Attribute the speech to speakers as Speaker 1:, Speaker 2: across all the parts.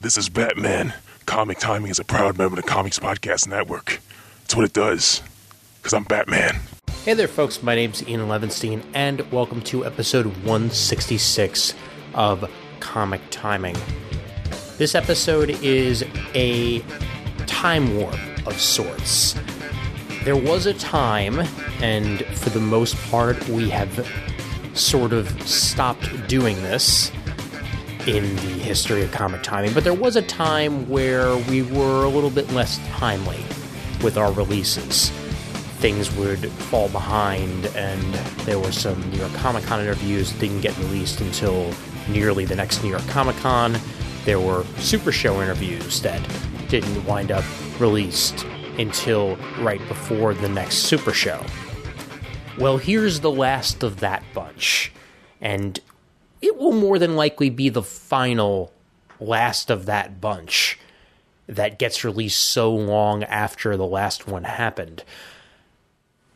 Speaker 1: This is Batman. Comic Timing is a proud member of the Comics Podcast Network. That's what it does. Because I'm Batman.
Speaker 2: Hey there, folks. My name's Ian Levinstein, and welcome to episode 166 of Comic Timing. This episode is a time warp of sorts. There was a time, and for the most part, we have sort of stopped doing this in the history of comic timing, but there was a time where we were a little bit less timely with our releases. Things would fall behind, and there were some New York Comic Con interviews that didn't get released until nearly the next New York Comic Con. There were Super Show interviews that didn't wind up released until right before the next Super Show. Well, here's the last of that bunch, and it will more than likely be the final last of that bunch that gets released so long after the last one happened.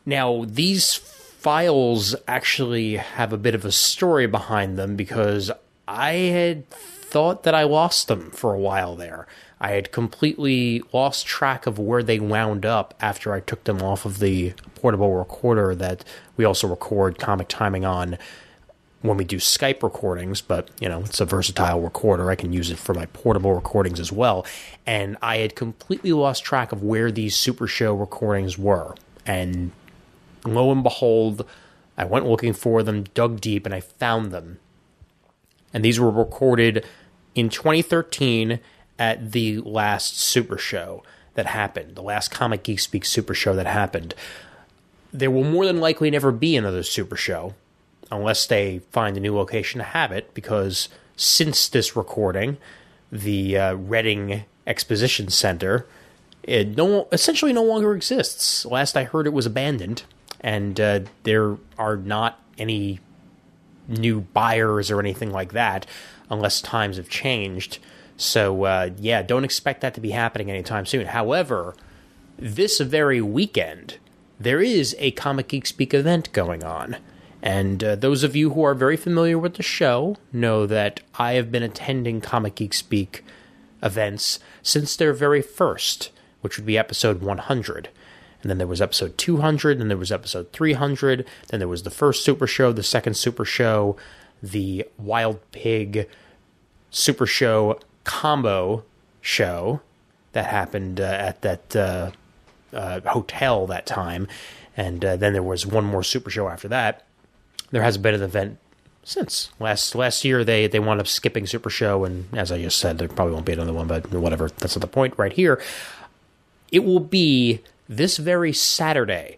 Speaker 2: Now, these files actually have a bit of a story behind them because I had thought that I lost them for a while there. I had completely lost track of where they wound up after I took them off of the portable recorder that we also record comic timing on when we do Skype recordings, but you know, it's a versatile recorder. I can use it for my portable recordings as well. And I had completely lost track of where these Super Show recordings were. And lo and behold, I went looking for them, dug deep, and I found them. And these were recorded in 2013 at the last Super Show that happened, the last Comic Geek Speak Super Show that happened. There will more than likely never be another Super Show unless they find a new location to have it, because since this recording, the uh, Reading Exposition Center it no essentially no longer exists. Last I heard, it was abandoned, and uh, there are not any new buyers or anything like that, unless times have changed. So uh, yeah, don't expect that to be happening anytime soon. However, this very weekend, there is a Comic Geek Speak event going on. And uh, those of you who are very familiar with the show know that I have been attending Comic Geek Speak events since their very first, which would be episode 100. And then there was episode 200, then there was episode 300, then there was the first Super Show, the second Super Show, the Wild Pig Super Show combo show that happened uh, at that uh, uh, hotel that time. And uh, then there was one more Super Show after that. There hasn't been an event since last last year. They they wound up skipping Super Show, and as I just said, there probably won't be another one. But whatever, that's not the point right here. It will be this very Saturday,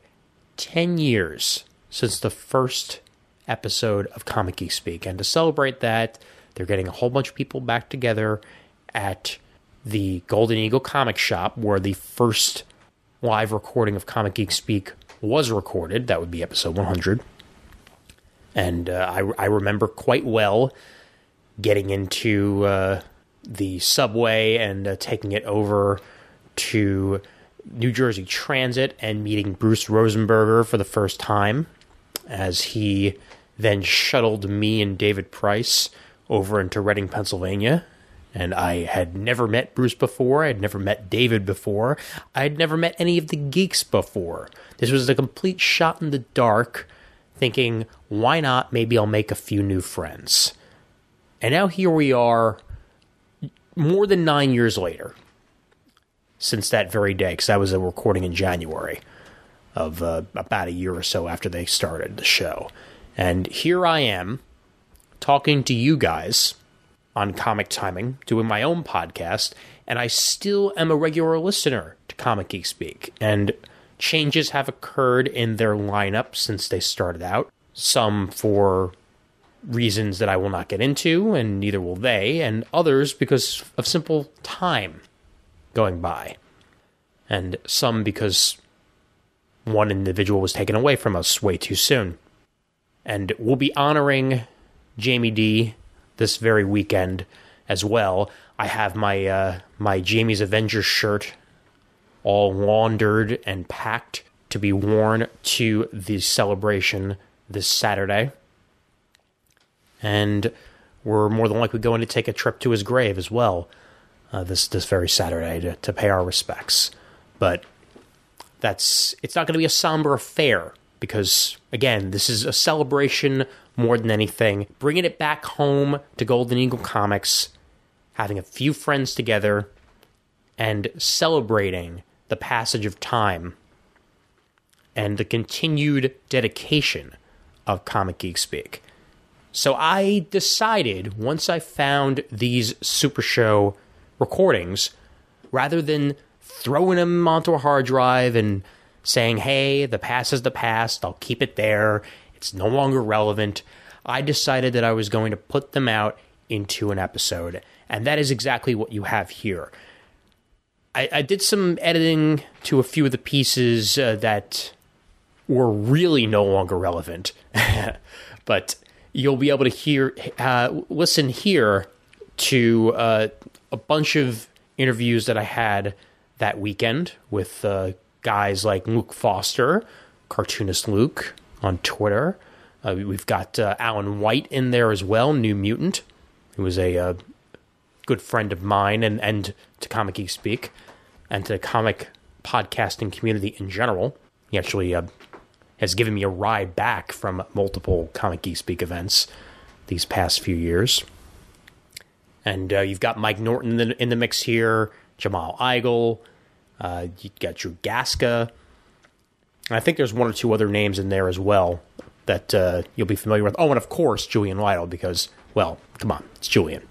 Speaker 2: ten years since the first episode of Comic Geek Speak, and to celebrate that, they're getting a whole bunch of people back together at the Golden Eagle Comic Shop, where the first live recording of Comic Geek Speak was recorded. That would be episode 100. And uh, I, I remember quite well getting into uh, the subway and uh, taking it over to New Jersey Transit and meeting Bruce Rosenberger for the first time as he then shuttled me and David Price over into Reading, Pennsylvania. And I had never met Bruce before. I had never met David before. I had never met any of the geeks before. This was a complete shot in the dark, thinking, why not? Maybe I'll make a few new friends. And now here we are, more than nine years later, since that very day, because that was a recording in January of uh, about a year or so after they started the show. And here I am talking to you guys on Comic Timing, doing my own podcast, and I still am a regular listener to Comic Geek Speak. And changes have occurred in their lineup since they started out, some for reasons that I will not get into, and neither will they, and others because of simple time going by, and some because one individual was taken away from us way too soon. And we'll be honoring Jamie D this very weekend as well. I have my uh, my Jamie's Avengers shirt all laundered and packed to be worn to the celebration this Saturday. And we're more than likely going to take a trip to his grave as well uh, this this very Saturday to, to pay our respects. But that's it's not going to be a somber affair because again, this is a celebration more than anything, bringing it back home to Golden Eagle Comics, having a few friends together, and celebrating the passage of time and the continued dedication of Comic Geek Speak. So I decided once I found these Super Show recordings, rather than throwing them onto a hard drive and saying, hey, the past is the past, I'll keep it there, it's no longer relevant, I decided that I was going to put them out into an episode. And that is exactly what you have here. I, I did some editing to a few of the pieces uh, that were really no longer relevant, but you'll be able to hear, uh, listen here to uh, a bunch of interviews that I had that weekend with uh, guys like Luke Foster, cartoonist Luke on Twitter. Uh, we've got uh, Alan White in there as well, New Mutant, who is a uh, good friend of mine and, and to Comic Geek Speak and to the comic podcasting community in general. He actually uh, has given me a ride back from multiple Comic Geek Speak events these past few years. And uh, you've got Mike Norton in the, in the mix here, Jamal Eigel, uh, you got Drew Gaska. And I think there's one or two other names in there as well that uh, you'll be familiar with. Oh, and of course, Julian Lytle, because, well, come on, it's Julian.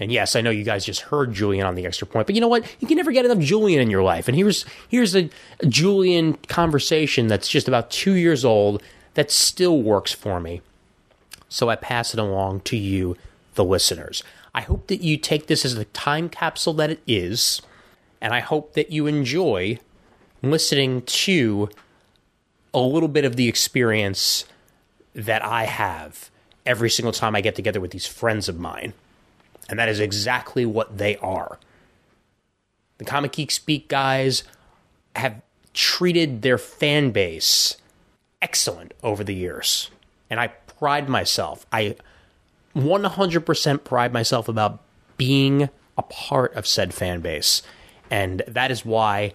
Speaker 2: And yes, I know you guys just heard Julian on the extra point, but you know what? You can never get enough Julian in your life. And here's here's a, a Julian conversation that's just about two years old that still works for me. So I pass it along to you, the listeners. I hope that you take this as the time capsule that it is, and I hope that you enjoy listening to a little bit of the experience that I have every single time I get together with these friends of mine. And that is exactly what they are. The Comic Geek Speak guys have treated their fan base excellent over the years. And I pride myself, I 100% pride myself about being a part of said fan base. And that is why,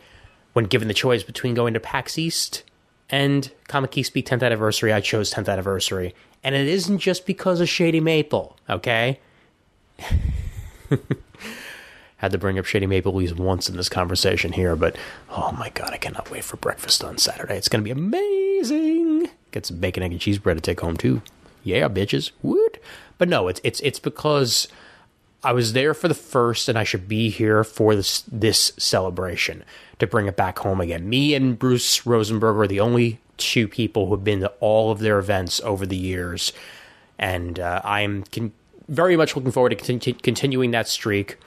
Speaker 2: when given the choice between going to PAX East and Comic Geek Speak 10th Anniversary, I chose 10th Anniversary. And it isn't just because of Shady Maple, okay? had to bring up Shady Maple Leaves once in this conversation here, but oh my god, I cannot wait for breakfast on Saturday. It's gonna be amazing. Get some bacon, egg, and cheese bread to take home too. Yeah, bitches. Woot. But no, it's it's it's because I was there for the first, and I should be here for this this celebration to bring it back home again. Me and Bruce Rosenberg are the only two people who have been to all of their events over the years, and uh, I'm con- very much looking forward to conti- continuing that streak,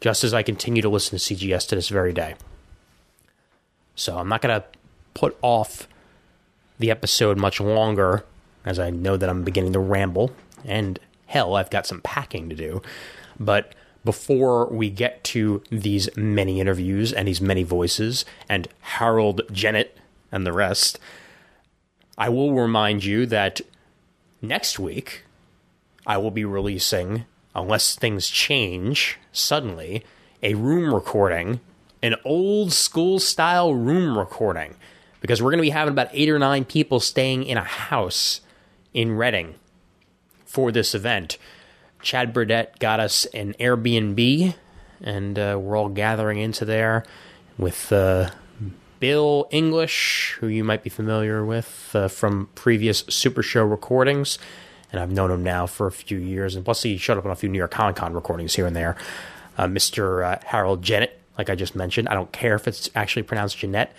Speaker 2: just as I continue to listen to CGS to this very day. So I'm not going to put off the episode much longer, as I know that I'm beginning to ramble. And hell, I've got some packing to do. But before we get to these many interviews and these many voices and Harold Jennett and the rest, I will remind you that next week I will be releasing, unless things change suddenly, a room recording, an old school style room recording, because we're going to be having about eight or nine people staying in a house in Reading for this event. Chad Burdett got us an Airbnb, and uh, we're all gathering into there with uh, Bill English, who you might be familiar with uh, from previous Super Show recordings. And I've known him now for a few years. And plus, he showed up on a few New York Comic Con recordings here and there. Uh, Mr. Uh, Harold Jennett, like I just mentioned. I don't care if it's actually pronounced Jeanette.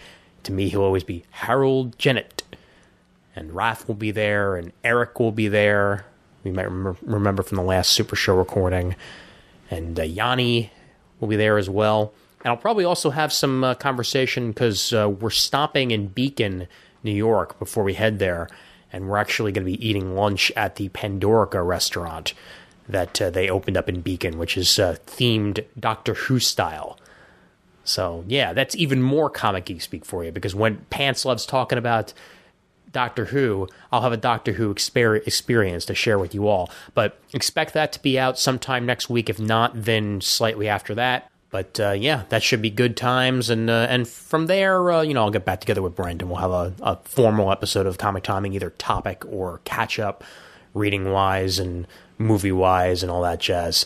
Speaker 2: To me, he'll always be Harold Jennett and Raph will be there, and Eric will be there. We might rem- remember from the last Super Show recording, and uh, Yanni will be there as well. And I'll probably also have some uh, conversation because uh, we're stopping in Beacon, New York, before we head there, and we're actually going to be eating lunch at the Pandorica restaurant that uh, they opened up in Beacon, which is uh, themed Doctor Who style. So yeah, that's even more comic geek speak for you because when Pants loves talking about Doctor Who, I'll have a Doctor Who exper- experience to share with you all. But expect that to be out sometime next week. If not, then slightly after that. But uh, yeah, that should be good times, and uh, and from there, uh, you know, I'll get back together with Brent, and we'll have a, a formal episode of Comic Timing, either topic or catch up, reading wise and movie wise, and all that jazz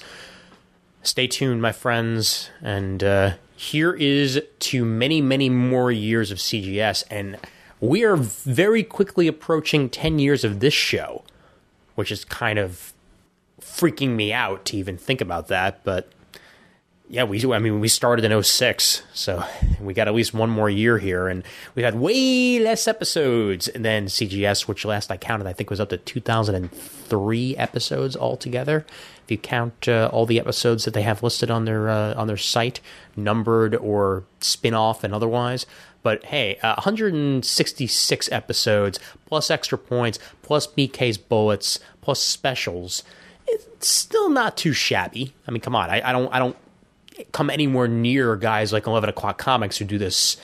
Speaker 2: stay tuned, my friends. And uh, here is to many, many more years of CGS. And we are very quickly approaching 10 years of this show, which is kind of freaking me out to even think about that. But yeah, we I mean we started in 06, so we got at least one more year here and we've had way less episodes than CGS, which last I counted I think was up to 2003 episodes altogether. If you count uh, all the episodes that they have listed on their uh, on their site, numbered or spin-off and otherwise, but hey, uh, 166 episodes plus extra points, plus BK's bullets, plus specials. It's still not too shabby. I mean, come on. I, I don't I don't come anywhere near guys like 11 o'clock comics who do this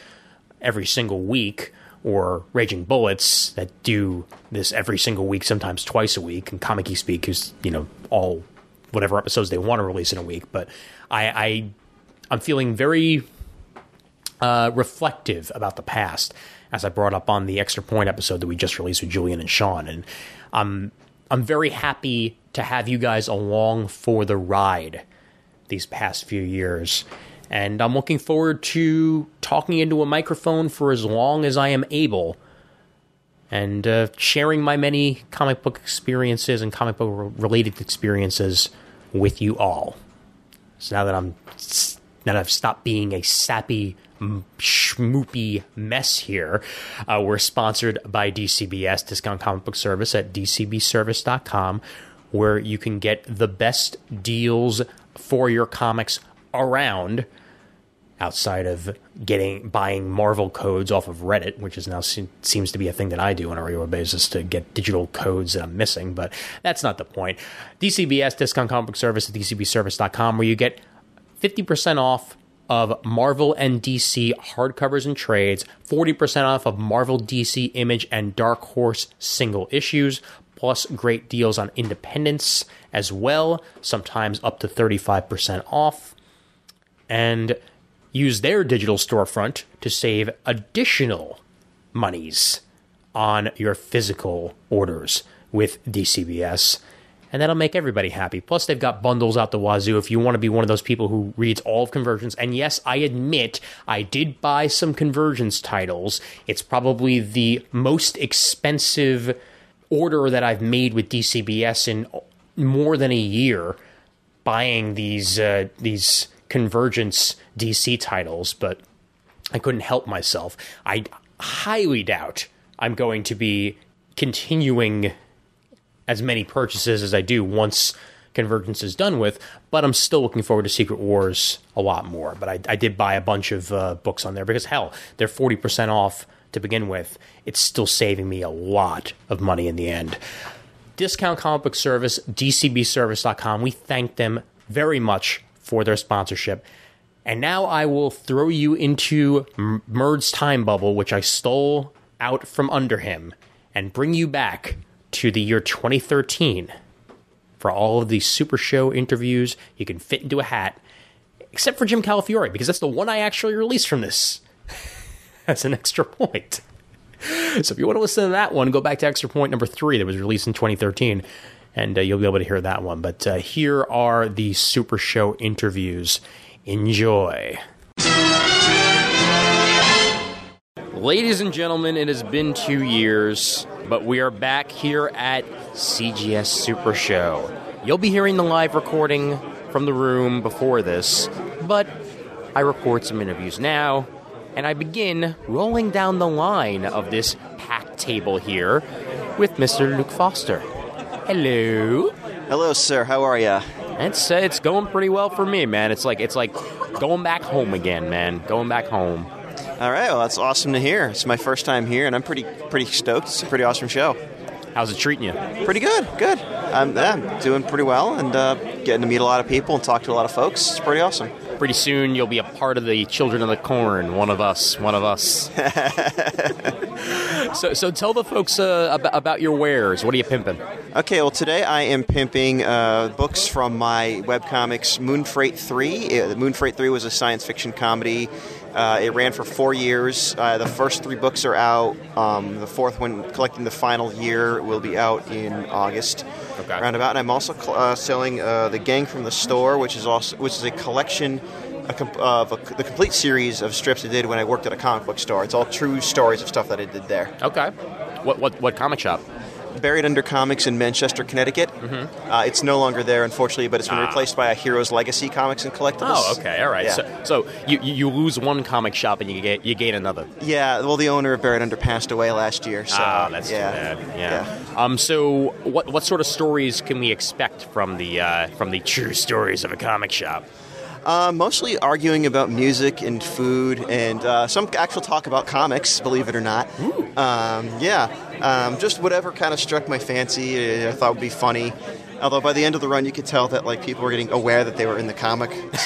Speaker 2: every single week or raging bullets that do this every single week sometimes twice a week and comic speak who's you know all whatever episodes they want to release in a week but i i i'm feeling very uh, reflective about the past as i brought up on the extra point episode that we just released with julian and sean and i'm i'm very happy to have you guys along for the ride these past few years. And I'm looking forward to talking into a microphone for as long as I am able and uh, sharing my many comic book experiences and comic book re- related experiences with you all. So now that I'm now that I've stopped being a sappy m- schmoopy mess here, uh, we're sponsored by DCBS Discount Comic Book Service at dcbservice.com, where you can get the best deals for your comics around outside of getting buying Marvel codes off of Reddit, which is now se- seems to be a thing that I do on a regular basis to get digital codes that I'm missing, but that's not the point. DCBS discount comic book service at dcbservice.com where you get 50% off of Marvel and DC hardcovers and trades, 40% off of Marvel DC Image and Dark Horse single issues, plus great deals on independence as well, sometimes up to 35% off. And use their digital storefront to save additional monies on your physical orders with DCBS. And that'll make everybody happy. Plus, they've got bundles out the wazoo if you want to be one of those people who reads all of conversions. And yes, I admit I did buy some conversions titles. It's probably the most expensive order that I've made with DCBS in more than a year buying these uh, these convergence DC titles, but I couldn't help myself. I highly doubt I'm going to be continuing as many purchases as I do once convergence is done with but i'm still looking forward to secret wars a lot more but i, I did buy a bunch of uh, books on there because hell they're 40% off to begin with, it's still saving me a lot of money in the end. Discount comic book service, dcbservice.com. We thank them very much for their sponsorship. And now I will throw you into M- Merd's time bubble, which I stole out from under him, and bring you back to the year 2013 for all of these Super Show interviews you can fit into a hat, except for Jim Calafiore, because that's the one I actually released from this as an extra point. So if you want to listen to that one, go back to extra point number three that was released in 2013, and uh, you'll be able to hear that one. But uh, here are the Super Show interviews. Enjoy. Ladies and gentlemen, it has been two years, but we are back here at CGS Super Show. You'll be hearing the live recording from the room before this, but I record some interviews now, and I begin rolling down the line of this packed table here with Mr. Luke Foster. Hello.
Speaker 3: Hello, sir. How are you?
Speaker 2: It's uh, it's going pretty well for me, man. It's like it's like going back home again, man. Going back home.
Speaker 3: All right. Well, that's awesome to hear. It's my first time here, and I'm pretty pretty stoked. It's a pretty awesome show.
Speaker 2: How's it treating you?
Speaker 3: Pretty good. Good. I'm, yeah, I'm doing pretty well, and uh, getting to meet a lot of people and talk to a lot of folks. It's pretty awesome.
Speaker 2: Pretty soon you'll be a part of the Children of the Corn, one of us, one of us. So, so tell the folks uh, about, about your wares. What are you pimping?
Speaker 3: Okay, well, today I am pimping uh, books from my webcomics Moon Freight 3. Uh, Moon Freight 3 was a science fiction comedy. Uh, it ran for four years. Uh, the first three books are out. Um, the fourth one, collecting the final year, will be out in August.
Speaker 2: Okay.
Speaker 3: Roundabout. And I'm also cl- uh, selling uh, The Gang from the Store, which is also which is a collection a comp- of a, the complete series of strips I did when I worked at a comic book store. It's all true stories of stuff that I did there.
Speaker 2: Okay. What what what comic shop?
Speaker 3: Buried Under Comics in Manchester, Connecticut. Uh, it's no longer there, unfortunately, but it's been
Speaker 2: Mm-hmm. Ah.
Speaker 3: replaced by a Heroes Legacy Comics and Collectibles.
Speaker 2: Oh, okay, all right.
Speaker 3: Yeah.
Speaker 2: So, so you you you lose one comic shop and you get you gain another.
Speaker 3: yeah, well, the owner of Buried Under passed away last year. So,
Speaker 2: ah, that's
Speaker 3: yeah.
Speaker 2: too bad. Yeah. Um. So, what what sort of stories can we expect from the uh, from the true stories of a comic shop?
Speaker 3: Uh, mostly arguing about music and food and uh, some actual talk about comics, believe it or not. Um, yeah, um, just whatever kind of struck my fancy, uh, I thought would be funny. Although by the end of the run, you could tell that like people were getting aware that they were in the comic.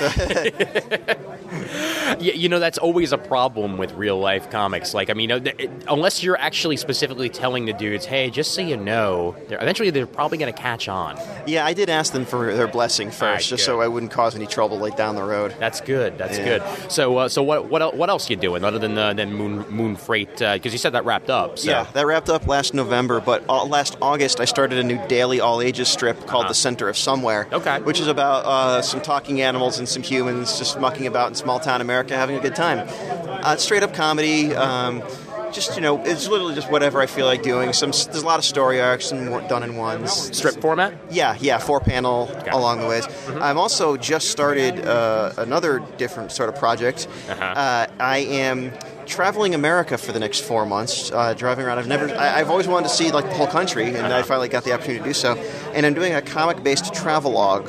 Speaker 3: So,
Speaker 2: Yeah, you know that's always a problem with real life comics. Like, I mean, uh, th- it- unless you're actually specifically telling the dudes, "Hey, just so you know," they're, eventually they're probably going to catch on.
Speaker 3: yeah, I did ask them for their blessing first,
Speaker 2: right,
Speaker 3: just
Speaker 2: good.
Speaker 3: so I wouldn't cause any trouble like down the road.
Speaker 2: That's good. That's
Speaker 3: Yeah.
Speaker 2: good. So, uh, so what what el- what else you doing other than uh, than moon moon freight? Because you said that wrapped up. So.
Speaker 3: Yeah, that wrapped up last November, but all, last August I started a new daily all ages strip called The Center of Somewhere.
Speaker 2: Uh-huh. Okay.
Speaker 3: Which is about uh, some talking animals and some humans just mucking about in small town America having a good time. Uh, it's straight up comedy. Um, just, you know, it's literally just whatever I feel like doing. Some There's a lot of story arcs and one- done in ones.
Speaker 2: Strip format. Mm-hmm.
Speaker 3: Yeah, yeah, four panel along the ways. I'm also just started uh, another different sort of project.
Speaker 2: Uh-huh.
Speaker 3: Uh, I am traveling America for the next four months, uh, driving around. I've never, I, I've always wanted to see like the whole country, and I finally got the opportunity to do so. And I'm doing a comic-based travelogue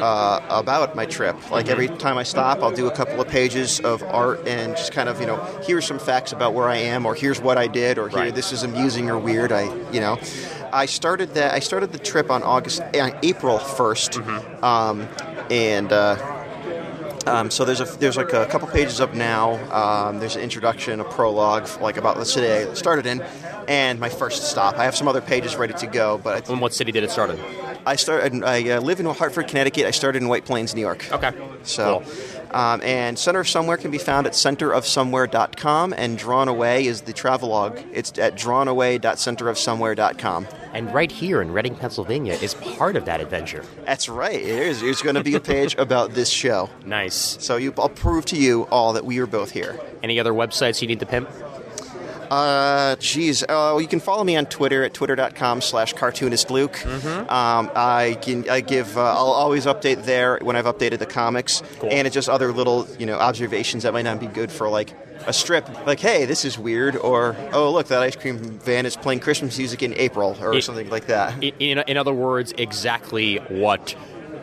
Speaker 3: uh, about my trip. Like every time I stop, I'll do a couple of pages of art and just kind of you know, here's some facts about where I am, or here's what I did, or here
Speaker 2: Right.
Speaker 3: this this is amusing or weird. I, you know, I started that. I started the trip on August, on April 1st um, and uh, um, so there's a there's like a couple pages up now. Um, there's an introduction, a prologue, like about the city I started in, and my first stop. I have some other pages ready to go, but
Speaker 2: In what city did it start in?
Speaker 3: I started. I uh, live in Hartford, Connecticut. I started in White Plains, New York.
Speaker 2: Okay.
Speaker 3: So,
Speaker 2: Cool.
Speaker 3: um, and Center of Somewhere can be found at centerofsomewhere.com, and Drawn Away is the travelogue. It's at drawnaway.centerofsomewhere.com.
Speaker 2: And right here in Reading, Pennsylvania, is part of that adventure.
Speaker 3: That's right. It is. There's going to be a page about this show.
Speaker 2: Nice.
Speaker 3: So you, I'll prove to you all that we are both here.
Speaker 2: Any other websites you need to pimp?
Speaker 3: Uh, geez. Uh, you can follow me on Twitter at twitter.com slash cartoonist Luke.
Speaker 2: Mm-hmm.
Speaker 3: Um, I can I give. Uh, I'll always update there when I've updated the comics,
Speaker 2: Cool.
Speaker 3: and it's just other little you know observations that might not be good for like a strip. Like, hey, this is weird, or oh look, that ice cream van is playing Christmas music in April, or
Speaker 2: It-
Speaker 3: something like that.
Speaker 2: In, in, in other words, exactly what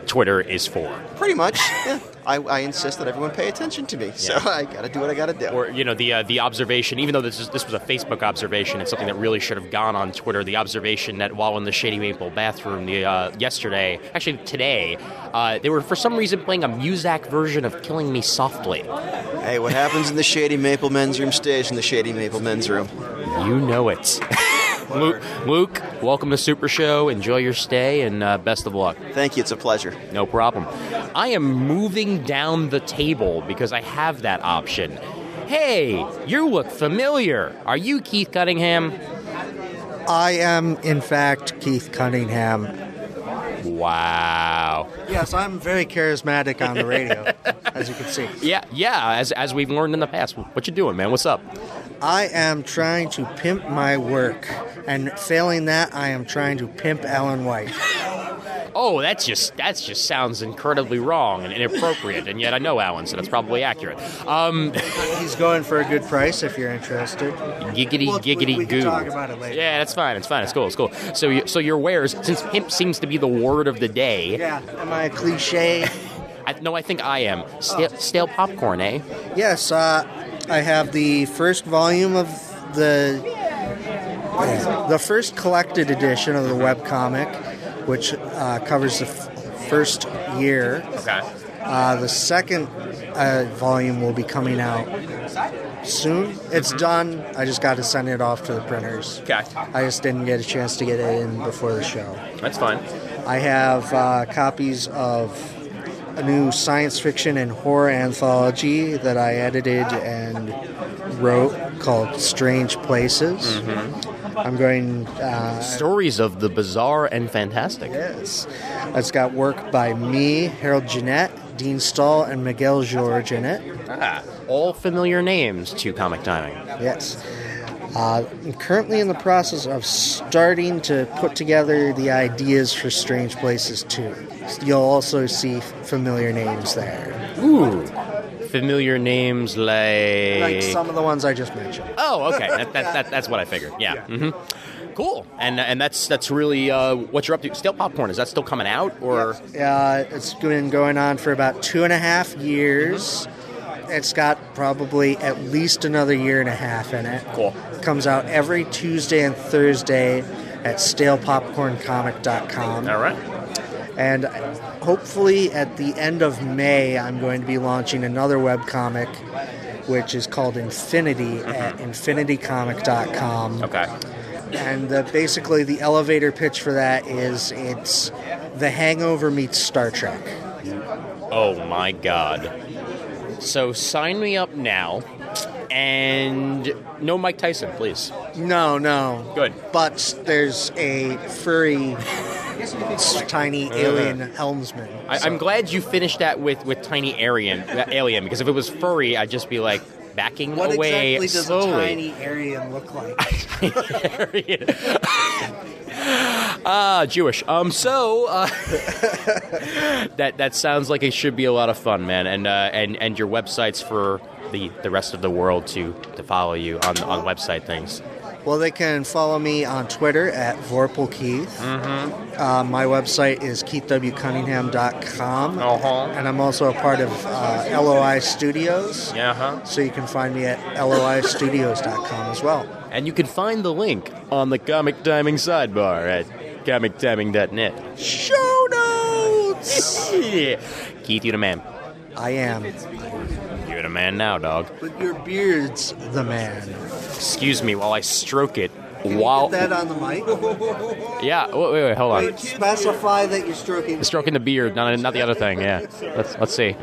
Speaker 2: Twitter is for.
Speaker 3: Pretty much. yeah. I, I insist that everyone pay attention to me, so
Speaker 2: Yeah.
Speaker 3: I got to do what I got to do.
Speaker 2: Or you know the uh, the observation, even though this is, this was a Facebook observation, it's something that really should have gone on Twitter. The observation that while in the Shady Maple bathroom the uh, yesterday, actually today, uh, they were for some reason playing a Muzak version of "Killing Me Softly."
Speaker 3: hey, what happens in the shady Maple Men's Room stays in the shady Maple Men's Room.
Speaker 2: You know it, Luke. Luke, welcome to Super Show. Enjoy your stay and uh, best of luck.
Speaker 3: Thank you. It's a pleasure.
Speaker 2: No problem. I am moving down the table because I have that option. Hey, you look familiar. Are you Keith Cunningham?
Speaker 4: I am, in fact, Keith Cunningham.
Speaker 2: Wow.
Speaker 4: Yes, I'm very charismatic on the radio, as you can see.
Speaker 2: Yeah, yeah, as, as we've learned in the past. What you doing, man? What's up?
Speaker 4: I am trying to pimp my work, and failing that, I am trying to pimp Ellen White.
Speaker 2: Oh, that's just that's just sounds incredibly wrong and inappropriate, and yet I know Alan, so that's probably accurate. Um,
Speaker 4: He's going for a good price if you're interested.
Speaker 2: giggity
Speaker 4: Well, we-
Speaker 2: giggity
Speaker 4: we
Speaker 2: goo.
Speaker 4: can talk about it later.
Speaker 2: Yeah, that's fine. It's fine. It's cool. It's cool. So, you, so your wares, since pimp seems to be the word of the day,
Speaker 4: Yeah, am I a cliche?
Speaker 2: I, no, I think I am stale,
Speaker 4: Oh.
Speaker 2: stale popcorn, eh?
Speaker 4: yes, uh, I have the first volume of the the first collected edition of the webcomic, which uh, covers the f- first year
Speaker 2: Okay.
Speaker 4: Uh, the second uh, volume will be coming out
Speaker 5: soon. It's done. I just got to send it off to the printers.
Speaker 2: Mm-hmm. Okay.
Speaker 5: I just didn't get a chance to get it in before the show.
Speaker 2: That's fine.
Speaker 5: I have uh, copies of a new science fiction and horror anthology that I edited and wrote called Strange Places. I'm going. Uh,
Speaker 2: Mm-hmm. Stories of the bizarre and fantastic.
Speaker 5: yes. It's got work by me, Harold Jeanette, Dean Stahl, and Miguel George in it.
Speaker 2: Ah, all familiar names to comic timing.
Speaker 5: Yes. Uh, I'm currently in the process of starting to put together the ideas for Strange Places 2. You'll also see familiar names there.
Speaker 2: Ooh, familiar names like.
Speaker 5: Like some of the ones I just mentioned.
Speaker 2: Oh, okay. That, that, that, that's what I figured. Yeah. hmm Cool. And and that's that's really uh, what you're up to. Stale popcorn is that still coming out or?
Speaker 5: Uh, it's been going on for about two and a half years. It's got probably at least another year and a half in it.
Speaker 2: Cool.
Speaker 5: Comes out every Tuesday and Thursday at stalepopcorncomic.com.
Speaker 2: All right.
Speaker 5: And hopefully at the end of May, I'm going to be launching another webcomic, which is called Infinity at infinitycomic.com.
Speaker 2: Mm-hmm. Okay.
Speaker 5: And the, basically, the elevator pitch for that is it's The Hangover meets Star Trek.
Speaker 2: Oh my god. So sign me up now, and no Mike Tyson, please.
Speaker 5: No, no.
Speaker 2: Good.
Speaker 5: But there's a furry, tiny alien helmsman.
Speaker 2: I, I'm glad you finished that with with tiny alien alien because if it was furry, I'd just be like backing
Speaker 5: what
Speaker 2: away
Speaker 5: exactly does
Speaker 2: slowly.
Speaker 5: a tiny alien look like?
Speaker 2: Ah, Jewish. Um, so uh, that that sounds like it should be a lot of fun, man. And uh, and and your websites for the the rest of the world to to follow you on on website things.
Speaker 5: Well, they can follow me on Twitter at Vorpal Keith.
Speaker 2: Mm-hmm.
Speaker 5: Uh, my website is keithwcunningham.com.
Speaker 2: Uh-huh.
Speaker 5: And I'm also a part of uh, LOI Studios.
Speaker 2: Yeah. Huh?
Speaker 5: So you can find me at loistudios.com as well.
Speaker 2: And you can find the link on the Comic Timing sidebar at comictiming.net. Show notes. Keith, you the man.
Speaker 5: I am.
Speaker 2: You're the man now, dog.
Speaker 5: But your beard's the man.
Speaker 2: Excuse me while I stroke it.
Speaker 5: Can
Speaker 2: while
Speaker 5: you get that on the mic?
Speaker 2: yeah. Wait, wait, wait. Hold on.
Speaker 5: Wait, specify that you're stroking.
Speaker 2: Stroking the beard, not, not the other thing. Yeah, let's let's see.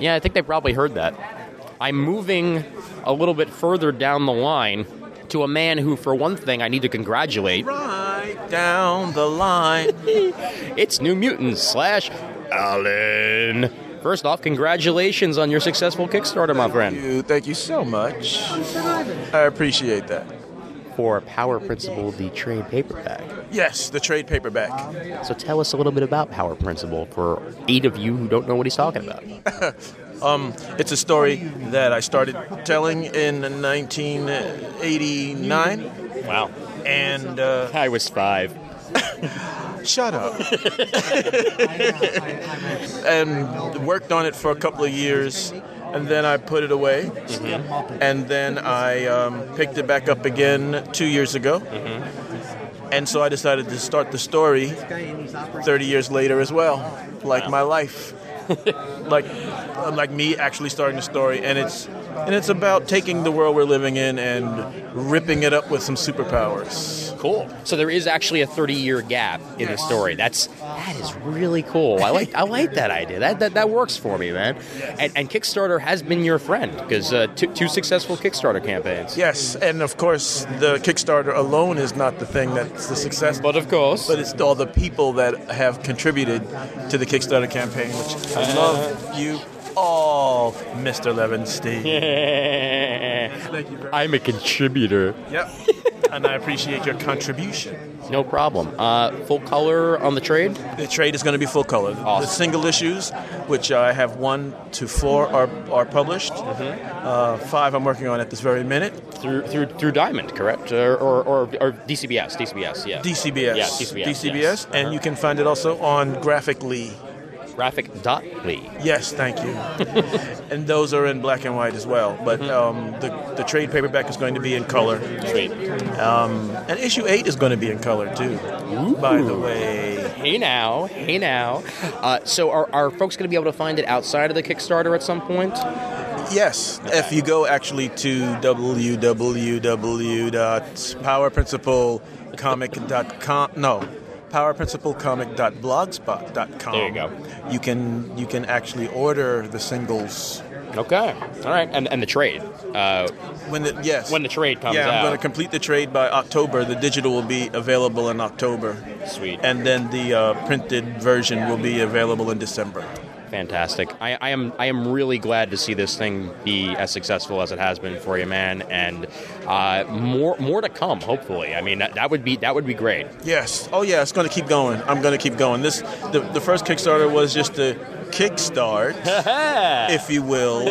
Speaker 2: Yeah, I think they probably heard that. I'm moving a little bit further down the line to a man who, for one thing, I need to congratulate.
Speaker 6: Right down the line.
Speaker 2: It's New Mutants slash Alan. First off, congratulations on your successful Kickstarter, my friend,
Speaker 6: you, thank you so much. I appreciate that.
Speaker 2: for Power Principle, the trade paperback.
Speaker 6: Yes, the trade paperback.
Speaker 2: So tell us a little bit about Power Principle for eight of you who don't know what he's talking about.
Speaker 6: Um, it's a story that I started telling in 1989,
Speaker 2: Wow,
Speaker 6: and uh,
Speaker 2: I was five.
Speaker 6: shut up. and worked on it for a couple of years, and then I put it away,
Speaker 2: Mm-hmm.
Speaker 6: and then I um, picked it back up again two years ago.
Speaker 2: Mm-hmm.
Speaker 6: And so I decided to start the story 30 years later as well, like my life, like um, like me actually starting the story, and it's and it's about taking the world we're living in and ripping it up with some superpowers.
Speaker 2: Cool. So there is actually a 30-year gap in the story. That's that is really cool. I like I like that idea. That that, that works for me, man. And, and Kickstarter has been your friend because uh, two, two successful Kickstarter campaigns.
Speaker 6: Yes, and of course the Kickstarter alone is not the thing that's the success,
Speaker 2: But of course,
Speaker 6: but it's all the people that have contributed to the Kickstarter campaign, which
Speaker 2: Uh,
Speaker 6: I love Oh, you all, Mr. Levinstein. Thank you very much.
Speaker 2: I'm a contributor.
Speaker 6: Yep. and I appreciate your contribution.
Speaker 2: No problem. Uh, full color on the trade.
Speaker 6: The trade is going to be full color. The
Speaker 2: Awesome.
Speaker 6: single issues, which I have one to four, are, are published.
Speaker 2: Mm-hmm.
Speaker 6: Uh, five I'm working on at this very minute.
Speaker 2: through through through Diamond, correct? Or or, or, or DCBS, DCBS, yeah.
Speaker 6: DCBS.
Speaker 2: Yeah, DCBS. yes. Uh-huh.
Speaker 6: And you can find it also on Graphically.
Speaker 2: graphic dot Lee.
Speaker 6: Yes, thank you. and those are in black and white as well. But um, the, the trade paperback is going to be in color.
Speaker 2: Mm-hmm.
Speaker 6: Um,
Speaker 2: Sweet.
Speaker 6: And issue eight is going to be in color too. By the way,
Speaker 2: Hey now, hey now. Uh, so are, are folks going to be able to find it outside of the Kickstarter at some point?
Speaker 6: Yes, if you go actually to www.powerprinciplecomic.com, no, powerprinciplecomic.blogspot.com.
Speaker 2: There you go.
Speaker 6: You can you can actually order the singles
Speaker 2: Okay. All right. And, and the trade. Uh,
Speaker 6: when the yes
Speaker 2: When the trade comes
Speaker 6: Yeah,
Speaker 2: out.
Speaker 6: I'm going to complete the trade by October. The digital will be available in October.
Speaker 2: Sweet.
Speaker 6: And then the uh, printed version will be available in December.
Speaker 2: fantastic. I, I am I am really glad to see this thing be as successful as it has been for you, man. And uh, more more to come, hopefully. I mean, that, that would be that would be great.
Speaker 6: Yes. Oh yeah, it's going to keep going. I'm going to keep going. This the, the first Kickstarter was just a kickstart, if you will,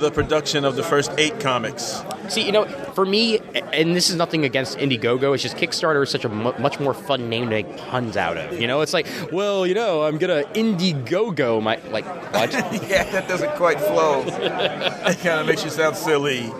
Speaker 6: the production of the first eight comics.
Speaker 2: See, you know, for me, and this is nothing against Indiegogo. It's just Kickstarter is such a mu much more fun name to make puns out of. You know, it's like, well, you know, I'm gonna Indiegogo my like what?
Speaker 6: Yeah, that doesn't quite flow. it kind of makes you sound silly.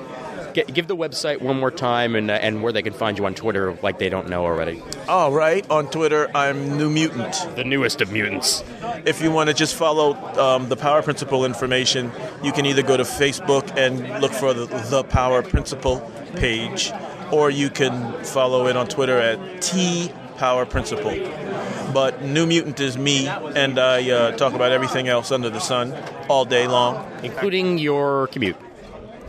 Speaker 2: G- give the website one more time and uh, and where they can find you on Twitter, like they don't know already.
Speaker 6: All right. On Twitter, I'm New Mutant.
Speaker 2: The newest of mutants.
Speaker 6: If you want to just follow um, the Power Principle information, you can either go to Facebook and look for the, the Power Principle page, or you can follow it on Twitter at T Power Principle. But New Mutant is me, and I uh, talk about everything else under the sun all day long.
Speaker 2: including your commute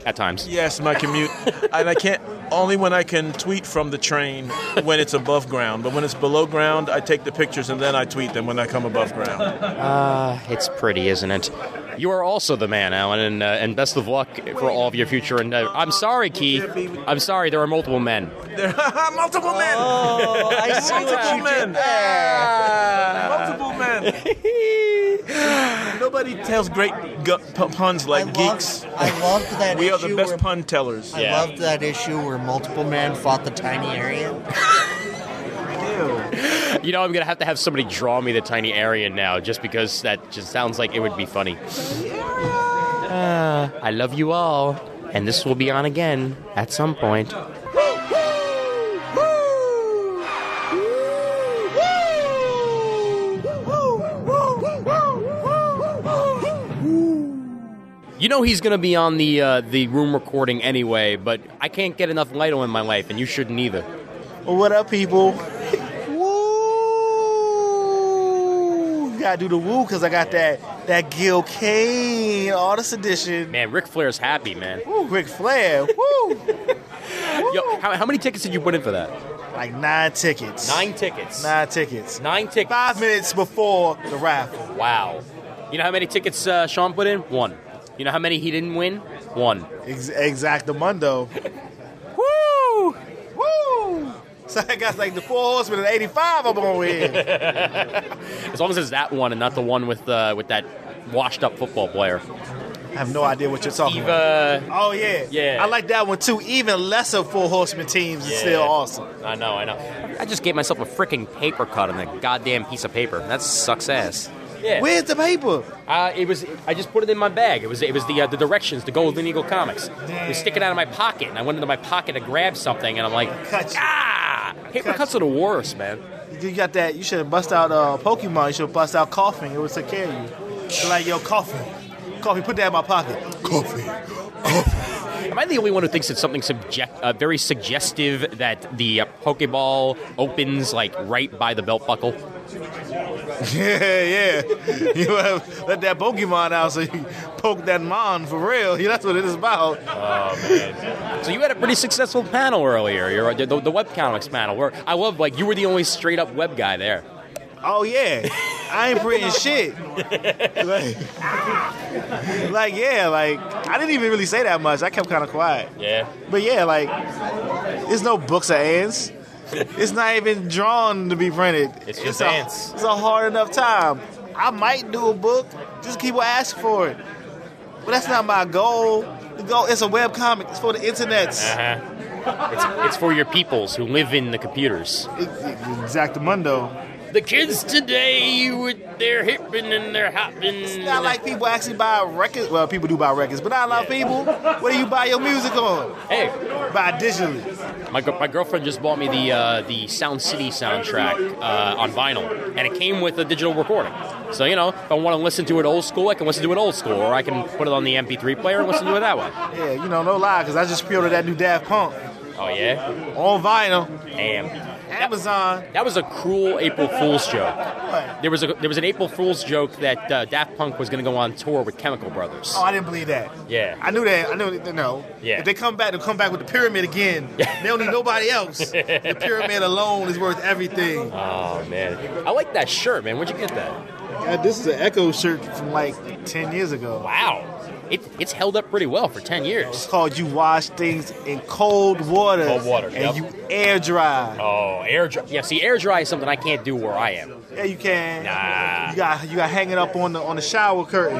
Speaker 2: at times.
Speaker 6: Yes, my commute, and I can't only when I can tweet from the train when it's above ground. But when it's below ground, I take the pictures and then I tweet them when I come above ground.
Speaker 2: Uh, It's pretty, isn't it? You are also the man, Alan, and, uh, and best of luck for all of your future endeavors. I'm sorry, Keith. I'm sorry, there are multiple men.
Speaker 6: There are multiple men.
Speaker 7: Oh, I see what
Speaker 6: multiple
Speaker 7: you
Speaker 6: men.
Speaker 7: did there.
Speaker 6: Multiple men. Nobody tells great gu- p- puns
Speaker 8: I
Speaker 6: like
Speaker 8: loved,
Speaker 6: geeks.
Speaker 8: I loved that
Speaker 6: We
Speaker 8: issue
Speaker 6: are the best
Speaker 8: where,
Speaker 6: pun tellers.
Speaker 8: I
Speaker 2: Yeah.
Speaker 8: loved that issue where multiple men fought the tiny Aryan.
Speaker 2: You know, I'm going to have to have somebody draw me the tiny Aryan now just because that just sounds like it would be funny. Uh, I love you all, and this will be on again at some point. You know he's going to be on the uh, the room recording anyway, but I can't get enough Lido in my life, and you shouldn't either.
Speaker 8: Well, what up, people? Woo! Gotta do the woo because I got that that Gil Kane artist edition.
Speaker 2: Man, Ric Flair's happy, man.
Speaker 8: Woo, Ric Flair. Woo!
Speaker 2: Yo, how, how many tickets did you put in for that?
Speaker 8: like nine tickets.
Speaker 2: tickets.
Speaker 8: Nine tickets.
Speaker 2: Nine tickets.
Speaker 8: Five minutes before the raffle.
Speaker 2: Wow. You know how many tickets uh, Sean put in? One. You know how many he didn't win? One.
Speaker 8: Ex- exactamundo. Woo! Woo! So I got like the four horsemen and 85 I'm gonna win.
Speaker 2: As long as it's that one and not the one with uh, with that washed up football player.
Speaker 8: I have no idea what you're talking about.
Speaker 2: Eva.
Speaker 8: Oh yeah,
Speaker 2: Yeah.
Speaker 8: I like that one too. Even lesser four horsemen teams is
Speaker 2: Yeah.
Speaker 8: still awesome.
Speaker 2: I know, I know. I just gave myself a freaking paper cut on that goddamn piece of paper. That sucks ass. Yeah.
Speaker 8: Where's the paper?
Speaker 2: Uh, it was. I just put it in my bag. It was. It was the uh, the directions to Golden Eagle Comics. It was sticking out of my pocket, and I went into my pocket to grab something, and I'm like,
Speaker 8: Cut you.
Speaker 2: ah! Paper cuts are the worst, man.
Speaker 8: You got that? You should have bust out uh, Pokemon. You should have bust out coughing. It would take care of you. Be like yo, coughing, coughing. Put that in my pocket.
Speaker 2: Am I the only one who thinks it's something subject, uh, very suggestive that the uh, Pokeball opens like right by the belt buckle?
Speaker 8: Yeah, yeah. You have let that Pokemon out so you poke that mon for real. Yeah, that's what it is about.
Speaker 2: Oh, So you had a pretty successful panel earlier. Your the, the webcomics panel where I love like you were the only straight up web guy there.
Speaker 8: Oh yeah, I ain't printing shit. Like, like yeah, like I didn't even really say that much. I kept kind of quiet.
Speaker 2: Yeah.
Speaker 8: But yeah, like there's no books of ants. It's not even drawn to be printed.
Speaker 2: It's just
Speaker 8: a,
Speaker 2: ants.
Speaker 8: It's a hard enough time. I might do a book. Just people ask for it. But that's not my goal. The goal it's a web comic. It's for the internets.
Speaker 2: Uh-huh. It's for your peoples who live in the computers.
Speaker 8: Exactamundo.
Speaker 2: The kids today would they're hippin' and they're hoppin'.
Speaker 8: Not like people actually buy records. Well, people do buy records, but not a lot of people. What do you buy your music on?
Speaker 2: Hey,
Speaker 8: Buy digitally.
Speaker 2: my, gr- my girlfriend just bought me the uh, the Sound City soundtrack uh, on vinyl, and it came with a digital recording. So you know, if I want to listen to it old school, I can listen to it old school, or I can put it on the MP3 player and listen to it that way.
Speaker 8: Yeah, you know, no lie, because I just pre-ordered that new Daft Punk
Speaker 2: Oh yeah,
Speaker 8: on vinyl,
Speaker 2: damn.
Speaker 8: Amazon.
Speaker 2: That was a cruel April Fool's joke. There was a there was an April Fool's joke that uh, Daft Punk was going to go on tour with Chemical Brothers.
Speaker 8: Oh, I didn't believe that.
Speaker 2: Yeah.
Speaker 8: I knew that. I knew that. No.
Speaker 2: Yeah.
Speaker 8: If they come back, they'll come back with the pyramid again. they don't need nobody else. The pyramid alone is worth everything.
Speaker 2: Oh man, I like that shirt, man. Where'd you get that?
Speaker 8: God, this is an Echo shirt from like 10 years ago.
Speaker 2: Wow, it, it's held up pretty well for ten years.
Speaker 8: It's called You Wash Things in Cold Water.
Speaker 2: Cold water, yep.
Speaker 8: And you air dry.
Speaker 2: Oh, air dry. Yeah, see, air dry is something I can't do where I am.
Speaker 8: Yeah, you can.
Speaker 2: Nah.
Speaker 8: You got you got hanging up on the on the shower curtain.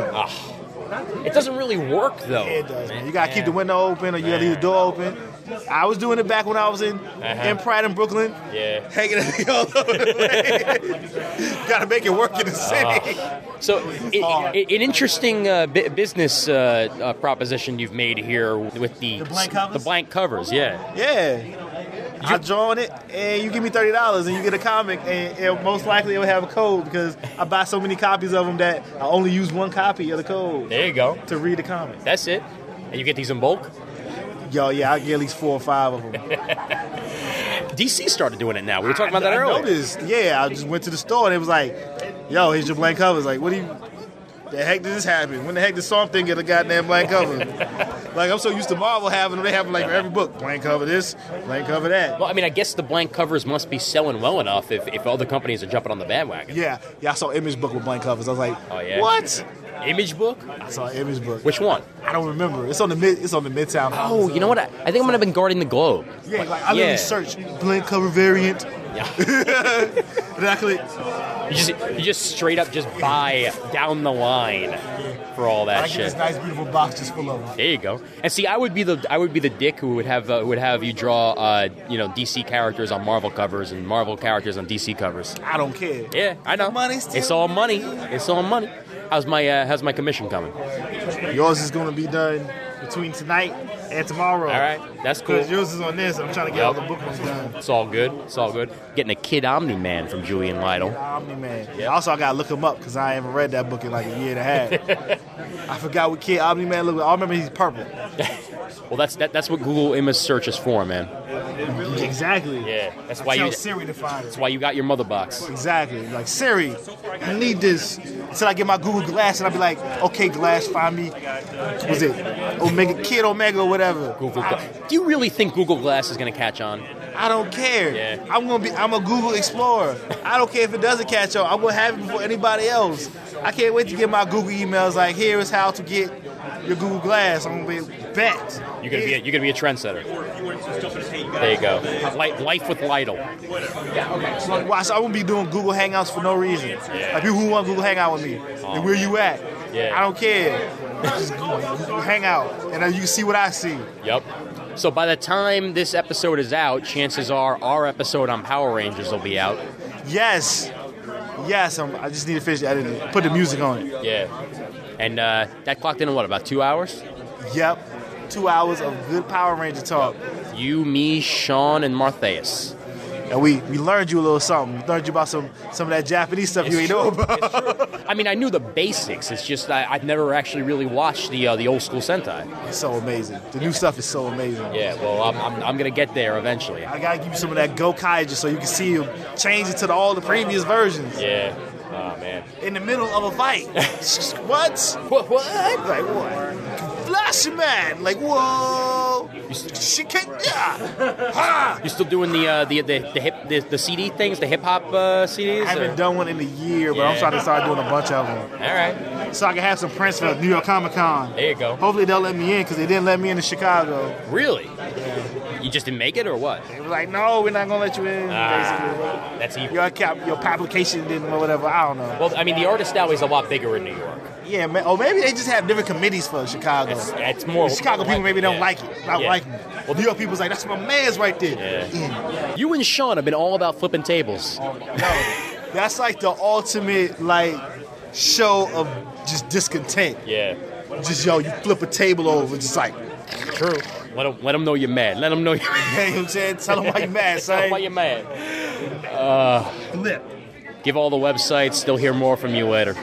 Speaker 2: It doesn't really work though.
Speaker 8: Yeah, it does. Man. You gotta keep the window open, or you gotta leave the door open. I was doing it back when I was in
Speaker 2: Uh-huh.
Speaker 8: in Pride in Brooklyn,
Speaker 2: Yeah.
Speaker 8: hanging it all over the place. gotta make it work in the city.
Speaker 2: Uh-huh. So, i i an interesting uh, bu- business uh, uh, proposition you've made here with the the
Speaker 8: blank covers?
Speaker 2: The blank covers, yeah.
Speaker 8: Yeah. I draw on it, and you give me thirty dollars, and you get a comic, and it, most likely it will have a code because I buy so many copies of them that I only use one copy of the code
Speaker 2: There you go.
Speaker 8: to read the comic.
Speaker 2: That's it. And you get these in bulk.
Speaker 8: Yo, yeah, I get at least four or five of them.
Speaker 2: DC started doing it now. We were talking about that
Speaker 8: I
Speaker 2: earlier.
Speaker 8: noticed. Yeah, I just went to the store and it was like, "Yo, here's your blank covers." Like, what do you? The heck did this happen? When the heck did Swamp Thing get a goddamn blank cover? like, I'm so used to Marvel having them. They have them like for every book, blank cover this, blank cover that.
Speaker 2: Well, I mean, I guess the blank covers must be selling well enough if, if other companies are jumping on the bandwagon.
Speaker 8: Yeah, yeah. I saw Image Book with blank covers. I was like,
Speaker 2: Oh, yeah.
Speaker 8: "What?"
Speaker 2: Image book?
Speaker 8: I saw Image Book.
Speaker 2: Which one?
Speaker 8: I don't remember. It's on the mid. It's on the Midtown.
Speaker 2: Oh, you know what? I, I think I'm gonna have been guarding the globe.
Speaker 8: Yeah, like I literally
Speaker 2: Yeah.
Speaker 8: searched blank cover variant.
Speaker 2: Yeah.
Speaker 8: And I clicked.
Speaker 2: you just you just straight up just buy down the line for all that
Speaker 8: I get
Speaker 2: shit.
Speaker 8: this nice, beautiful box just full of them.
Speaker 2: There you go. And see, I would be the I would be the dick who would have uh, would have you draw uh, you know DC characters on Marvel covers and Marvel characters on DC covers.
Speaker 8: I don't care.
Speaker 2: Yeah, I know.
Speaker 8: Money still-
Speaker 2: it's all money. It's all money. How's my uh, how's my commission coming? All
Speaker 8: Yours is gonna be done between tonight and tomorrow.
Speaker 2: right, that's cool.
Speaker 8: Because yours is on this. I'm trying to get
Speaker 2: Yep.
Speaker 8: all the book ones done.
Speaker 2: It's all good. It's all good. Getting a Kid Omni Man from Julian Lytle.
Speaker 8: Omni Man. Also, I gotta look him up because I haven't read that book in like a year and a half. I forgot what kid Omni Man looked like. I remember he's purple.
Speaker 2: Well, that's that, that's what Google image search is for, man.
Speaker 8: Exactly.
Speaker 2: Yeah, that's
Speaker 8: I
Speaker 2: why
Speaker 8: tell
Speaker 2: you that's
Speaker 8: Siri to find it.
Speaker 2: why you got your mother box.
Speaker 8: Exactly. Like Siri, I need this. Until I get my Google Glass and I'll be like, okay, Glass, find me. Was it Omega Kid Omega or whatever?
Speaker 2: Google.
Speaker 8: I,
Speaker 2: Gla- Do you really think Google Glass is going to catch on?
Speaker 8: I don't care.
Speaker 2: Yeah.
Speaker 8: I'm gonna be. I'm a Google Explorer. I don't care if it doesn't catch on. I'm gonna have it before anybody else. I can't wait to get my Google emails. Like, here is how to get your Google Glass. I'm gonna be bet.
Speaker 2: You're gonna be a, you're gonna be a trendsetter. There you go. Life, life with Lytle.
Speaker 8: Watch, I won't be doing Google Hangouts for no reason. Like people who want Google Hangout with me, and where you at?
Speaker 2: Yeah.
Speaker 8: I don't care. Just Google Hangout, and then you can see what I see.
Speaker 2: Yep. So by the time this episode is out, chances are our episode on Power Rangers will be out.
Speaker 8: Yes, yes. I'm, I just need to finish editing. it. Put the music on it.
Speaker 2: Yeah. And uh, that clocked in at what about two hours?
Speaker 8: Yep. Two hours of good Power Ranger talk.
Speaker 2: You, me, Sean, and Martheus.
Speaker 8: And we, we learned you a little something. We learned you about some some of that Japanese stuff you ain't know about.
Speaker 2: I mean, I knew the basics. It's just I, I've never actually really watched the uh, the old school Sentai.
Speaker 8: It's so amazing. The new stuff is so amazing.
Speaker 2: Yeah. Well, I'm, I'm, I'm gonna get there eventually.
Speaker 8: I gotta give you some of that Gokai just so you can see him change it to the, all the previous versions
Speaker 2: Yeah. Oh man.
Speaker 8: in the middle of a fight. what?
Speaker 2: What? what?
Speaker 8: Like what? Flash man. Like whoa. She can't. Yeah. Ha!
Speaker 2: You still doing the uh, the, the the hip the, the CD things, the hip hop uh, CDs?
Speaker 8: I haven't
Speaker 2: or-
Speaker 8: done one in a year, but I'm
Speaker 2: Yeah.
Speaker 8: trying to start doing a bunch of them
Speaker 2: All right,
Speaker 8: so I can have some prints for New York Comic Con.
Speaker 2: there you go.
Speaker 8: Hopefully they'll let me in because they didn't let me in to Chicago.
Speaker 2: Really? You just didn't make it, or what?
Speaker 8: They were like, no, we're not gonna let you in. basically.
Speaker 2: Ah, that's evil.
Speaker 8: Your cap, your publication didn't or whatever. I don't know.
Speaker 2: Well, I mean, the artist now is a lot bigger in New York.
Speaker 8: Yeah, man. Or maybe they just have different committees for Chicago.
Speaker 2: It's, it's more.
Speaker 8: The Chicago people maybe don't
Speaker 2: yeah.
Speaker 8: like it, not
Speaker 2: Yeah.
Speaker 8: liking it. Well, New York people's like, that's my man's right there.
Speaker 2: You and Sean have been all about flipping tables.
Speaker 8: Yeah. Oh, That's like the ultimate like show of just discontent.
Speaker 2: Yeah.
Speaker 8: Just yo, you flip a table over, just like,
Speaker 2: True. Let them, know you're mad. Let them know you're
Speaker 8: you know what I'm saying? Tell them why you mad, son.
Speaker 2: why you're mad. Uh,
Speaker 8: Flip.
Speaker 2: Give all the websites. They'll hear more from you later.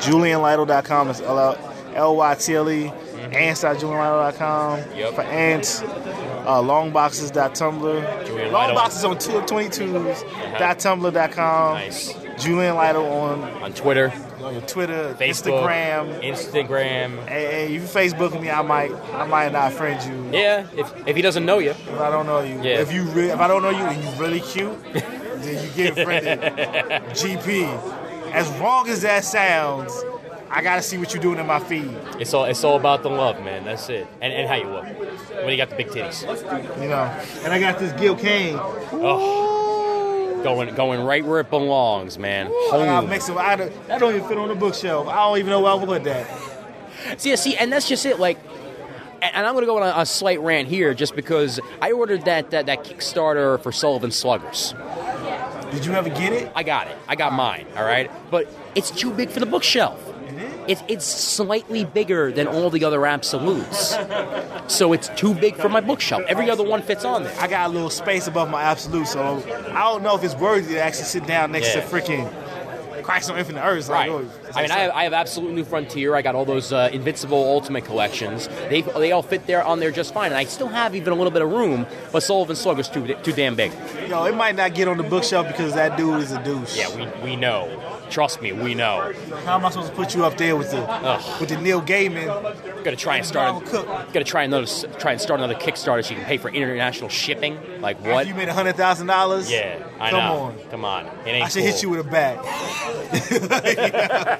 Speaker 8: JulianLido.com is L- L-Y-T-L-E. Ants.julianlido.com
Speaker 2: Mm-hmm. Yep.
Speaker 8: for ants. Uh, longboxes.tumblr.
Speaker 2: Julian Lytle. Uh-huh.
Speaker 8: Longboxes on 222s.tumblr.com.
Speaker 2: Nice.
Speaker 8: Julian Lido on,
Speaker 2: On Twitter,
Speaker 8: on your Twitter,
Speaker 2: Facebook,
Speaker 8: Instagram.
Speaker 2: Instagram.
Speaker 8: Hey, hey, you Facebook me, I might, I might not friend you
Speaker 2: Yeah. If, if he doesn't know you,
Speaker 8: if I don't know you.
Speaker 2: Yeah.
Speaker 8: If you, re- if I don't know you, and you really cute, then you get friended. GP. As wrong as that sounds, I gotta see what you're doing in my feed.
Speaker 2: it's all it's all about the love, man. That's it. And and how you look when you got the big titties
Speaker 8: You know, and I got this Gil Kane.
Speaker 2: going going right where it belongs, man.
Speaker 8: I gotta
Speaker 2: Home.
Speaker 8: mix it. I don't, that don't even fit on the bookshelf. I don't even know where I would put that.
Speaker 2: See, see, and that's just it. Like, and, and I'm going to go on a, a slight rant here, just because I ordered that that, that Kickstarter for Sullivan Sluggers.
Speaker 8: Did you ever get it?
Speaker 2: I got it. I got mine. All right, but it's too big for the bookshelf. It's it's slightly bigger than all the other absolutes, so it's too big for my bookshelf. Every other one fits on there.
Speaker 8: I got a little space above my absolute, so I don't know if it's worthy to actually sit down next
Speaker 2: Yeah.
Speaker 8: to freaking Christ on Infinite Earth. Like,
Speaker 2: Right.
Speaker 8: oh, it's
Speaker 2: I mean, I have, I have Absolute New Frontier. I got all those uh, Invincible Ultimate collections. They they all fit there on there just fine. And I still have even a little bit of room, but Sullivan Slugger's too too damn big.
Speaker 8: yo, it might not get on the bookshelf because that dude is a douche.
Speaker 2: Yeah, we, we know. Trust me, we know.
Speaker 8: How am I supposed to put you up there with the
Speaker 2: Ugh.
Speaker 8: with the Neil Gaiman?
Speaker 2: Gonna try and start.
Speaker 8: Cook.
Speaker 2: Gonna try another. Try and start another Kickstarter so you can pay for international shipping. Like what?
Speaker 8: You made hundred thousand dollars.
Speaker 2: Yeah, I
Speaker 8: Come
Speaker 2: know.
Speaker 8: on.
Speaker 2: Come on. It ain't
Speaker 8: I should hit you
Speaker 2: cool.
Speaker 8: with a bat.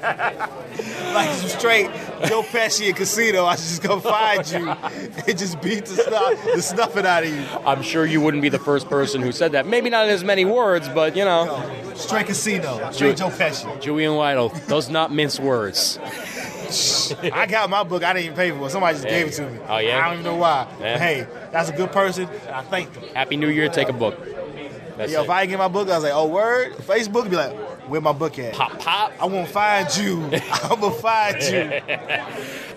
Speaker 8: like some straight Joe Pesci in Casino. I should just come find you and just beat the stuff the snuffing out of you.
Speaker 2: I'm sure you wouldn't be the first person who said that. Maybe not in as many words, but you know.
Speaker 8: Straight Casino. Straight Joe Pesci.
Speaker 2: Julian Lytle does not mince words.
Speaker 8: I got my book. I didn't even pay for it. Somebody just
Speaker 2: There
Speaker 8: gave it
Speaker 2: you
Speaker 8: to
Speaker 2: go.
Speaker 8: me.
Speaker 2: Oh, yeah?
Speaker 8: I don't even know why.
Speaker 2: Yeah.
Speaker 8: But hey, that's a good person. And I thank them.
Speaker 2: Happy New Year. Take a book. That's
Speaker 8: Yo,
Speaker 2: it.
Speaker 8: if I didn't get my book, I was like, oh word. Facebook be like, where my book at?
Speaker 2: pop pop.
Speaker 8: I won't find you. I'ma find you.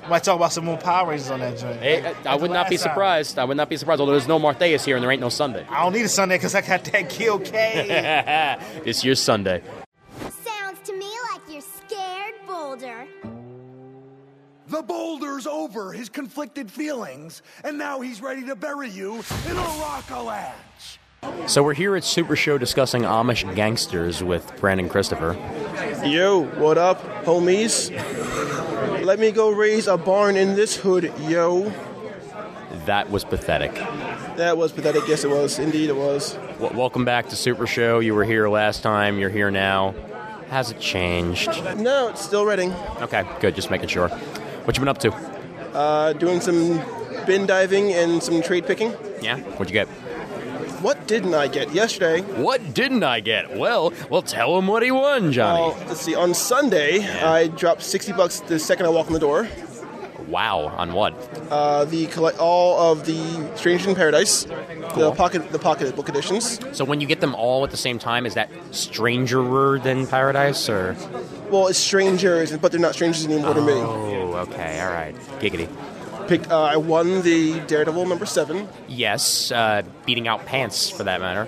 Speaker 8: Might talk about some more Power Rangers on that joint.
Speaker 2: Hey, I- I would not be
Speaker 8: Last time.
Speaker 2: surprised. I would not be surprised. Although there's no Martheus here and there ain't no Sunday.
Speaker 8: I don't need a Sunday because I got that Kill K.
Speaker 2: It's your Sunday.
Speaker 9: Sounds to me like you're scared, Boulder.
Speaker 10: The boulder's over his conflicted feelings, and now he's ready to bury you in a rock-a-lanch.
Speaker 2: So we're here at Super Show discussing Amish gangsters with Brandon Christopher.
Speaker 11: Yo, what up, homies? Let me go raise a barn in this hood, yo.
Speaker 2: That was pathetic.
Speaker 11: That was pathetic. Yes, it was. Indeed, it was.
Speaker 2: W- welcome back to Super Show. You were here last time. You're here now. Has it changed?
Speaker 11: No, it's still Reading.
Speaker 2: Okay, good. Just making sure. What you been up to?
Speaker 11: Uh, doing some bin diving and some trade picking.
Speaker 2: Yeah. What'd you get?
Speaker 11: What didn't I get yesterday?
Speaker 2: What didn't I get? Well, well, tell him what he won, Johnny.
Speaker 11: Well, let's see. On Sunday, I dropped sixty bucks the second I walked in the door.
Speaker 2: Wow. On what?
Speaker 11: Uh, the collect all of the Stranger in Paradise, the pocket the pocket book editions.
Speaker 2: So when you get them all at the same time, is that stranger than paradise or?
Speaker 11: Well, it's strangers, but they're not strangers anymore to me.
Speaker 2: Oh, okay, all right, giggity.
Speaker 11: Picked. Uh, I won the Daredevil number seven.
Speaker 2: Yes, uh, beating out pants for that matter.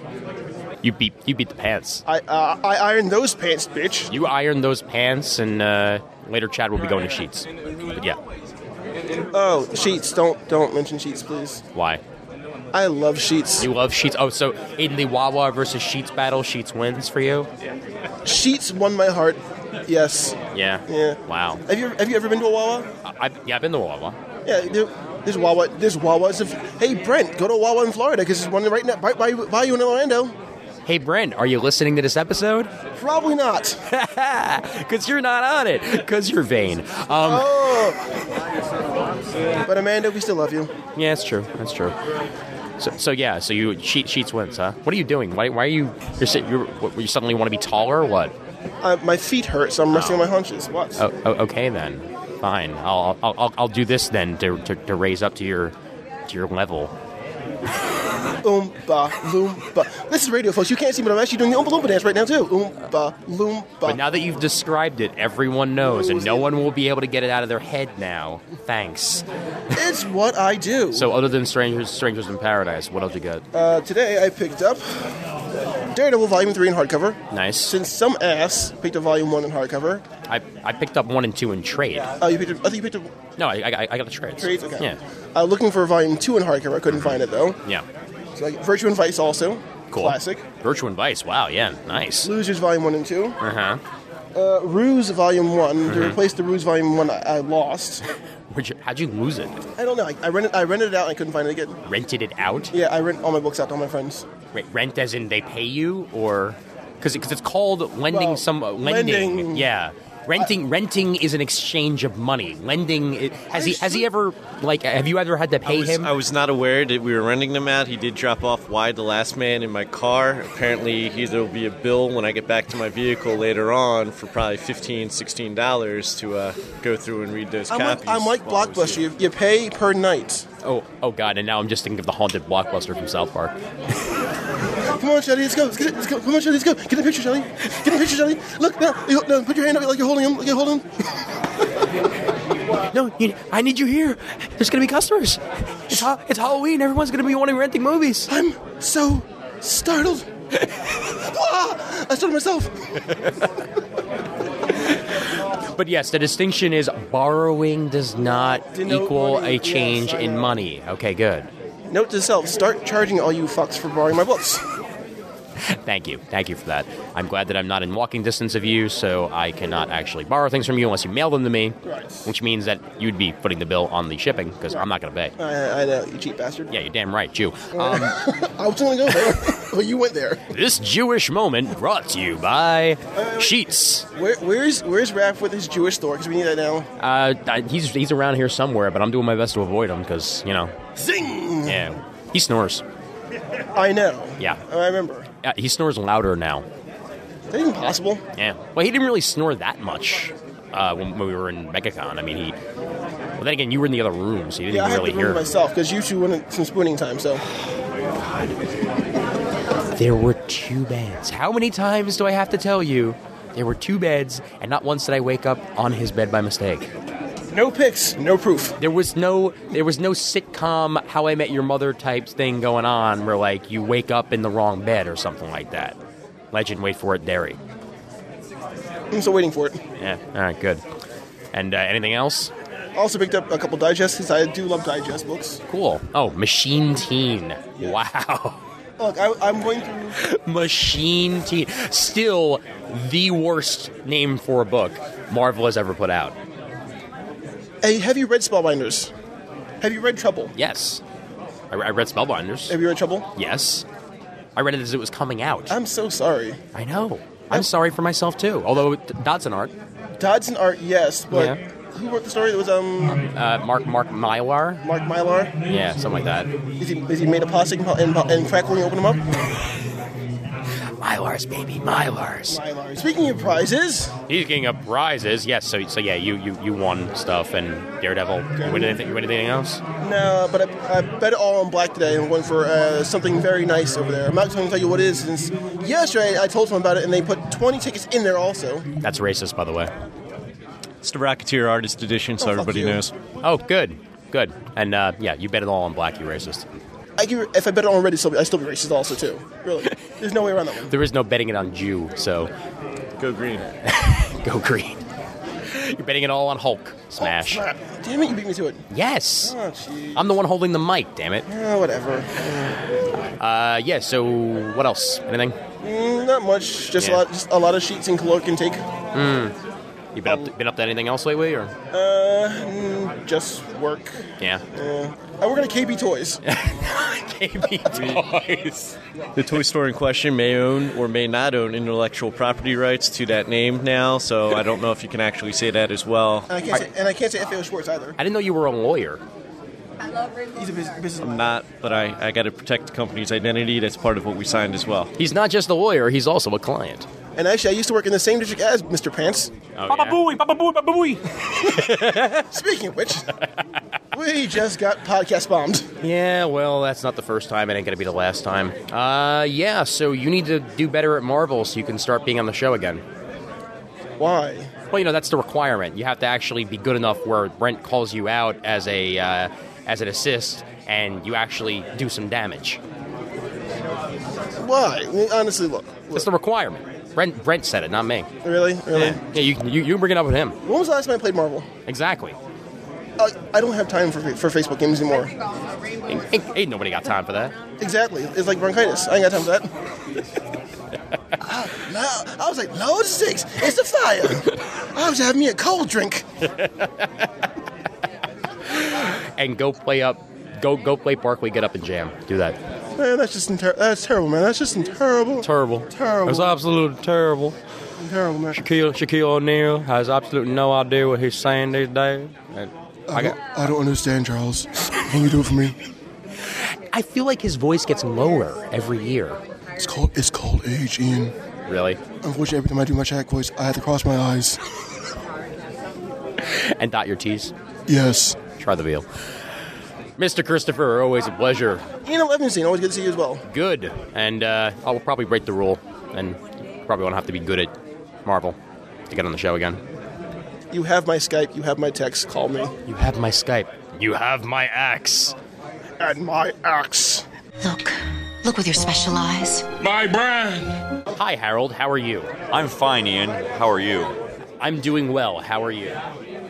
Speaker 2: You beat you beat the pants.
Speaker 11: I uh, I ironed those pants, bitch.
Speaker 2: You ironed those pants, and uh, later Chad will be going to sheets. But yeah,
Speaker 11: Oh, sheets. Don't don't mention sheets, please.
Speaker 2: why?
Speaker 11: I love sheets.
Speaker 2: You love sheets. Oh, so in the Wawa versus Sheets battle, Sheets wins for you.
Speaker 11: Sheets won my heart. Yes.
Speaker 2: Yeah.
Speaker 11: Yeah.
Speaker 2: Wow.
Speaker 11: Have you have you ever been to a Wawa?
Speaker 2: I, I've, yeah, I've been to Wawa.
Speaker 11: Yeah. There, there's Wawa. There's Wawa's. Of, hey, Brent, go to Wawa in Florida because there's one right now right by, by you in Orlando.
Speaker 2: Hey, Brent, are you listening to this episode?
Speaker 11: Probably not.
Speaker 2: Because you're not on it. Because you're vain. Um,
Speaker 11: Oh, But Amanda, we still love you.
Speaker 2: Yeah, that's true. That's true. So, so yeah, so you she, sheets wins, huh? What are you doing? Why, why are you you're, sit- you're what, you suddenly want to be taller? Or what?
Speaker 11: Uh, my feet hurt, so I'm resting on my haunches. What?
Speaker 2: Oh, oh, okay then, fine. I'll I'll, I'll I'll do this then to, to, to raise up to your to your level.
Speaker 11: Oompa Loompa. This is radio, folks. You can't see, but I'm actually doing the Oompa Loompa dance right now, too. Oompa
Speaker 2: But
Speaker 11: Loompa.
Speaker 2: now that you've described it, everyone knows, and no one will be able to get it out of their head now. Thanks.
Speaker 11: It's what I do.
Speaker 2: So, other than Strangers, Strangers in Paradise, what else you got?
Speaker 11: Uh, today I picked up Daredevil Volume 3 in hardcover.
Speaker 2: Nice.
Speaker 11: Since some ass picked up Volume 1 in hardcover.
Speaker 2: I, I picked up one and two in trade.
Speaker 11: Oh, you picked up, I think you picked up
Speaker 2: No, I, I, I got the trades.
Speaker 11: trades? Okay.
Speaker 2: Yeah.
Speaker 11: Uh, looking for Volume 2 in hardcover. I couldn't find it, though.
Speaker 2: Yeah.
Speaker 11: So like Virtue and Vice also.
Speaker 2: Cool.
Speaker 11: Classic.
Speaker 2: Virtue and Vice. Wow. Yeah. Nice.
Speaker 11: Losers Volume 1 and 2.
Speaker 2: Uh huh.
Speaker 11: Uh, Ruse Volume one to
Speaker 2: Mm-hmm.
Speaker 11: replace the Ruse Volume one I, I lost.
Speaker 2: Where'd you, how'd you lose it?
Speaker 11: I don't know. I, I rented I rented it out and I couldn't find it again.
Speaker 2: Rented it out?
Speaker 11: Yeah, I rent all my books out to all my friends.
Speaker 2: Wait, rent as in they pay you, or because it's called lending
Speaker 11: Well,
Speaker 2: some uh, lending.
Speaker 11: lending- uh,
Speaker 2: Yeah. Renting, renting is an exchange of money. Lending it, has he has he ever like uh, have you ever had to pay
Speaker 12: I was,
Speaker 2: him?
Speaker 12: I was not aware that we were renting them out. He did drop off Why the Last Man in my car. Apparently, he, there will be a bill when I get back to my vehicle later on for probably $15, $16 to uh, go through and read those
Speaker 11: I'm
Speaker 12: copies.
Speaker 11: like, I'm like
Speaker 12: while I was
Speaker 11: Blockbuster.
Speaker 12: here.
Speaker 11: You, you pay per night.
Speaker 2: oh oh god! And now I'm just thinking of the haunted blockbuster from South Park.
Speaker 11: Come on, Shelly, let's go. Let's get it, let's go. Come on, Shelly, let's go. Get a picture, Shelly. Get a picture, Shelly. Look now. You, no, put your hand up like you're holding him. Like you're holding him.
Speaker 2: No, you, I need you here. There's gonna be customers. It's ha- it's Halloween. Everyone's gonna be wanting renting movies.
Speaker 11: I'm so startled. ah, I startled myself.
Speaker 2: But yes, the distinction is borrowing does not
Speaker 11: Denote
Speaker 2: equal
Speaker 11: money.
Speaker 2: a change
Speaker 11: Yes, I
Speaker 2: in
Speaker 11: know.
Speaker 2: money. Okay, good.
Speaker 11: Note to self: start charging all you fucks for borrowing my books.
Speaker 2: Thank you. Thank you for that. I'm glad that I'm not in walking distance of you, so I cannot actually borrow things from you unless you mail them to me, which means that you'd be putting the bill on the shipping because I'm not going to pay.
Speaker 11: I, I know uh, you cheap bastard.
Speaker 2: Yeah, you're damn right, Jew. Um,
Speaker 11: I was going to go there, but you went there.
Speaker 2: this Jewish moment brought to you by
Speaker 11: Uh,
Speaker 2: Sheets.
Speaker 11: Where, where's where's Raph with his Jewish store? Because we need that now.
Speaker 2: Uh, I- he's he's around here somewhere, but I'm doing my best to avoid him because you know,
Speaker 11: Zing!
Speaker 2: yeah, he snores.
Speaker 11: Mm. I know. Oh,
Speaker 2: Yeah,
Speaker 11: I remember.
Speaker 2: Uh, he snores louder now.
Speaker 11: Is that even possible?
Speaker 2: Yeah. Well, he didn't really snore that much uh, when, when we were in MegaCon. I mean, he. Well, then again, you were in the other room, so you
Speaker 11: yeah,
Speaker 2: didn't
Speaker 11: I have
Speaker 2: really
Speaker 11: to remember
Speaker 2: hear.
Speaker 11: myself because you two went some spooning time. So
Speaker 2: There were two beds. How many times do I have to tell you? There were two beds, and not once did I wake up on his bed by mistake.
Speaker 11: no pics, no proof.
Speaker 2: There was no, there was no sitcom "How I Met Your Mother" type thing going on, where like you wake up in the wrong bed or something like that. Legend, wait for it, Derry.
Speaker 11: I'm still waiting for it.
Speaker 2: Yeah, all right, good. And uh, anything else?
Speaker 11: Also picked up a couple digests because I do love digest books.
Speaker 2: Cool. Oh, Machine Teen. Wow.
Speaker 11: Look, I, I'm going through.
Speaker 2: Machine Teen. Still the worst name for a book Marvel has ever put out.
Speaker 11: Hey, have you read Spellbinders? Have you read Trouble?
Speaker 2: Yes. I, I read Spellbinders.
Speaker 11: Have you read Trouble?
Speaker 2: Yes. I read it as it was coming out.
Speaker 11: I'm so sorry.
Speaker 2: I know. I'm sorry for myself too. Although D- Dodson art,
Speaker 11: Dodson art, yes, but
Speaker 2: Yeah.
Speaker 11: who wrote the story? It was um
Speaker 2: uh, Mark Mark Mylor,
Speaker 11: Mark Mylar.
Speaker 2: yeah, something like that.
Speaker 11: Is he, is he made a plastic and, and, and crack when you open him up?
Speaker 2: Mylars, baby, Mylars.
Speaker 11: Mylar. Speaking of prizes,
Speaker 2: He's getting up prizes. Yes. So so yeah, you you, you won stuff and Daredevil. You win anything? You win anything else?
Speaker 11: No, but I, I bet it all on black today and went for uh, something very nice over there. I'm not going to tell you what it is since yesterday I told them about it and they put 20 tickets in there also.
Speaker 2: That's racist, by the way.
Speaker 12: It's the Rocketeer Artist Edition, so
Speaker 11: Oh, fuck
Speaker 12: everybody
Speaker 11: you.
Speaker 12: knows.
Speaker 2: Oh, good, good. And uh, yeah, you bet it all on black. You racist.
Speaker 11: I give, if I bet it on red, I'd still be, I'd still be racist also too. Really, there's no way around that one.
Speaker 2: There is no betting it on Jew, so
Speaker 12: Go green.
Speaker 2: go green. You're betting it all on Hulk smash.
Speaker 11: Ah, Damn it, you beat me to it.
Speaker 2: Yes,
Speaker 11: Oh, jeez.
Speaker 2: I'm the one holding the mic. Damn it.
Speaker 11: Ah, whatever.
Speaker 2: Uh, yeah. So what else? Anything?
Speaker 11: Mm, not much. Just
Speaker 2: Yeah.
Speaker 11: a lot. Just a lot of sheets and caloric intake.
Speaker 2: Hmm. You been up been up to anything else lately, or
Speaker 11: Uh, mm, just work.
Speaker 2: yeah?
Speaker 11: Yeah. I work at a KB Toys.
Speaker 2: KB toys.
Speaker 12: The toy store in question may own or may not own intellectual property rights to that name now, so I don't know if you can actually say that as well.
Speaker 11: And I can't say, and I can't say FAO Sports either.
Speaker 2: I didn't know you were a lawyer.
Speaker 11: He's a bus- business.
Speaker 12: I'm not, but I, I got to protect the company's identity. That's part of what we signed as well.
Speaker 2: He's not just a lawyer; he's also a client.
Speaker 11: And actually, I used to work in the same district as Mr. Pants.
Speaker 2: Oh, yeah?
Speaker 11: Speaking of which, We just got podcast bombed.
Speaker 2: Yeah, well, that's not the first time. It ain't going to be the last time. Uh, yeah, so you need to do better at Marvel so you can start being on the show again.
Speaker 11: Why?
Speaker 2: Well, you know, that's the requirement. You have to actually be good enough where Brent calls you out as a uh, as an assist and you actually do some damage.
Speaker 11: Why? I mean, honestly, look.
Speaker 2: It's the requirement. Brent, Brent said it, not me.
Speaker 11: Really? Really?
Speaker 2: Yeah, yeah you, you, you bring it up with him.
Speaker 11: When was the last time I played Marvel?
Speaker 2: Exactly.
Speaker 11: Uh, I don't have time for, for Facebook games anymore.
Speaker 2: Ain't, ain't- ain't nobody got time for that.
Speaker 11: Exactly. It's like bronchitis. I ain't got time for that. Ah, no, I was like, no, it's six. It's the fire. I was having me a cold drink.
Speaker 2: And go play up, go go play Barkley, get up and jam. Do that.
Speaker 11: Man, that's just inter- that's terrible, man. That's just terrible.
Speaker 2: Terrible.
Speaker 11: Terrible.
Speaker 2: absolutely terrible.
Speaker 11: terrible, man.
Speaker 2: Shaquille, Shaquille O'Neal has absolutely no idea what he's saying these days. And I, got,
Speaker 11: I don't understand, Charles. Can you do it for me?
Speaker 2: I feel like his voice gets lower every year.
Speaker 11: It's called it's called age, Ian.
Speaker 2: Really?
Speaker 11: Unfortunately, every time I do my Shaq voice, I have to cross my eyes.
Speaker 2: And dot your T's.
Speaker 11: Yes.
Speaker 2: Try the veal. Mr. Christopher, always a pleasure.
Speaker 11: You know, Levinstein, always good to see you as well.
Speaker 2: Good. And uh, I will probably break the rule and probably won't have to be good at Marvel to get on the show again.
Speaker 11: You have my Skype. You have my text. Call me.
Speaker 2: You have my Skype. You have my axe.
Speaker 11: And my axe.
Speaker 13: Look with your special eyes.
Speaker 2: My brand. Hi, Harold. How are you?
Speaker 14: I'm fine, Ian. How are you?
Speaker 2: I'm doing well. How are you?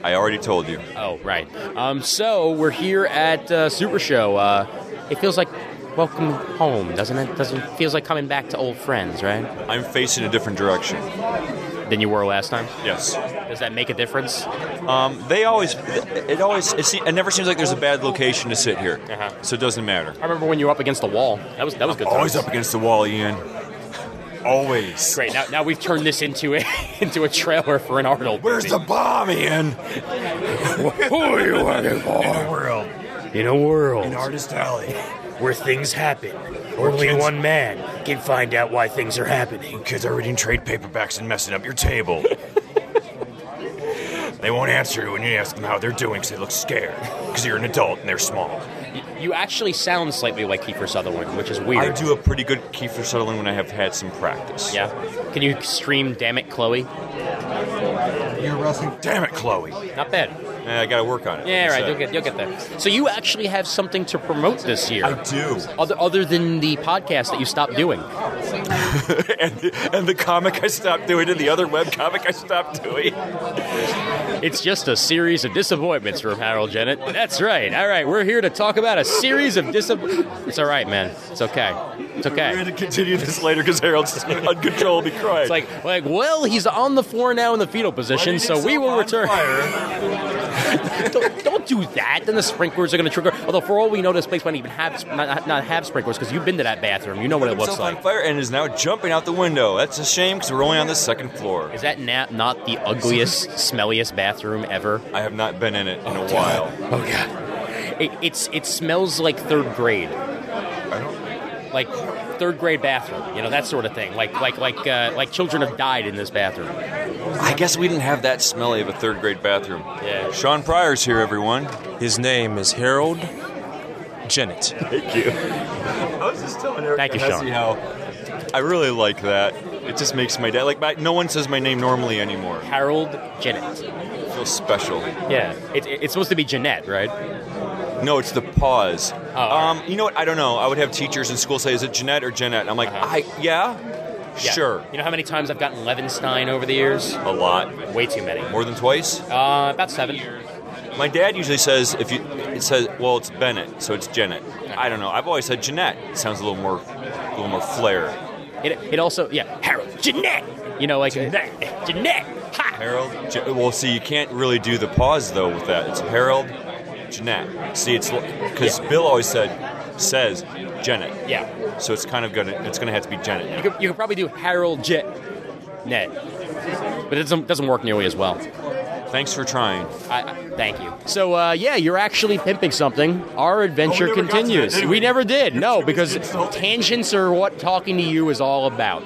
Speaker 14: I already told you.
Speaker 2: Oh, right. Um, so we're here at uh, Super Show. Uh, it feels like welcome home, doesn't it? Doesn't feels like coming back to old friends, right?
Speaker 14: I'm facing a different direction.
Speaker 2: Than you were last time.
Speaker 14: Yes.
Speaker 2: Does that make a difference?
Speaker 14: Um, they always, it always, it, se- it never seems like there's a bad location to sit here, so it doesn't matter.
Speaker 2: Uh-huh. I remember when you were up against the wall. That was that was good.
Speaker 14: Always
Speaker 2: times.
Speaker 14: up against the wall, Ian. Always.
Speaker 2: Great. Now, now we've turned this into a into a trailer for an Arnold. Where's
Speaker 14: the bomb, Ian?
Speaker 2: Who are you working for? In a world. In a world. In
Speaker 15: Artist Alley.
Speaker 16: Where things happen.
Speaker 15: Where
Speaker 16: Only
Speaker 15: kids-
Speaker 16: one man can find out why things are happening.
Speaker 15: Kids are reading trade paperbacks and messing up your table. they won't answer you when you ask them how they're doing because they look scared. Because you're an adult and they're small.
Speaker 2: You actually sound slightly like Kiefer Sutherland, which is
Speaker 14: I
Speaker 2: weird.
Speaker 14: do a pretty good Kiefer Sutherland when I have had some practice.
Speaker 2: Yeah. Can you stream Damn It Chloe?
Speaker 14: You're wrestling. Damn it, Chloe.
Speaker 2: Not bad.
Speaker 14: Yeah, I got to work on it.
Speaker 2: Yeah,
Speaker 14: It's,
Speaker 2: right.
Speaker 14: uh,
Speaker 2: You'll get you'll get there. So you actually have something to promote this year. I
Speaker 14: do.
Speaker 2: Other other than the podcast that you stopped doing.
Speaker 14: and, the, and the comic I stopped doing, and the other web comic I stopped doing.
Speaker 2: It's just a series of disappointments from Harold Jennett. That's right. All right, we're here to talk about a series of disappointments. It's all right, man. It's okay. It's okay.
Speaker 14: We're going to continue this later because Harold's uncontrollably crying.
Speaker 2: It's like, like, well, he's on the floor now in the fetal position, so we will return. don't, don't do that. Then the sprinklers are going to trigger. Although, for all we know, this place might even have not, not have sprinklers because you've been to that bathroom. You know what it looks
Speaker 14: himself
Speaker 2: like.
Speaker 14: on fire and is now jumping out the window. That's a shame because we're only on the second floor.
Speaker 2: Is that na- not the ugliest, smelliest bathroom ever?
Speaker 14: I have not been in it in a while.
Speaker 2: Oh god, it, it's it smells like third grade. Like third grade bathroom, you know that sort of thing. Like like like uh, like children have died in this bathroom.
Speaker 14: I guess we didn't have that smelly of a third grade bathroom. Yeah. Sean Pryor's here, everyone. His name is Harold Jennett. Thank you. I was just telling Eric
Speaker 2: Thank you,
Speaker 14: Hesse
Speaker 2: Sean.
Speaker 14: how I really like that. It just makes my day. Like my, no one says my name normally anymore.
Speaker 2: Harold Jennett.
Speaker 14: Feels special.
Speaker 2: Yeah, it, it- it's supposed to be Jeanette, right? Oh,
Speaker 14: No, it's the pause. um, you know what? I don't know. I would have teachers in school say, "Is it Jeanette or Jeanette?" And I'm
Speaker 2: Uh-huh.
Speaker 14: like, I yeah,
Speaker 2: Yeah.
Speaker 14: sure,
Speaker 2: You know how many times I've gotten Levinstein over the years?
Speaker 14: a lot,
Speaker 2: way too many,
Speaker 14: more than twice.
Speaker 2: Uh, about seven.
Speaker 14: My dad usually says if you it says well it's Bennett so it's Janet. I don't know. I've always said Jeanette. It sounds a little more a little more flair.
Speaker 2: It, it also yeah Harold Jeanette. You know like Jeanette. Jeanette.
Speaker 14: Harold. Je- well, see, you can't really do the pause though with that. It's Harold, Jeanette. See, it's because Bill always said says Janet.
Speaker 2: Yeah.
Speaker 14: So it's kind of gonna it's gonna have to be Janet.
Speaker 2: You could, you could probably do Harold Jeanette, but it doesn't doesn't work nearly as well.
Speaker 14: Thanks for trying.
Speaker 2: I, I- thank you. So uh, yeah, you're actually pimping something. Our adventure
Speaker 14: Oh, we never got to that,
Speaker 2: continues.
Speaker 14: did
Speaker 2: we?
Speaker 14: we?
Speaker 2: never did. No, because tangents are what talking to you is all about.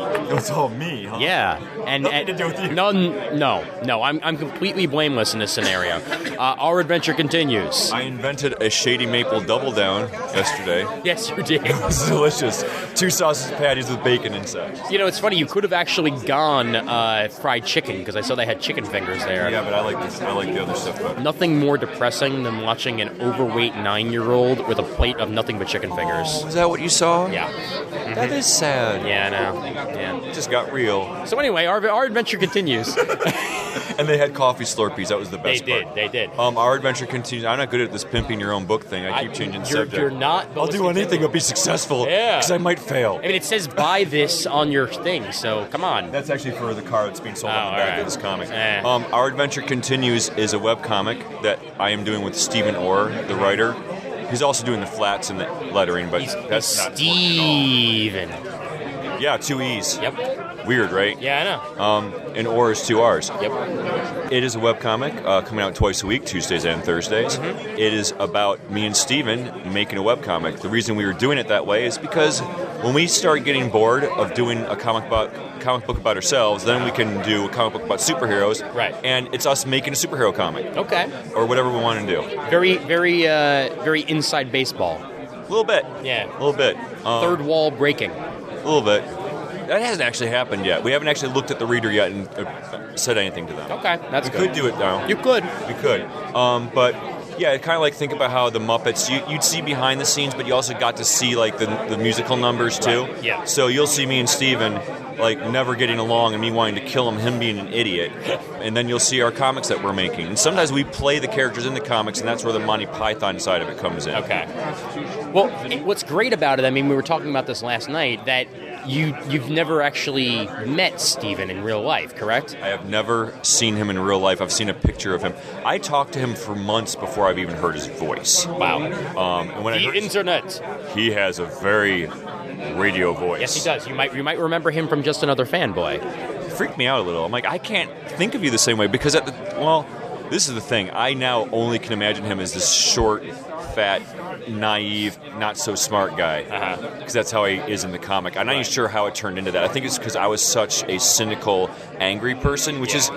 Speaker 14: It was all me. Huh?
Speaker 2: Yeah, And, Nothing to do with you. None, no, no. I'm, I'm completely blameless in this scenario. Uh, our adventure continues.
Speaker 14: I invented a shady maple double down yesterday.
Speaker 2: yes, you did. It
Speaker 14: was delicious. Two sausage patties with bacon inside.
Speaker 2: You know, it's funny. You could have actually gone uh, fried chicken because I saw they had chicken fingers there.
Speaker 14: Yeah, but I like this. I like the other stuff better.
Speaker 2: Nothing more depressing than watching an overweight nine-year-old with a plate of nothing but chicken fingers.
Speaker 14: Is that what you saw?
Speaker 2: Yeah. Mm-hmm.
Speaker 14: That is sad.
Speaker 2: Yeah, I know. Yeah.
Speaker 14: Just got real.
Speaker 2: So anyway, our, our adventure continues.
Speaker 14: And they had coffee slurpees. That was the best
Speaker 2: They did,
Speaker 14: part.
Speaker 2: they did.
Speaker 14: Um, our adventure continues. I'm not good at this pimping your own book thing. I keep changing
Speaker 2: You're,
Speaker 14: subject.
Speaker 2: you're not.
Speaker 14: I'll do anything. I'll be successful.
Speaker 2: Yeah.
Speaker 14: Because I might fail.
Speaker 2: I mean, it says buy this on your thing, so come on. Oh, Eh.
Speaker 14: That's actually for the car that's being sold on the back of this comic. Um, Our Adventure Continues is a webcomic that I am doing with Stephen Orr, the writer. He's also doing the flats and the lettering, but that's not
Speaker 2: Steven.
Speaker 14: Yeah, two E's.
Speaker 2: Yep.
Speaker 14: Weird, right?
Speaker 2: Yeah, I know.
Speaker 14: Um, and Orr is two R's.
Speaker 2: Yep.
Speaker 14: It is a webcomic uh, coming out twice a week, Tuesdays and Thursdays.
Speaker 2: Mm-hmm.
Speaker 14: It is about me and Steven making a webcomic. The reason we were doing it that way is because when we start getting bored of doing a comic book comic book about ourselves, then we can do a comic book about superheroes. Right. And it's us making a superhero comic.
Speaker 2: Okay.
Speaker 14: Or whatever we want to do.
Speaker 2: Very, very, uh, very inside baseball. A
Speaker 14: little bit.
Speaker 2: Yeah.
Speaker 14: A little bit. Um,
Speaker 2: Third wall breaking.
Speaker 14: A little bit. That hasn't actually happened yet. We haven't actually looked at the reader yet and uh, said anything to them.
Speaker 2: Okay, that's
Speaker 14: we
Speaker 2: good.
Speaker 14: could do it now.
Speaker 2: You could.
Speaker 14: We could. Um, but yeah, kind of like think about how the Muppets. You, you'd see behind the scenes, but you also got to see like the, the musical numbers too.
Speaker 2: Right, yeah.
Speaker 14: So you'll see me and Steven like never getting along and me wanting to kill him, him being an idiot, and then you'll see our comics that we're making. And sometimes we play the characters in the comics, and that's where the Monty Python side of it comes in.
Speaker 2: Okay. Well, it- what's great about it? I mean, we were talking about this last night that you you've never actually met Steven in real life, correct?
Speaker 14: I have never seen him in real life. I've seen a picture of him. I talked to him for months before I've even heard his voice.
Speaker 2: Wow.
Speaker 14: Um, and when I
Speaker 2: the
Speaker 14: heard,
Speaker 2: internet.
Speaker 14: he has a very radio voice.
Speaker 2: Yes, he does. You might you might remember him from just another fanboy.
Speaker 14: It freaked me out a little. I'm like, I can't think of you the same way because at the well, this is the thing. I now only can imagine him as this short, fat, naive, not so smart guy. Because
Speaker 2: Uh-huh.
Speaker 14: that's how he is in the comic. I'm not even sure how it turned into that. I think it's because I was such a cynical, angry person, which is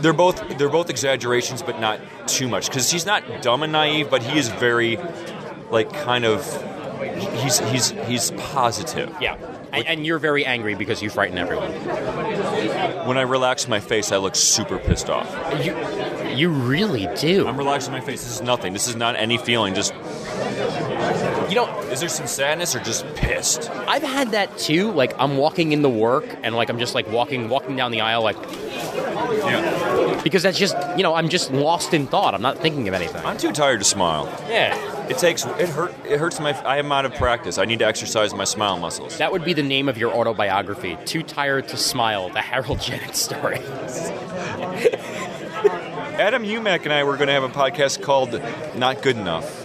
Speaker 14: they're both they're both exaggerations, but not too much. Because he's not dumb and naive, but he is very like kind of he's he's he's positive.
Speaker 2: Yeah. And, and you're very angry because you frighten everyone.
Speaker 14: When I relax my face, I look super pissed off.
Speaker 2: You, you really do.
Speaker 14: I'm relaxing my face. This is nothing. This is not any feeling. Just
Speaker 2: you know,
Speaker 14: is there some sadness or just pissed?
Speaker 2: I've had that too. Like I'm walking in the work, and like I'm just like walking, walking down the aisle, like because that's just you know I'm just lost in thought. I'm not thinking of anything.
Speaker 14: I'm too tired to smile.
Speaker 2: Yeah,
Speaker 14: It takes it hurt. It hurts my. I am out of practice. I need to exercise my smile muscles.
Speaker 2: that would be the name of your autobiography: "Too Tired to Smile: The Harold Jennett Story."
Speaker 14: Adam Umack and I were going to have a podcast called "Not Good Enough."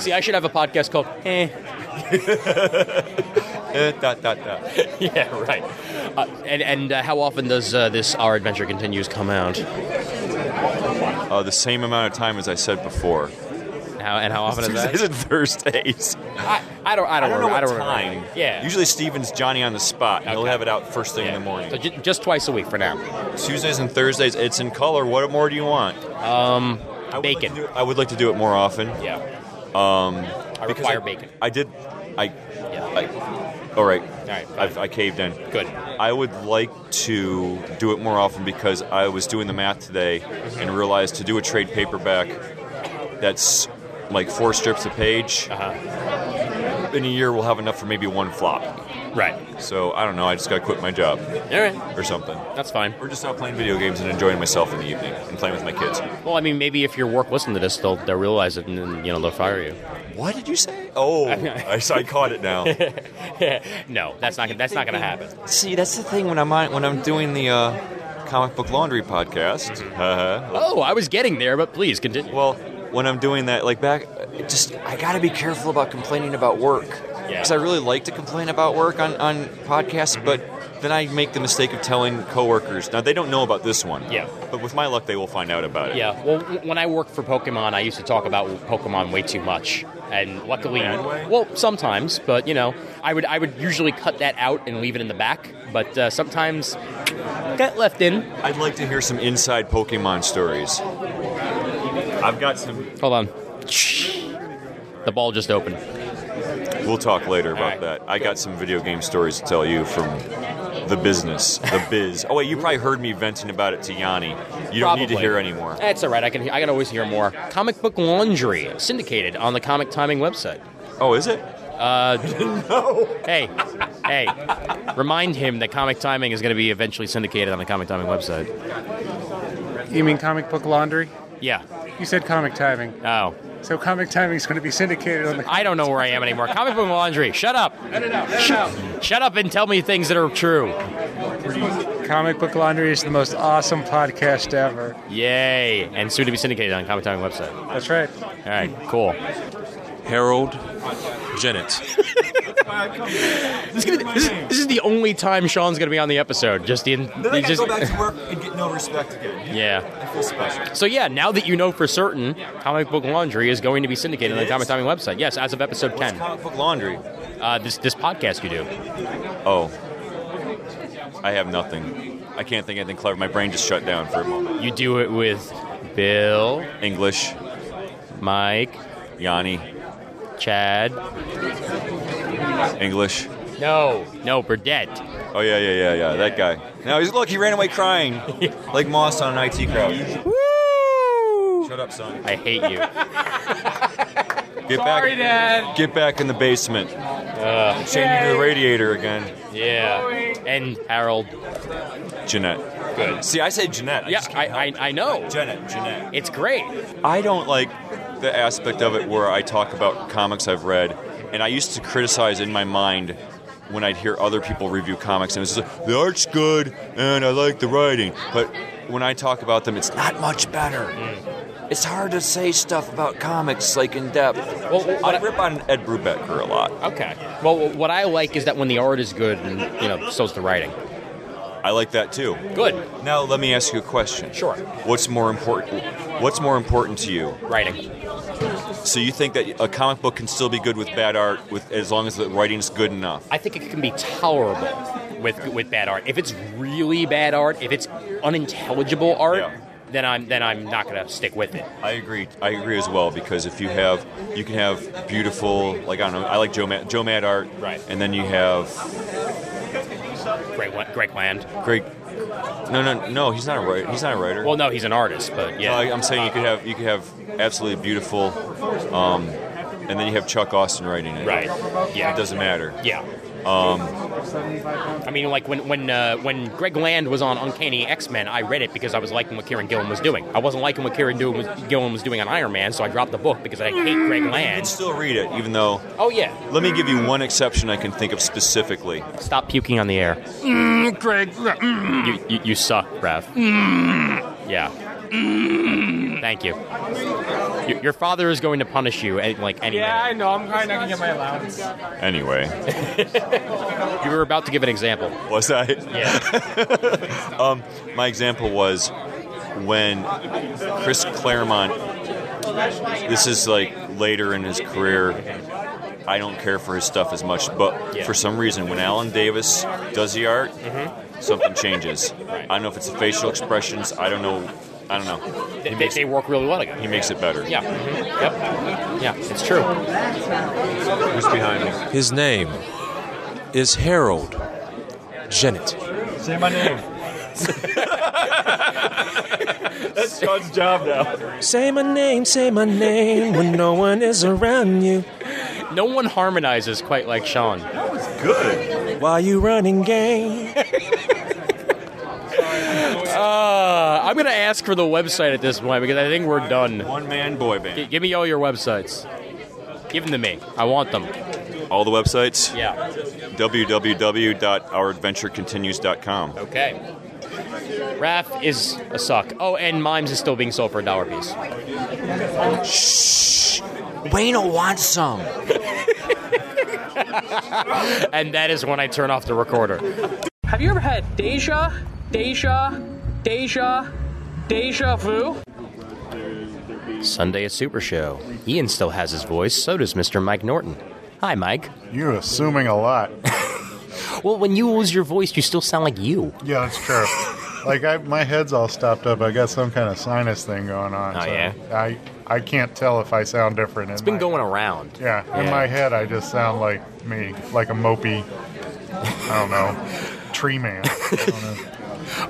Speaker 2: See, I should have a podcast called "Eh."
Speaker 14: Eh, dot dot dot.
Speaker 2: yeah, right. Uh, and and uh, how often does uh, this Our Adventure Continues come out?
Speaker 14: Uh, the same amount of time as I said before.
Speaker 2: How and how often is that?
Speaker 14: Tuesdays and Thursdays.
Speaker 2: I, I don't I don't, remember.
Speaker 14: know
Speaker 2: I don't
Speaker 14: what
Speaker 2: remember.
Speaker 14: time.
Speaker 2: Yeah.
Speaker 14: Usually Steven's Johnny on the spot. and He'll have it out first thing in the morning.
Speaker 2: So j- just twice a week for now.
Speaker 14: Tuesdays and Thursdays. It's in color. What more do you want?
Speaker 2: Um,
Speaker 14: bacon. I would like to do it more often.
Speaker 2: Yeah.
Speaker 14: Um,
Speaker 2: I
Speaker 14: because
Speaker 2: require bacon.
Speaker 14: I did. I. I all right. All
Speaker 2: right.
Speaker 14: I, I caved in.
Speaker 2: Good.
Speaker 14: I would like to do it more often because I was doing the math today and realized to do a trade paperback that's like four strips a page. In a year, we'll have enough for maybe one flop.
Speaker 2: Uh-huh. Right.
Speaker 14: So I don't know. I just got to quit my job.
Speaker 2: All right.
Speaker 14: Or something.
Speaker 2: That's fine.
Speaker 14: Or just out playing video games and enjoying myself in the evening and playing with my kids.
Speaker 2: Well, I mean, maybe if your work listened to this, they'll, they'll realize it and then, you know, they'll fire you.
Speaker 14: What did you say? Oh, I, I caught it now.
Speaker 2: no, that's not, that's not going to happen.
Speaker 14: See, that's the thing when I'm on, when I'm doing the uh, comic book laundry podcast. Uh-huh.
Speaker 2: Oh, I was getting there, but please continue.
Speaker 14: Well, when I'm doing that, like back, it just I got to be careful about complaining about work because I really like to complain about work on on podcasts, but. Then I make the mistake of telling coworkers. Now they don't know about this one.
Speaker 2: Yeah.
Speaker 14: But with my luck, they will find out about it.
Speaker 2: Yeah, well, w- when I worked for Pokemon, I used to talk about Pokemon way too much. and luckily,
Speaker 14: bad way?
Speaker 2: well, sometimes, but you know, I would I would usually cut that out and leave it in the back, but uh, sometimes that left in.
Speaker 14: I'd like to hear some inside Pokemon stories. I've got some.
Speaker 2: Hold on. The ball just opened.
Speaker 14: We'll talk later about that. I got some video game stories to tell you from the business, the biz. Oh wait, you probably heard me venting about it to Yanni. You don't need to
Speaker 2: Probably.
Speaker 14: hear anymore.
Speaker 2: That's all right. I can I can always hear more. Comic Book Laundry syndicated on the Comic Timing website.
Speaker 14: Oh, is it?
Speaker 2: Uh, no. Hey, hey. Remind him that Comic Timing is going to be eventually syndicated on the Comic Timing website.
Speaker 17: You mean comic book laundry?
Speaker 2: Yeah.
Speaker 17: You said comic timing.
Speaker 2: Oh.
Speaker 17: So comic timing is going to be syndicated on the.
Speaker 2: I don't know where I am anymore. Comic Book Laundry. Shut up.
Speaker 17: Edit out.
Speaker 2: Shut up and tell me things that are true.
Speaker 17: Comic book laundry is the most awesome podcast ever.
Speaker 2: Yay! And soon to be syndicated on Comic Timing website.
Speaker 17: That's right.
Speaker 2: All right. Cool.
Speaker 18: Harold Jennett.
Speaker 2: This is, gonna be- this is- this is the only time Sean's going to be on the episode. Just in.
Speaker 18: Then I gotta
Speaker 2: he just-
Speaker 18: go back to work and get no respect again.
Speaker 2: Yeah.
Speaker 18: I feel special.
Speaker 2: So yeah, now that you know for certain, Comic Book Laundry is going to be syndicated on the Comic Timing website. Yes, as of episode ten.
Speaker 14: Comic Book Laundry.
Speaker 2: Uh, this this podcast you do.
Speaker 14: Oh, I have nothing. I can't think of anything clever. My brain just shut down for a moment.
Speaker 2: You do it with Bill,
Speaker 14: English,
Speaker 2: Mike,
Speaker 14: Yanni,
Speaker 2: Chad,
Speaker 14: English.
Speaker 2: No, no, Burdett.
Speaker 14: Oh yeah, yeah, yeah, yeah. That guy. Now he's look. He ran away crying, like Moss on an IT crowd. Shut up, son.
Speaker 2: I hate you.
Speaker 14: Get
Speaker 2: Sorry,
Speaker 14: back,
Speaker 2: Dad.
Speaker 14: Get back in the basement. Uh, Chain you to the radiator again.
Speaker 2: Yeah, and Harold.
Speaker 14: Jeanette.
Speaker 2: Good.
Speaker 14: See, I say Jeanette.
Speaker 2: yeah, I, I, I know.
Speaker 14: Janet, Jeanette.
Speaker 2: It's great.
Speaker 14: I don't like the aspect of it where I talk about comics I've read, and I used to criticize in my mind when I'd hear other people review comics, and it's just like, the art's good, and I like the writing. But when I talk about them, it's not much better.
Speaker 2: Mm.
Speaker 14: It's hard to say stuff about comics like in depth.
Speaker 2: Well,
Speaker 14: I rip on Ed Brubaker a lot.
Speaker 2: Okay. Well, what I like is that when the art is good, and you know, so's the writing.
Speaker 14: I like that too.
Speaker 2: Good.
Speaker 14: Now let me ask you a question. Sure. What's more important? What's more important to you?
Speaker 2: Writing.
Speaker 14: So you think that a comic book can still be good with bad art, with as long as the writing's good enough?
Speaker 2: I think it can be tolerable with with bad art. If it's really bad art, if it's unintelligible art, then I'm then I'm not gonna stick with it.
Speaker 14: I agree. I agree as well because if you have, you can have beautiful, like I don't know. I like Joe Mad, Joe Mad art, right? And then you have
Speaker 2: Greg, Wa- Greg Land.
Speaker 14: great. No, no, no. He's not a writer. He's not a writer.
Speaker 2: Well, no, he's an artist, but yeah.
Speaker 14: No, I, I'm saying you could have you could have absolutely beautiful, um, and then you have Chuck Austin writing it.
Speaker 2: Right. Yeah.
Speaker 14: It doesn't matter.
Speaker 2: Yeah.
Speaker 14: Um,
Speaker 2: I mean, like when when uh, when Greg Land was on Uncanny X Men, I read it because I was liking what Kieran Gillen was doing. I wasn't liking what Kieran Gillen was, Gillen was doing on Iron Man, so I dropped the book because I
Speaker 17: Mm.
Speaker 2: hate Greg
Speaker 14: you can
Speaker 2: Land.
Speaker 14: still read it, even though.
Speaker 2: Oh yeah.
Speaker 14: Let me give you one exception I can think of specifically.
Speaker 2: Stop puking on the air.
Speaker 17: Mm, Greg. mm.
Speaker 2: You, you, you suck, Rev. Yeah.
Speaker 17: Mm.
Speaker 2: Thank you. Your, your father is going to punish you, eh, like any
Speaker 17: Yeah, I know. I'm probably not gonna get my allowance.
Speaker 14: Anyway.
Speaker 2: You were about to give an example.
Speaker 14: Was I?
Speaker 2: Yeah.
Speaker 14: um, my example was when Chris Claremont. This is like later in his career. I don't care for his stuff as much, but
Speaker 15: Yeah.
Speaker 14: for some reason, when Alan Davis does the art,
Speaker 2: Mm-hmm.
Speaker 15: Mhm.
Speaker 14: something changes. I don't know if it's the facial expressions. I don't know. I don't know.
Speaker 2: They, they, work really well together.
Speaker 14: He makes it better.
Speaker 2: Yeah. Mm-hmm. Yep. Yeah, it's true.
Speaker 14: Who's behind me?
Speaker 18: His name is Harold Jennett.
Speaker 15: Say my name. That's Sean's job now.
Speaker 18: Say my name, say my name when no one is around you.
Speaker 2: No one harmonizes quite like Sean.
Speaker 18: Good. While you running game.
Speaker 2: Uh, I'm going to ask for the website at this point because I think we're done.
Speaker 14: One man boy band.
Speaker 2: give me all your websites. Give them to me. I want them.
Speaker 14: All the websites?
Speaker 2: Yeah.
Speaker 14: www.ouradventurecontinues.com.
Speaker 2: Okay. Raph is a suck. Oh, and Mimes is still being sold for a dollar piece.
Speaker 18: Shh. Wayno wants some.
Speaker 2: And that is when I turn off the recorder.
Speaker 19: Have you ever had deja, deja, deja, deja vu?
Speaker 2: Sunday at Super Show. Ian still has his voice, so does Mr. Mike Norton. Hi, Mike.
Speaker 1: You're assuming a lot.
Speaker 2: well, when you lose your voice, you still sound like you.
Speaker 1: Yeah, that's true. like I, my head's all stopped up. I got some kind of sinus thing going on.
Speaker 2: Oh,
Speaker 1: so
Speaker 2: yeah?
Speaker 1: I I can't tell if I sound different. It's
Speaker 2: been going around.
Speaker 1: Yeah, in
Speaker 2: Yeah.
Speaker 1: my head, I just sound like me, like a mopey. I don't know, tree man.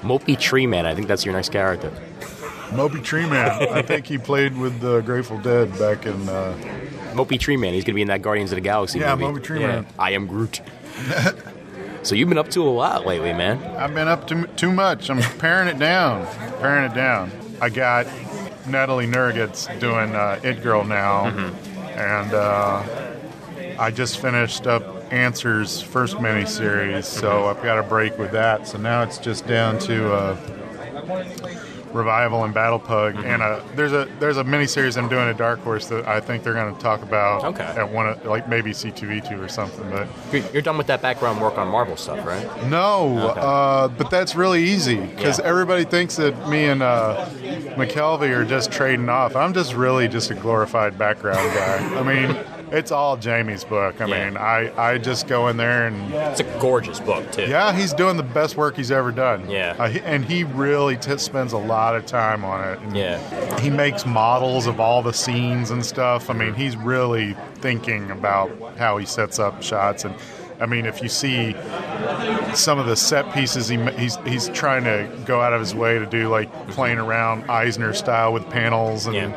Speaker 2: Mopey Tree Man, I think that's your next character.
Speaker 1: Mopey Tree Man. I think he played with the Grateful Dead back in. Uh,
Speaker 2: Mopey Tree Man, he's going to be in that Guardians of the Galaxy
Speaker 1: Yeah,
Speaker 2: movie.
Speaker 1: Mopey Tree Man.
Speaker 2: I am Groot. so you've been up to a lot lately, man.
Speaker 1: I've been up to too much. I'm paring it down. Paring it down. I got Natalie Nurgit's doing uh, It Girl now,
Speaker 2: Mm-hmm.
Speaker 1: and uh, I just finished up Answer's first miniseries, so
Speaker 2: Mm-hmm.
Speaker 1: I've got a break with that. So now it's just down to. Uh, Revival and Battle Pug,
Speaker 2: Mm-hmm.
Speaker 1: and uh there's a there's a miniseries I'm doing at Dark Horse that I think they're going to talk about okay. at one of, like maybe C2E2 or something. But
Speaker 2: You're you're done with that background work on Marvel stuff, right?
Speaker 1: no,
Speaker 2: Okay.
Speaker 1: uh, but that's really easy because everybody thinks that me and uh, McKelvey are just trading off. I'm just really just a glorified background guy. I mean, it's all Jamie's book. I mean, I, I just go in there and
Speaker 2: It's a gorgeous book, too.
Speaker 1: yeah, he's doing the best work he's ever done.
Speaker 2: Yeah.
Speaker 1: Uh, he- and he really t- spends a lot of time on it. And
Speaker 2: Yeah.
Speaker 1: He makes models of all the scenes and stuff. I mean, he's really thinking about how he sets up shots. And I mean, if you see some of the set pieces, he, ma- he's he's trying to go out of his way to do like playing around Eisner style with panels and.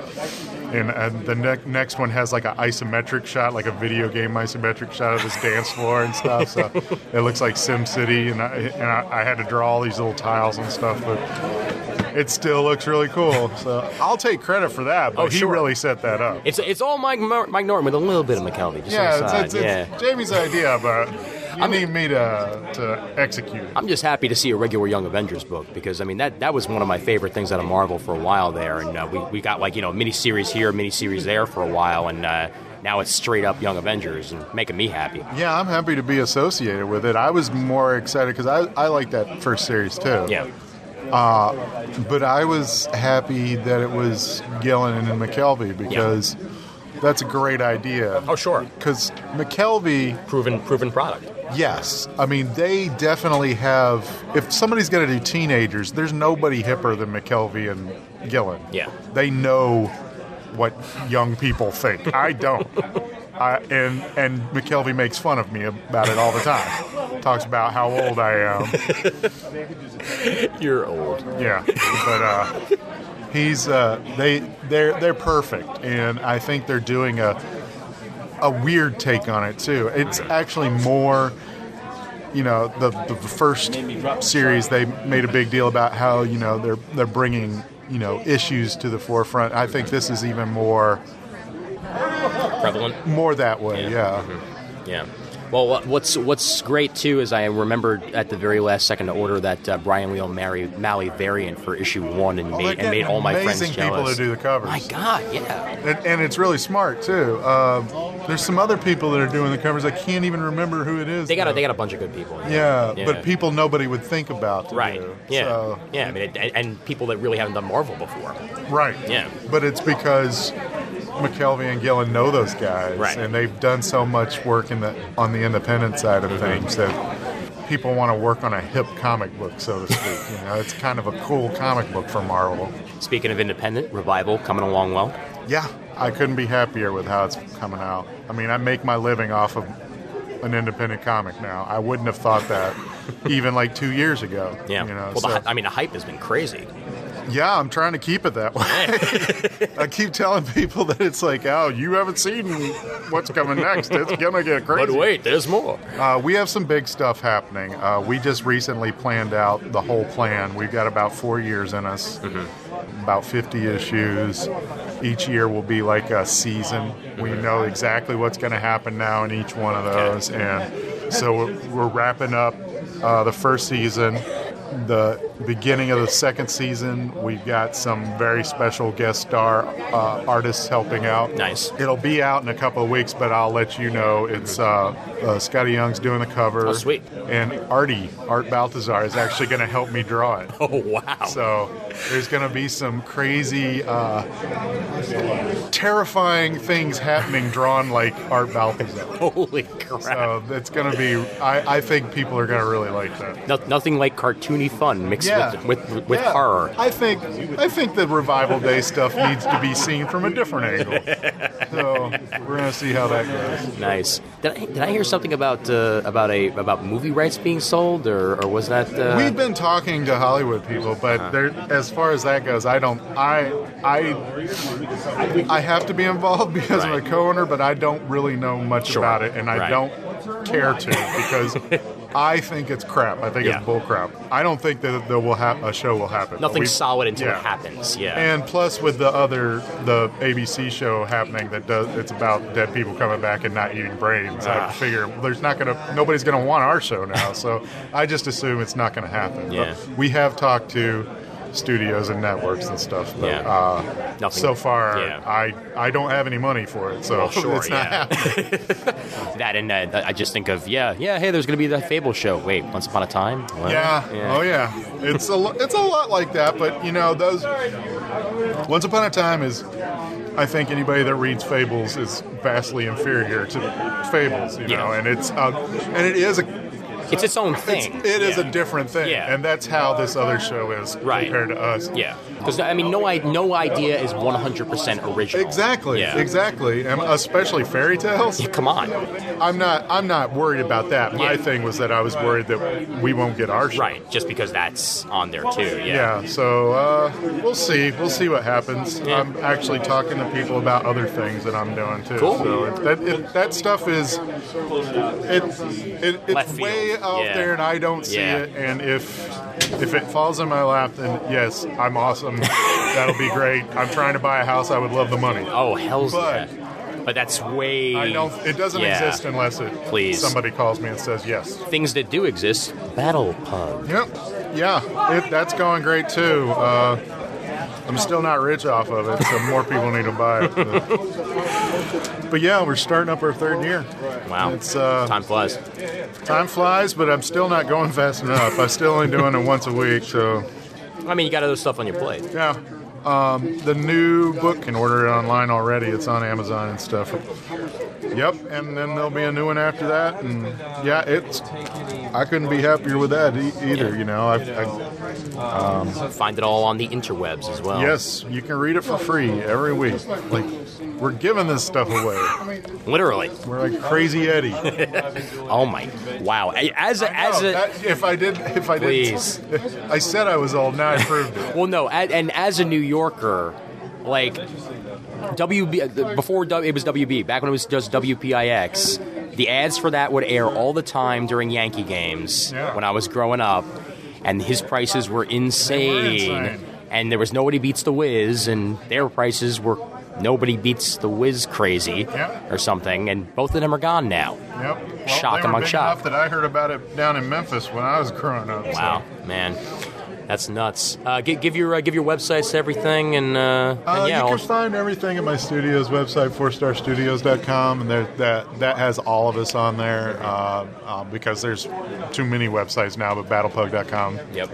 Speaker 1: And, and the ne- next one has like an isometric shot, like a video game isometric shot of this dance floor and stuff. So it looks like Sim City, and I, and I, I had to draw all these little tiles and stuff, but it still looks really cool. So I'll take credit for that, but
Speaker 2: Oh,
Speaker 1: he
Speaker 2: sure.
Speaker 1: really set that up.
Speaker 2: It's it's all Mike Mor- Mike Norton with a little bit of McKelvey. Just on
Speaker 1: yeah,
Speaker 2: the
Speaker 1: it's,
Speaker 2: side.
Speaker 1: it's,
Speaker 2: yeah.
Speaker 1: it's Jamie's idea, but you need me to, to execute.
Speaker 2: I'm just happy to see a regular Young Avengers book because I mean that that was one of my favorite things out of Marvel for a while there, and uh, we we got like you know mini series here, mini series there for a while, and uh, now it's straight up Young Avengers and making me happy.
Speaker 1: Yeah, I'm happy to be associated with it. I was more excited because I, I like that first series too.
Speaker 2: Yeah.
Speaker 1: Uh, but I was happy that it was Gillen and McKelvey because that's a great idea.
Speaker 2: Oh, sure.
Speaker 1: Because McKelvey.
Speaker 2: Proven, proven product.
Speaker 1: Yes. I mean, they definitely have. If somebody's going to do teenagers, there's nobody hipper than McKelvey and Gillen.
Speaker 2: Yeah.
Speaker 1: They know what young people think. I don't. I, and and McKelvey makes fun of me about it all the time. Talks about how old I am.
Speaker 2: You're old.
Speaker 1: Yeah, but uh, he's uh, they they're they're perfect, and I think they're doing a a weird take on it too. It's actually more. You know the, the first series they made a big deal about how you know they're they're bringing you know issues to the forefront. I think this is even more
Speaker 2: Prevalent. Mm-hmm.
Speaker 1: more that way. Yeah.
Speaker 2: Yeah. Well, what- what's what's great too is I remembered at the very last second to order that uh, Brian Wheel Mary Malley variant for issue one and
Speaker 1: They're
Speaker 2: made and
Speaker 1: getting
Speaker 2: made all my friends
Speaker 1: Oh, amazing people
Speaker 2: jealous.
Speaker 1: to do the covers. My
Speaker 2: God, yeah.
Speaker 1: And, and it's really smart too. Uh, there's some other people that are doing the covers. I can't even remember who it is.
Speaker 2: They got a,
Speaker 1: though.
Speaker 2: they got a bunch of good people.
Speaker 1: Yeah, but people nobody would think about. to
Speaker 2: Right.
Speaker 1: do.
Speaker 2: Yeah.
Speaker 1: So-
Speaker 2: Yeah. I mean, it, and, and people that really haven't done Marvel before.
Speaker 1: right.
Speaker 2: Yeah.
Speaker 1: But it's because McKelvey and Gillen know those guys,
Speaker 2: Right.
Speaker 1: and they've done so much work in the on the independent side
Speaker 2: Mm-hmm.
Speaker 1: of things that people want to work on a hip comic book, so to speak. you know, it's kind of a cool comic book for Marvel.
Speaker 2: Speaking of independent, Revival coming along well.
Speaker 1: Yeah, I couldn't be happier with how it's coming out. I mean, I make my living off of an independent comic now. I wouldn't have thought that even like two years ago.
Speaker 2: Yeah.
Speaker 1: you know,
Speaker 2: well,
Speaker 1: so-
Speaker 2: the, hy- I mean, the hype has been crazy.
Speaker 1: Yeah, I'm trying to keep it that way. I keep telling people that it's like, oh, you haven't seen what's coming next. It's gonna get crazy.
Speaker 2: But wait, there's more.
Speaker 1: Uh, we have some big stuff happening. Uh, we just recently planned out the whole plan. We've got about four years in us,
Speaker 2: Mm-hmm.
Speaker 1: about 50 issues. Each year will be like a season. We
Speaker 2: Mm-hmm.
Speaker 1: know exactly what's going to happen now in each one of those. And so we're, we're wrapping up uh, the first season. The beginning of the second season. We've got some very special guest star uh, artists helping out.
Speaker 2: Nice.
Speaker 1: It'll be out in a couple of weeks, but I'll let you know. It's uh, uh, Scotty Young's doing the cover.
Speaker 2: Oh, sweet.
Speaker 1: And Artie, Art Baltazar, is actually going to help me draw it.
Speaker 2: Oh, wow.
Speaker 1: So there's going to be some crazy, uh, terrifying things happening drawn like Art Baltazar.
Speaker 2: Holy crap.
Speaker 1: So it's going to be, I, I think people are going to really like that.
Speaker 2: No, nothing like cartoony fun mixed
Speaker 1: Yeah.
Speaker 2: with, with, with
Speaker 1: Yeah.
Speaker 2: horror.
Speaker 1: I think I think the revival day stuff needs to be seen from a different angle. So we're gonna see how that goes.
Speaker 2: Nice. Did I, did I hear something about uh, about a about movie rights being sold, or, or was that? Uh,
Speaker 1: We've been talking to Hollywood people, but there, as far as that goes, I don't. I I I have to be involved because I'm a co-owner, but I don't really know much
Speaker 8: Sure.
Speaker 1: about it, and I
Speaker 8: Right.
Speaker 1: don't care to because I think it's crap. I think
Speaker 2: Yeah.
Speaker 1: it's bull crap. I don't think that there will ha- a show will happen.
Speaker 2: Nothing
Speaker 1: We-
Speaker 2: solid until
Speaker 1: yeah.
Speaker 2: it happens. Yeah.
Speaker 1: And plus, with the other the ABC show happening that does it's about dead people coming back and not eating brains.
Speaker 2: Ah.
Speaker 1: I figure there's not gonna nobody's gonna want our show now, so I just assume it's not gonna happen.
Speaker 2: Yeah.
Speaker 1: But we have talked to studios and networks and stuff, but
Speaker 2: Yeah.
Speaker 1: uh,
Speaker 2: Nothing-
Speaker 1: so far
Speaker 2: yeah.
Speaker 1: I I don't have any money for it, so
Speaker 2: Well, sure,
Speaker 1: it's not
Speaker 2: yeah. that and uh, I just think of yeah, yeah. Hey, there's going to be the Fable show. Wait, Once Upon a Time. What?
Speaker 1: Yeah. Oh yeah. It's a lo- it's a lot like that, but you know those. Once upon a time is, I think anybody that reads Fables is vastly inferior to Fables, you know,
Speaker 2: Yeah.
Speaker 1: and it's uh, and it is a.
Speaker 2: It's its own thing.
Speaker 1: It's, it is a different thing, and that's how this other show is
Speaker 2: Right.
Speaker 1: compared to us.
Speaker 2: Yeah. Because I mean, no, I no idea is 100 percent original.
Speaker 1: Exactly.
Speaker 2: Yeah.
Speaker 1: Exactly. And especially fairy tales.
Speaker 2: come on.
Speaker 1: I'm not. I'm not worried about that. My thing was that I was worried that we won't get our show.
Speaker 2: Right. Just because that's on there too.
Speaker 1: Yeah. so uh, we'll see. We'll see what happens. I'm actually talking to people about other things that I'm doing too.
Speaker 2: Cool.
Speaker 1: So it, that, it, that stuff is it, it, it's
Speaker 2: Left field.
Speaker 1: way out
Speaker 2: Yeah.
Speaker 1: there, and I don't see
Speaker 2: Yeah.
Speaker 1: it. And if if it falls in my lap, then yes, I'm awesome. That'll be great. I'm trying to buy a house. I would love the money.
Speaker 2: Oh hell's
Speaker 1: But-
Speaker 2: yeah. But that's way.
Speaker 1: I don't. It doesn't
Speaker 2: Yeah.
Speaker 1: exist unless it
Speaker 2: Please.
Speaker 1: somebody calls me and says yes.
Speaker 2: Things that do exist. Battle pub.
Speaker 1: Yep. Yeah, it, that's going great too. Uh, I'm still not rich off of it, so more people need to buy it. But, but yeah, we're starting up our third year.
Speaker 2: Wow.
Speaker 1: It's, uh,
Speaker 2: Time flies.
Speaker 1: Time flies, but I'm still not going fast enough. I'm still only doing it once a week, so
Speaker 2: I mean, you got other stuff on your plate.
Speaker 1: yeah. Um, the new book can order it online already. It's on Amazon and stuff. Yep, and then there'll be a new one after that. And yeah, it's I couldn't be happier with that e- either. You know, I, I um,
Speaker 2: Find it all on the interwebs as well.
Speaker 1: Yes, you can read it for free every week. Like we're giving this stuff away.
Speaker 2: Literally.
Speaker 1: We're like crazy Eddie.
Speaker 2: oh my! Wow. As a, as a
Speaker 1: that- if I did if I did
Speaker 2: Please.
Speaker 1: I said I was old. Now I proved it.
Speaker 2: well, no, a- and as a New Yorker, like WB before W- it was WB back when it was just WPIX, the ads for that would air all the time during Yankee games when I was growing up, and his prices were insane,
Speaker 1: insane.
Speaker 2: and there was nobody beats the Wiz, and their prices were. Nobody beats the Wiz crazy
Speaker 1: Yeah.
Speaker 2: or something, and both of them are gone now.
Speaker 1: Yep. Well,
Speaker 2: Shock
Speaker 1: they were
Speaker 2: among
Speaker 1: big
Speaker 2: shock.
Speaker 1: Enough that I heard about it down in Memphis when I was growing up. so.
Speaker 2: Wow, man, that's nuts. Uh, give, give your uh, give your websites to everything, and, uh,
Speaker 1: Uh,
Speaker 2: and yeah,
Speaker 1: you
Speaker 2: I'll-
Speaker 1: can find everything at my studio's website, fourstarstudios.com, and there, that that has all of us on there uh, um, because there's too many websites now, but battlepug.com.
Speaker 2: Yep.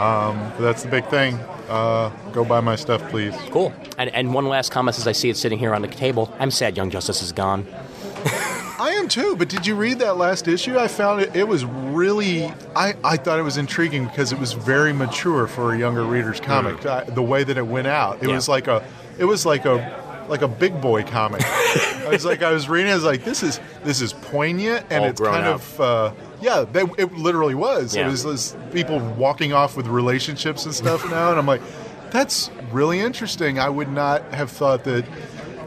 Speaker 1: Um, that's the big thing. Uh, go buy my stuff, please.
Speaker 2: Cool. And, and one last comment since I see it sitting here on the table. I'm sad Young Justice is gone.
Speaker 1: I am too, but did you read that last issue? I found it, it was really, I, I thought it was intriguing because it was very mature for a younger reader's comic. I- the way that it went out, it
Speaker 8: Hmm. Yeah.
Speaker 1: was like a, it was like a, like a big boy comic. I was like, I was reading, I was like, this is, this is poignant and
Speaker 8: All
Speaker 1: it's
Speaker 8: grown
Speaker 1: kind
Speaker 8: up.
Speaker 1: of, uh, yeah, they, it literally was.
Speaker 8: Yeah.
Speaker 1: It was this people walking off with relationships and stuff now, and I'm like, that's really interesting. I would not have thought that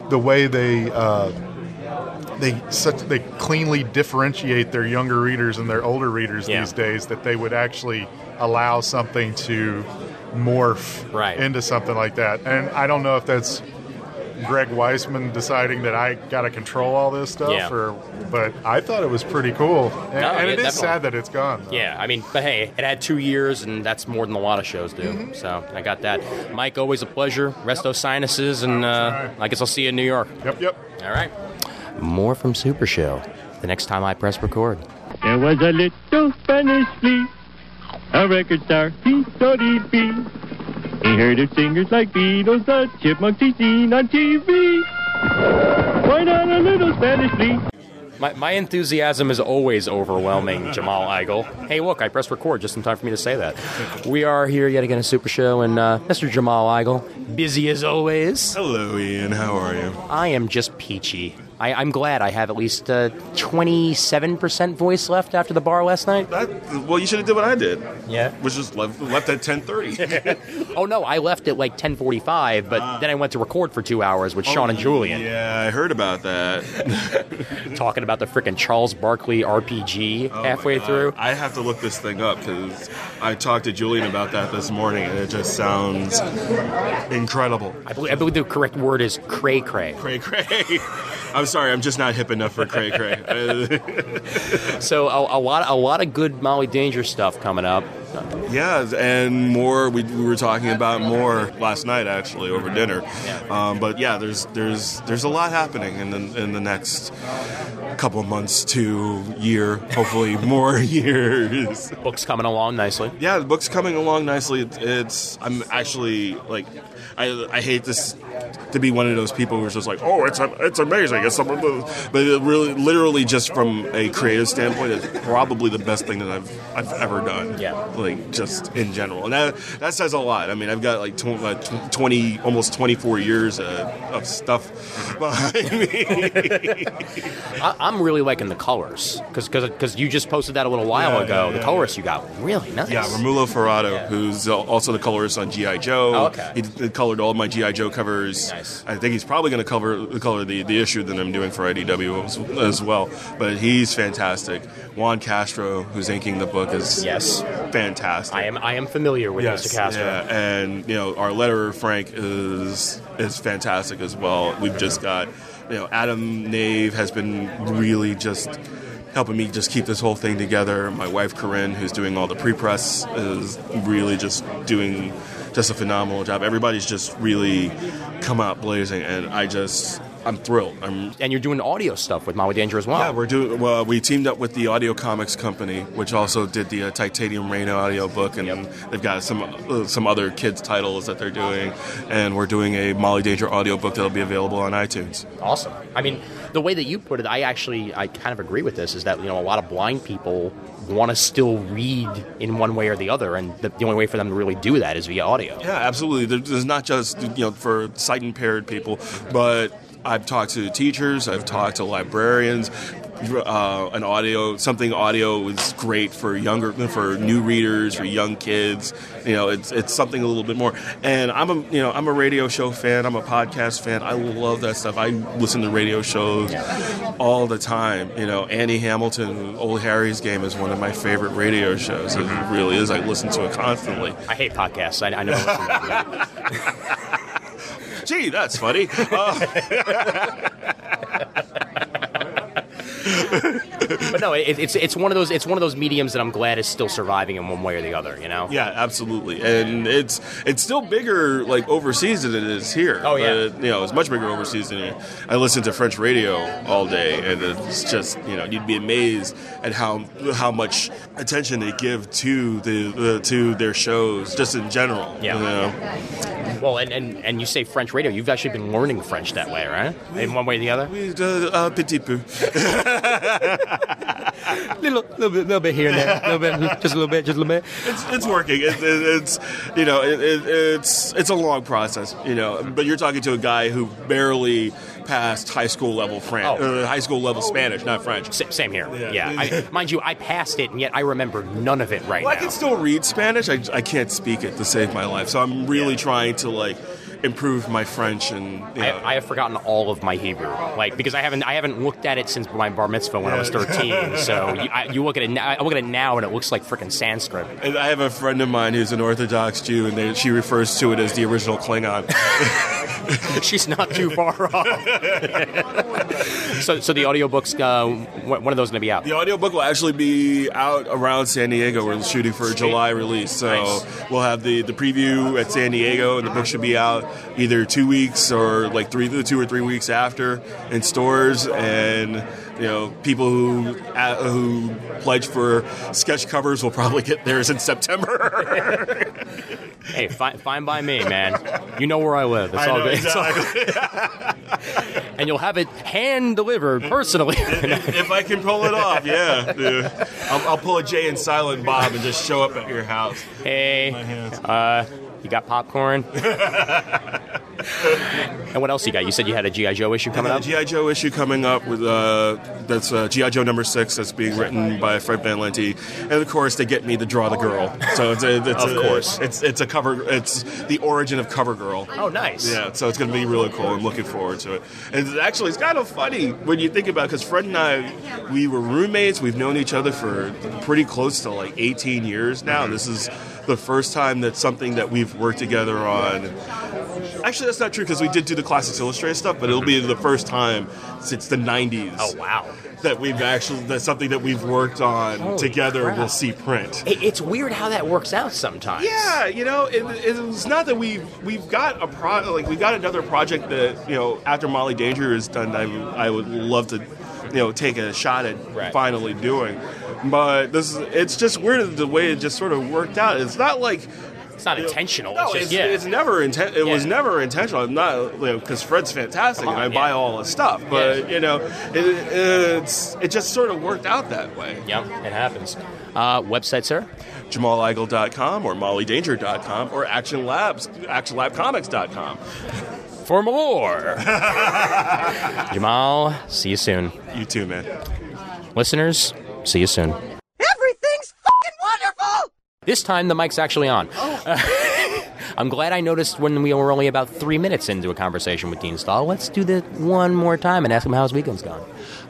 Speaker 1: the way they uh, they such they cleanly differentiate their younger readers and their older readers
Speaker 8: Yeah.
Speaker 1: these days that they would actually allow something to morph
Speaker 2: right.
Speaker 1: into something like that. And I don't know if that's Greg Weisman deciding that I got to control all this stuff,
Speaker 2: Yeah.
Speaker 1: or but I thought it was pretty cool, and,
Speaker 2: No,
Speaker 1: and
Speaker 2: yeah,
Speaker 1: it is
Speaker 2: definitely.
Speaker 1: sad that it's gone.
Speaker 2: Yeah, I mean, but hey, it had two years, and that's more than a lot of shows do. So I got that. Mike, always a pleasure. Resto sinuses, and uh, I guess I'll see you in New York.
Speaker 1: Yep, yep.
Speaker 2: All right. More from Super Show the next time I press record.
Speaker 20: There was a little Spanish flea, a record star, he thought he'd be. He heard of singers like Beatles, the Chipmunks he'd seen on TV. Why not a little Spanish flea?
Speaker 2: My, my enthusiasm is always overwhelming, Jamal Eigel. Hey, look, I pressed record just in time for me to say that. We are here yet again at Super Show, and uh, Mr. Jamal Eigel, busy as always.
Speaker 21: Hello, Ian. How are you?
Speaker 2: I am just peachy. I, I'm glad I have at least uh, 27% voice left after the bar last night.
Speaker 21: Well, you should have did what I did.
Speaker 2: Yeah.
Speaker 21: Which is left, left at 10.30.
Speaker 2: oh, no, I left at like 10.45, but then I went to record for two hours with Sean and Julian.
Speaker 21: Ah. Oh, Yeah, I heard about that.
Speaker 2: Talking about the frickin' Charles Barkley RPG
Speaker 21: Oh my
Speaker 2: halfway
Speaker 21: God.
Speaker 2: through.
Speaker 21: I have to look this thing up because I talked to Julian about that this morning and it just sounds incredible.
Speaker 2: I believe, I believe the correct word is cray cray.
Speaker 21: Cray cray. I'm sorry, I'm just not hip enough for cray cray.
Speaker 2: so a, a lot, a lot of good Molly Danger stuff coming up.
Speaker 21: Yeah, and more. We, we were talking about more last night, actually, over dinner. Um, but yeah, there's there's there's a lot happening in the in the next couple of months to year, hopefully more years.
Speaker 2: Books coming along nicely.
Speaker 21: Yeah, the book's coming along nicely. It's, it's I'm actually like, I I hate this to be one of those people who's just like, oh, it's it's amazing. It's something, but it really, literally, just from a creative standpoint, it's probably the best thing that I've I've ever done. Yeah, like just in general, and that that says a lot. I mean, I've got like tw- uh, tw- twenty, almost twenty four years uh, of stuff behind me.
Speaker 2: I, I'm really liking the colors because because you just posted that a little while
Speaker 21: Yeah,
Speaker 2: ago.
Speaker 21: yeah,
Speaker 2: the
Speaker 21: yeah,
Speaker 2: colors you got were really nice.
Speaker 21: Yeah, Romulo Ferrato, who's al- also the colorist on GI Joe.
Speaker 2: Oh, okay.
Speaker 21: He d- colored all my GI Joe covers. I think he's probably going to cover color the, the issue that I'm doing for IDW as, as well. But he's fantastic. Juan Castro, who's inking the book, is
Speaker 2: Yes.
Speaker 21: fantastic. I
Speaker 2: am I am familiar with Mr. Castro.
Speaker 21: Yeah, and you know our letterer Frank is is fantastic as well. We've just got you know Adam Nave has been really just helping me just keep this whole thing together. My wife Corinne, who's doing all the pre press, is really just doing just a phenomenal job. Everybody's just really come out blazing, and I just I'm thrilled. I'm
Speaker 2: and you're doing audio stuff with Molly Danger as well.
Speaker 21: Yeah, we're doing. Well, we teamed up with the Audio Comics Company, which also did the uh, Titanium Rain audio book, and they've got some uh, some other kids titles that they're doing, and we're doing a Molly Danger audio book that'll be available on iTunes.
Speaker 2: Awesome. I mean, the way that you put it, I actually I kind of agree with this. Is that you know a lot of blind people want to still read in one way or the other, and the, the only way for them to really do that is via audio.
Speaker 21: Yeah, absolutely. There- There's not just you know for sight impaired people, but I've talked to teachers, I've talked to librarians. Uh, an audio, something audio is great for younger, for new readers, for young kids. You know, it's it's something a little bit more. And I'm a you know I'm a radio show fan. I'm a podcast fan. I love that stuff. I listen to radio shows all the time. You know, Annie Hamilton, Old Harry's Game is one of my favorite radio shows. It really is. I listen to it constantly.
Speaker 2: I hate podcasts. I, I know.
Speaker 21: Gee, that's funny. Uh,
Speaker 2: but no, it, it's it's one of those it's one of those mediums that I'm glad is still surviving in one way or the other. You know.
Speaker 21: Yeah, absolutely, and it's it's still bigger like overseas than it is here. Oh yeah, you know it's much bigger overseas than here. I listen to French radio all day, and it's just you know you'd be amazed at how how much attention they give to the uh, to their shows just in general. Yeah.
Speaker 2: Well, and, and, and you say French radio. You've actually been learning French that way, right? In one way or the other.
Speaker 21: uh, petit peu.
Speaker 2: little, little bit, little bit here and there, little bit, just a little bit, just a little bit.
Speaker 21: It's, it's working. It, it, it's you know it, it, it's it's a long process. You know, but you're talking to a guy who barely passed high school level French, uh, high school level
Speaker 2: Oh,
Speaker 21: Spanish, not French.
Speaker 2: same here. Yeah, I, mind you, I passed it, and yet I remember none of it right
Speaker 21: well, I
Speaker 2: now.
Speaker 21: can still read Spanish. I, I can't speak it to save my life. So I'm really trying to like improve my French and you know,
Speaker 2: I, I have forgotten all of my Hebrew, like because I haven't I haven't looked at it since my bar mitzvah when I was
Speaker 21: Yeah.
Speaker 2: 13. so you, I, you look at it, now, I look at it now, and it looks like freaking Sanskrit.
Speaker 21: And I have a friend of mine who's an Orthodox Jew, and they, she refers to it as the original Klingon.
Speaker 2: She's not too far off. so, so the audiobook's uh, one of those going to be out.
Speaker 21: The audiobook will actually be out around San Diego. We're shooting for a July release. So we'll have the, the preview at San Diego, and the book should be out either two weeks or like three, two or three weeks after in stores. And, you know, people who, uh, who pledge for sketch covers will probably get theirs in September.
Speaker 2: Hey, fine, fine by me, man. You know where I live. It's
Speaker 21: I
Speaker 2: all
Speaker 21: know
Speaker 2: good. It's all
Speaker 21: exactly.
Speaker 2: good. and you'll have it hand delivered personally.
Speaker 21: if I can pull it off, yeah. dude. I'll, I'll pull a Jay and Silent Bob and just show up at your house.
Speaker 2: Hey, uh, you got popcorn? and what else you got? You said you had a GI Joe issue coming
Speaker 21: And
Speaker 2: up.
Speaker 21: then The GI Joe issue coming up with uh, that's uh, GI Joe number six that's being written by Fred Van Lente, and of course they get me to draw the girl. So it's a, it's
Speaker 2: Of
Speaker 21: a-
Speaker 2: course.
Speaker 21: it's it's a cover. It's the origin of Cover Girl.
Speaker 2: Oh, nice.
Speaker 21: Yeah, so it's going to be really cool. I'm looking forward to it. And it's actually, it's kind of funny when you think about because Fred and I, we were roommates. We've known each other for pretty close to like 18 years now. This is the first time that something that we've worked together on. Actually, that's not true because we did do the Classics Illustrated stuff, but it'll be the first time since the 90s. Oh,
Speaker 2: wow.
Speaker 21: That we've actually, that something that we've worked on
Speaker 2: Holy
Speaker 21: together
Speaker 2: crap.
Speaker 21: will see print.
Speaker 2: It- it's weird how that works out sometimes.
Speaker 21: Yeah, you know, it, it's not that we've we've got a pro like we've got another project that you know after Molly Danger is done, I I would love to, you know, take a shot at finally doing. But this is it's just weird the way it just sort of worked out. It's not like.
Speaker 2: It's not intentional.
Speaker 21: No,
Speaker 2: it's
Speaker 21: it's,
Speaker 2: just, yeah.
Speaker 21: it's never inten- It was
Speaker 2: Yeah.
Speaker 21: never intentional. I'm not you know because Fred's fantastic
Speaker 2: Come
Speaker 21: and I
Speaker 2: on,
Speaker 21: buy
Speaker 2: yeah.
Speaker 21: all his stuff, but you know it, it's it just sort of worked out that way.
Speaker 2: Yep, it happens. Uh, website, sir?
Speaker 21: JamalEigel.com or MollyDanger.com or Action Labs, ActionLabComics.com.
Speaker 2: For more. Jamal, see you soon.
Speaker 21: You too, man.
Speaker 2: Listeners, see you soon.
Speaker 22: Everything's fucking wonderful!
Speaker 2: This time the mic's actually on. I'm glad I noticed when we were only about three minutes into a conversation with Dean Stahl. Let's do that one more time and ask him how his weekend's gone.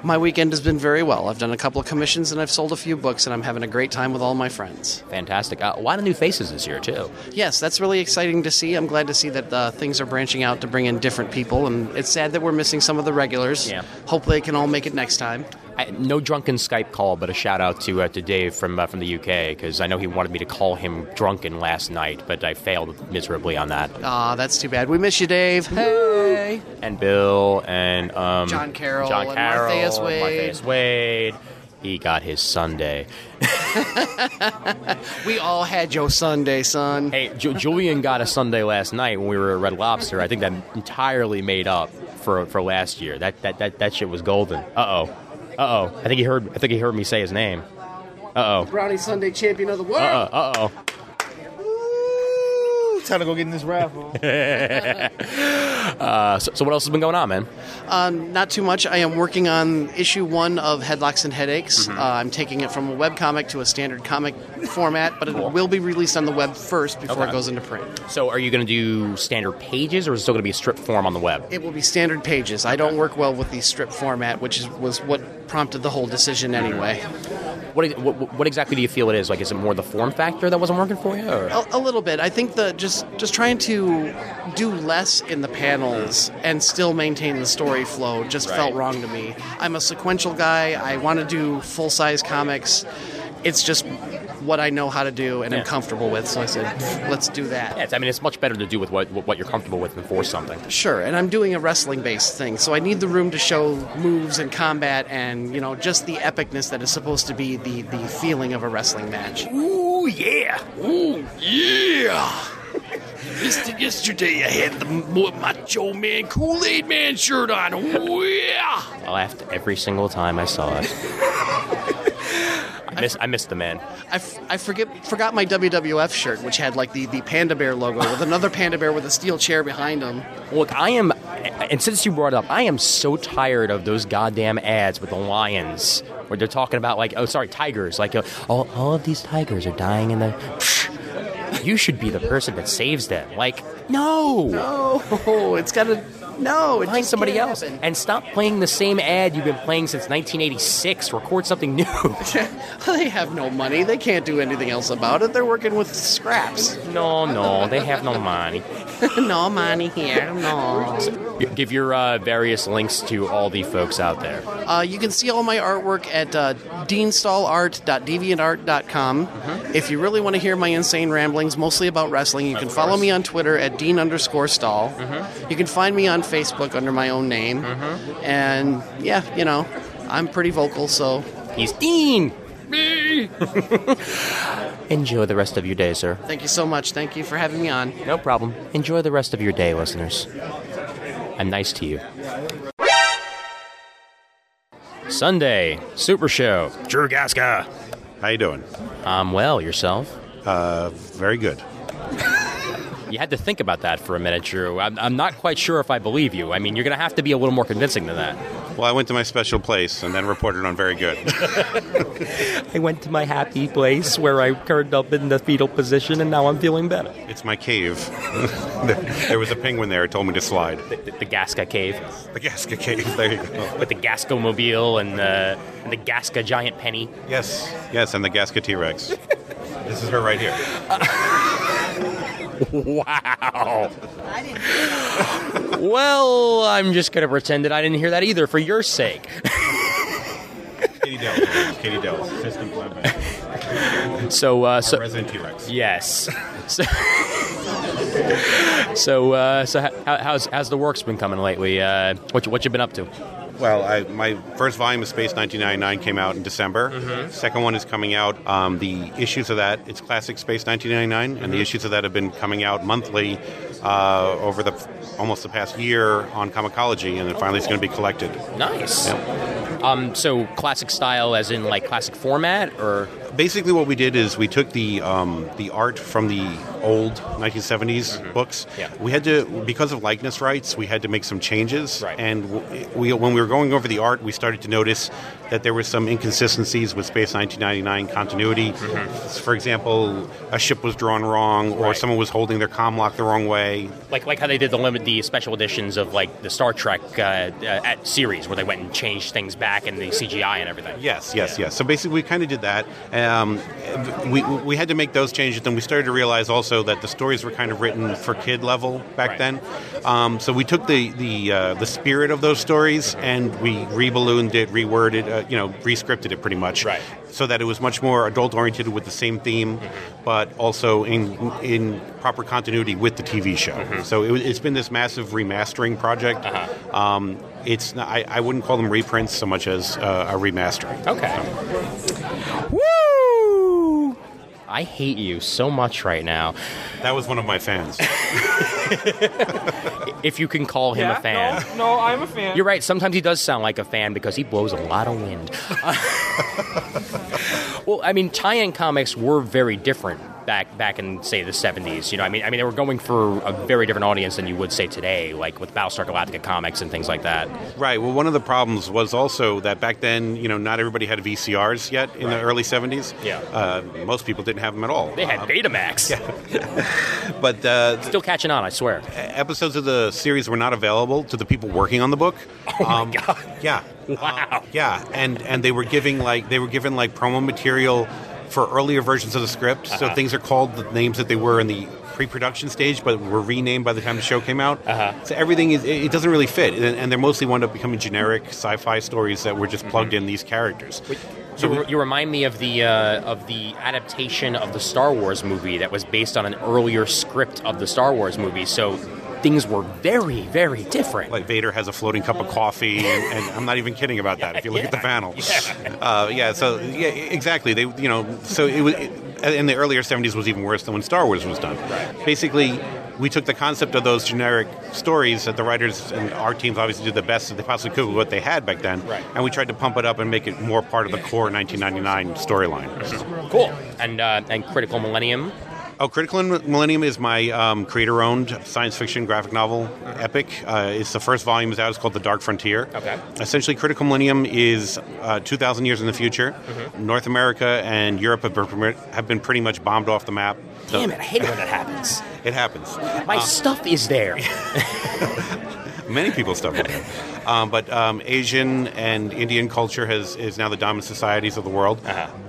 Speaker 23: My weekend has been very well. I've done a couple of commissions and I've sold a few books, and I'm having a great time with all my friends.
Speaker 2: Fantastic. Uh, a lot of new faces this year, too.
Speaker 23: Yes, that's really exciting to see. I'm glad to see that uh, things are branching out to bring in different people, and it's sad that we're missing some of the regulars. Yeah. Hopefully, they can all make it next time.
Speaker 2: I, no drunken Skype call, but a shout out to uh, to Dave from uh, from the UK because I know he wanted me to call him drunken last night, but I failed miserably on that.
Speaker 23: Ah, that's too bad. We miss you, Dave. Hey.
Speaker 2: And Bill and um,
Speaker 23: John Carroll
Speaker 2: John
Speaker 23: and
Speaker 2: Carroll,
Speaker 23: Martheus Wade.
Speaker 2: Martheus Wade. He got his Sunday.
Speaker 23: We all had your Sunday, son.
Speaker 2: Hey, Ju- Julian got a Sunday last night when we were at Red Lobster. I think that entirely made up for for last year. That that that, that shit was golden. Uh oh. Uh oh. I think he heard. I think he heard me say his name. Uh oh.
Speaker 23: Brownie Sunday champion of the world.
Speaker 2: Uh oh. Uh oh.
Speaker 8: Ooh, Uh-uh. Time to go get in this raffle.
Speaker 2: uh, so, so what else has been going on, man?
Speaker 23: Um, not too much. I am working on issue one of Headlocks and Headaches. Uh, I'm taking it from a webcomic to a standard comic format, but it will be released on the web first before
Speaker 2: Okay.
Speaker 23: it goes into print.
Speaker 2: So, are you going to do standard pages, or is it still going to be a strip form on the web?
Speaker 23: It will be standard pages. I don't work well with the strip format, which is, was what prompted the whole decision anyway.
Speaker 2: What, what, what exactly do you feel it is? Like, is it more the form factor that wasn't working for you? Or?
Speaker 23: A, a little bit. I think the just just trying to do less in the panels and still maintain the story flow just
Speaker 2: Right.
Speaker 23: felt wrong to me. I'm a sequential guy. I want to do full size comics. It's just what I know how to do and
Speaker 2: Yeah.
Speaker 23: am comfortable with. So I said, let's do that.
Speaker 2: Yeah, it's- I mean, it's much better to do with what, what you're comfortable with than force something.
Speaker 23: Sure, and I'm doing a wrestling based thing, so I need the room to show moves and combat and, you know, just the epicness that is supposed to be the, the feeling of a wrestling match.
Speaker 16: Ooh, yeah. Ooh, yeah. Mister, yesterday I had the m- Macho Man Kool Aid Man shirt on. Ooh, yeah.
Speaker 2: I laughed every single time I saw it. I miss I missed the man.
Speaker 23: I, f- I forget, forgot my WWF shirt, which had like the, the panda bear logo with another panda bear with a steel chair behind him.
Speaker 2: Look, I am, and since you brought it up, I am so tired of those goddamn ads with the lions where oh, they're talking about like, oh, sorry, tigers. Like, uh, all, all of these tigers are dying in the. you should be the person that saves them. Like,
Speaker 23: No. No. It's got to. No. It
Speaker 2: find
Speaker 23: just
Speaker 2: somebody
Speaker 23: can't
Speaker 2: else
Speaker 23: happen.
Speaker 2: and stop playing the same ad you've been playing since 1986. Record something new.
Speaker 23: they have no money. They can't do anything else about it. They're working with scraps.
Speaker 2: No, no, they have no money.
Speaker 23: no money here. No.
Speaker 2: Give your uh, various links to all the folks out there.
Speaker 23: Uh, you can see all my artwork at uh, deanstallart.deviantart.com.
Speaker 2: Mm-hmm.
Speaker 23: If you really want to hear my insane ramblings, mostly about wrestling, you can follow me on Twitter at dean underscore stall.
Speaker 2: Mm-hmm.
Speaker 23: You can find me on Facebook under my own name. And yeah, you know, I'm pretty vocal, so.
Speaker 2: He's Dean!
Speaker 23: Me!
Speaker 2: Enjoy the rest of your day, sir.
Speaker 23: Thank you so much. Thank you for having me on.
Speaker 2: No problem. Enjoy the rest of your day, listeners. I'm nice to you. Sunday Super Show. Drew Gaska.
Speaker 24: How you doing?
Speaker 2: I'm well. Yourself?
Speaker 24: Uh, very good.
Speaker 2: You had to think about that for a minute, Drew. I'm, I'm not quite sure if I believe you. I mean, you're going to have to be a little more convincing than that.
Speaker 24: Well, I went to my special place and then reported on very good.
Speaker 2: I went to my happy place where I curled up in the fetal position, and now I'm feeling better.
Speaker 24: It's my cave. there, there was a penguin there. It told me to slide. The,
Speaker 2: the, Gasca cave.
Speaker 24: The Gasca cave. There you go.
Speaker 2: With the Gasco mobile and the, and the Gasca giant penny.
Speaker 24: Yes. Yes, and the Gasca T Rex. this is her right here.
Speaker 2: Wow. well, I'm just going to pretend that I didn't hear that either for your sake.
Speaker 24: Katie Dell. Katie Dell. Assistant Blood
Speaker 2: So, uh, so
Speaker 24: resident T-Rex.
Speaker 2: Yes. So, so, uh, so how, how's how's the work's been coming lately? Uh, what you, what you been up to?
Speaker 24: Well, I, my first volume of Space 1999 came out in December.
Speaker 2: Mhm.
Speaker 24: Second one is coming out. Um, the issues of that, it's classic Space 1999, and
Speaker 2: Mm-hmm.
Speaker 24: the
Speaker 3: Mhm.
Speaker 24: issues of that have been coming out monthly uh, over the almost the past year on Comicology, and then finally it's going to be collected.
Speaker 2: Nice.
Speaker 24: Yep.
Speaker 2: Um, so classic style, as in like classic format, or
Speaker 24: Basically, what we did is we took the um, the art from the old 1970s books.
Speaker 2: Mm-hmm. Yeah.
Speaker 24: We had to because of likeness rights, we had to make some changes. Right. And w- we, when we were going over the art, we started to notice that there were some inconsistencies with Space 1999 continuity.
Speaker 2: Mm-hmm.
Speaker 24: For example, a ship was drawn wrong, or someone was holding their comlock the wrong way.
Speaker 2: like like how they did the limit the special editions of like the Star Trek uh, uh, at series where they went and changed things back and the CGI and everything.
Speaker 24: Yes, yes, yes. So basically, we kind of did that. Um, we, we had to make those changes, and we started to realize also that the stories were kind of written for kid level back
Speaker 3: Right.
Speaker 24: then. Um, so we took the the uh, the spirit of those stories and we reballooned it, reworded, uh, you know, rescripted it pretty much, right? So that it was much more adult oriented with the same theme, but also in in proper continuity with the TV show. So it, was- it's been this massive remastering project. Um, it's not, I, I wouldn't call them reprints so much as uh, a remastering.
Speaker 2: Okay. Woo! I hate you so much right now.
Speaker 24: That was one of my fans.
Speaker 2: if you can call him
Speaker 19: Yeah,
Speaker 2: a fan.
Speaker 19: No, I'm a fan.
Speaker 2: You're right. Sometimes he does sound like a fan because he blows a lot of wind. well, I mean, tie-in comics were very different back back in say the 70s. You know, I mean, I mean they were going for a very different audience than you would say today, like with Battlestar Galactica comics and things like that.
Speaker 24: Right. Well, one of the problems was also that back then, you know, not everybody had VCRs yet in the
Speaker 2: Right.
Speaker 24: early 70s.
Speaker 2: Yeah.
Speaker 24: Uh, most people didn't have them at all.
Speaker 2: They had Betamax.
Speaker 24: But uh,
Speaker 2: Still catching on, I swear.
Speaker 24: Episodes of the series were not available to the people working on the book. Oh my god. Yeah. Wow. yeah, and and they were giving like they were given like promo material for earlier versions of the script. So
Speaker 3: Uh-huh.
Speaker 24: things are called the names that they were in the pre-production stage, but were renamed by the time the show came out. Uh-huh. So everything is it, it doesn't really fit, and, and they're mostly wound up becoming generic sci-fi stories that were just plugged in these characters.
Speaker 2: So you, you remind me of the uh, of the adaptation of the Star Wars movie that was based on an earlier script of the Star Wars movie. So things were very very different.
Speaker 24: Like Vader has a floating cup of coffee, and, and I'm not even kidding about that. If you look at the panel, yeah. Uh, yeah. So yeah, exactly. They, you know, so it was in the earlier '70s was even worse than when Star Wars was done. Basically, we took the concept of those generic stories that the writers and our teams obviously did the best that they possibly could with what they had back then,
Speaker 2: Right.
Speaker 24: and we tried to pump it up and make it
Speaker 2: Mm-hmm.
Speaker 24: more part of the core 1999 storyline.
Speaker 2: Cool. And uh, and Critical Millennium.
Speaker 24: Oh, Critical Millennium is my um, creator-owned science fiction graphic novel epic. Uh, it's the first volume is out. It's called The Dark Frontier.
Speaker 2: Okay.
Speaker 24: Essentially, Critical Millennium is uh, 2,000 years in the future.
Speaker 2: Mm-hmm.
Speaker 24: North America and Europe have been, have been pretty much bombed off the map.
Speaker 2: Damn it, I hate it when that happens.
Speaker 24: It happens.
Speaker 2: My
Speaker 24: Uh,
Speaker 2: stuff is there.
Speaker 24: many people stuff like that. Um, but um, Asian and Indian culture has is now the dominant societies of the world.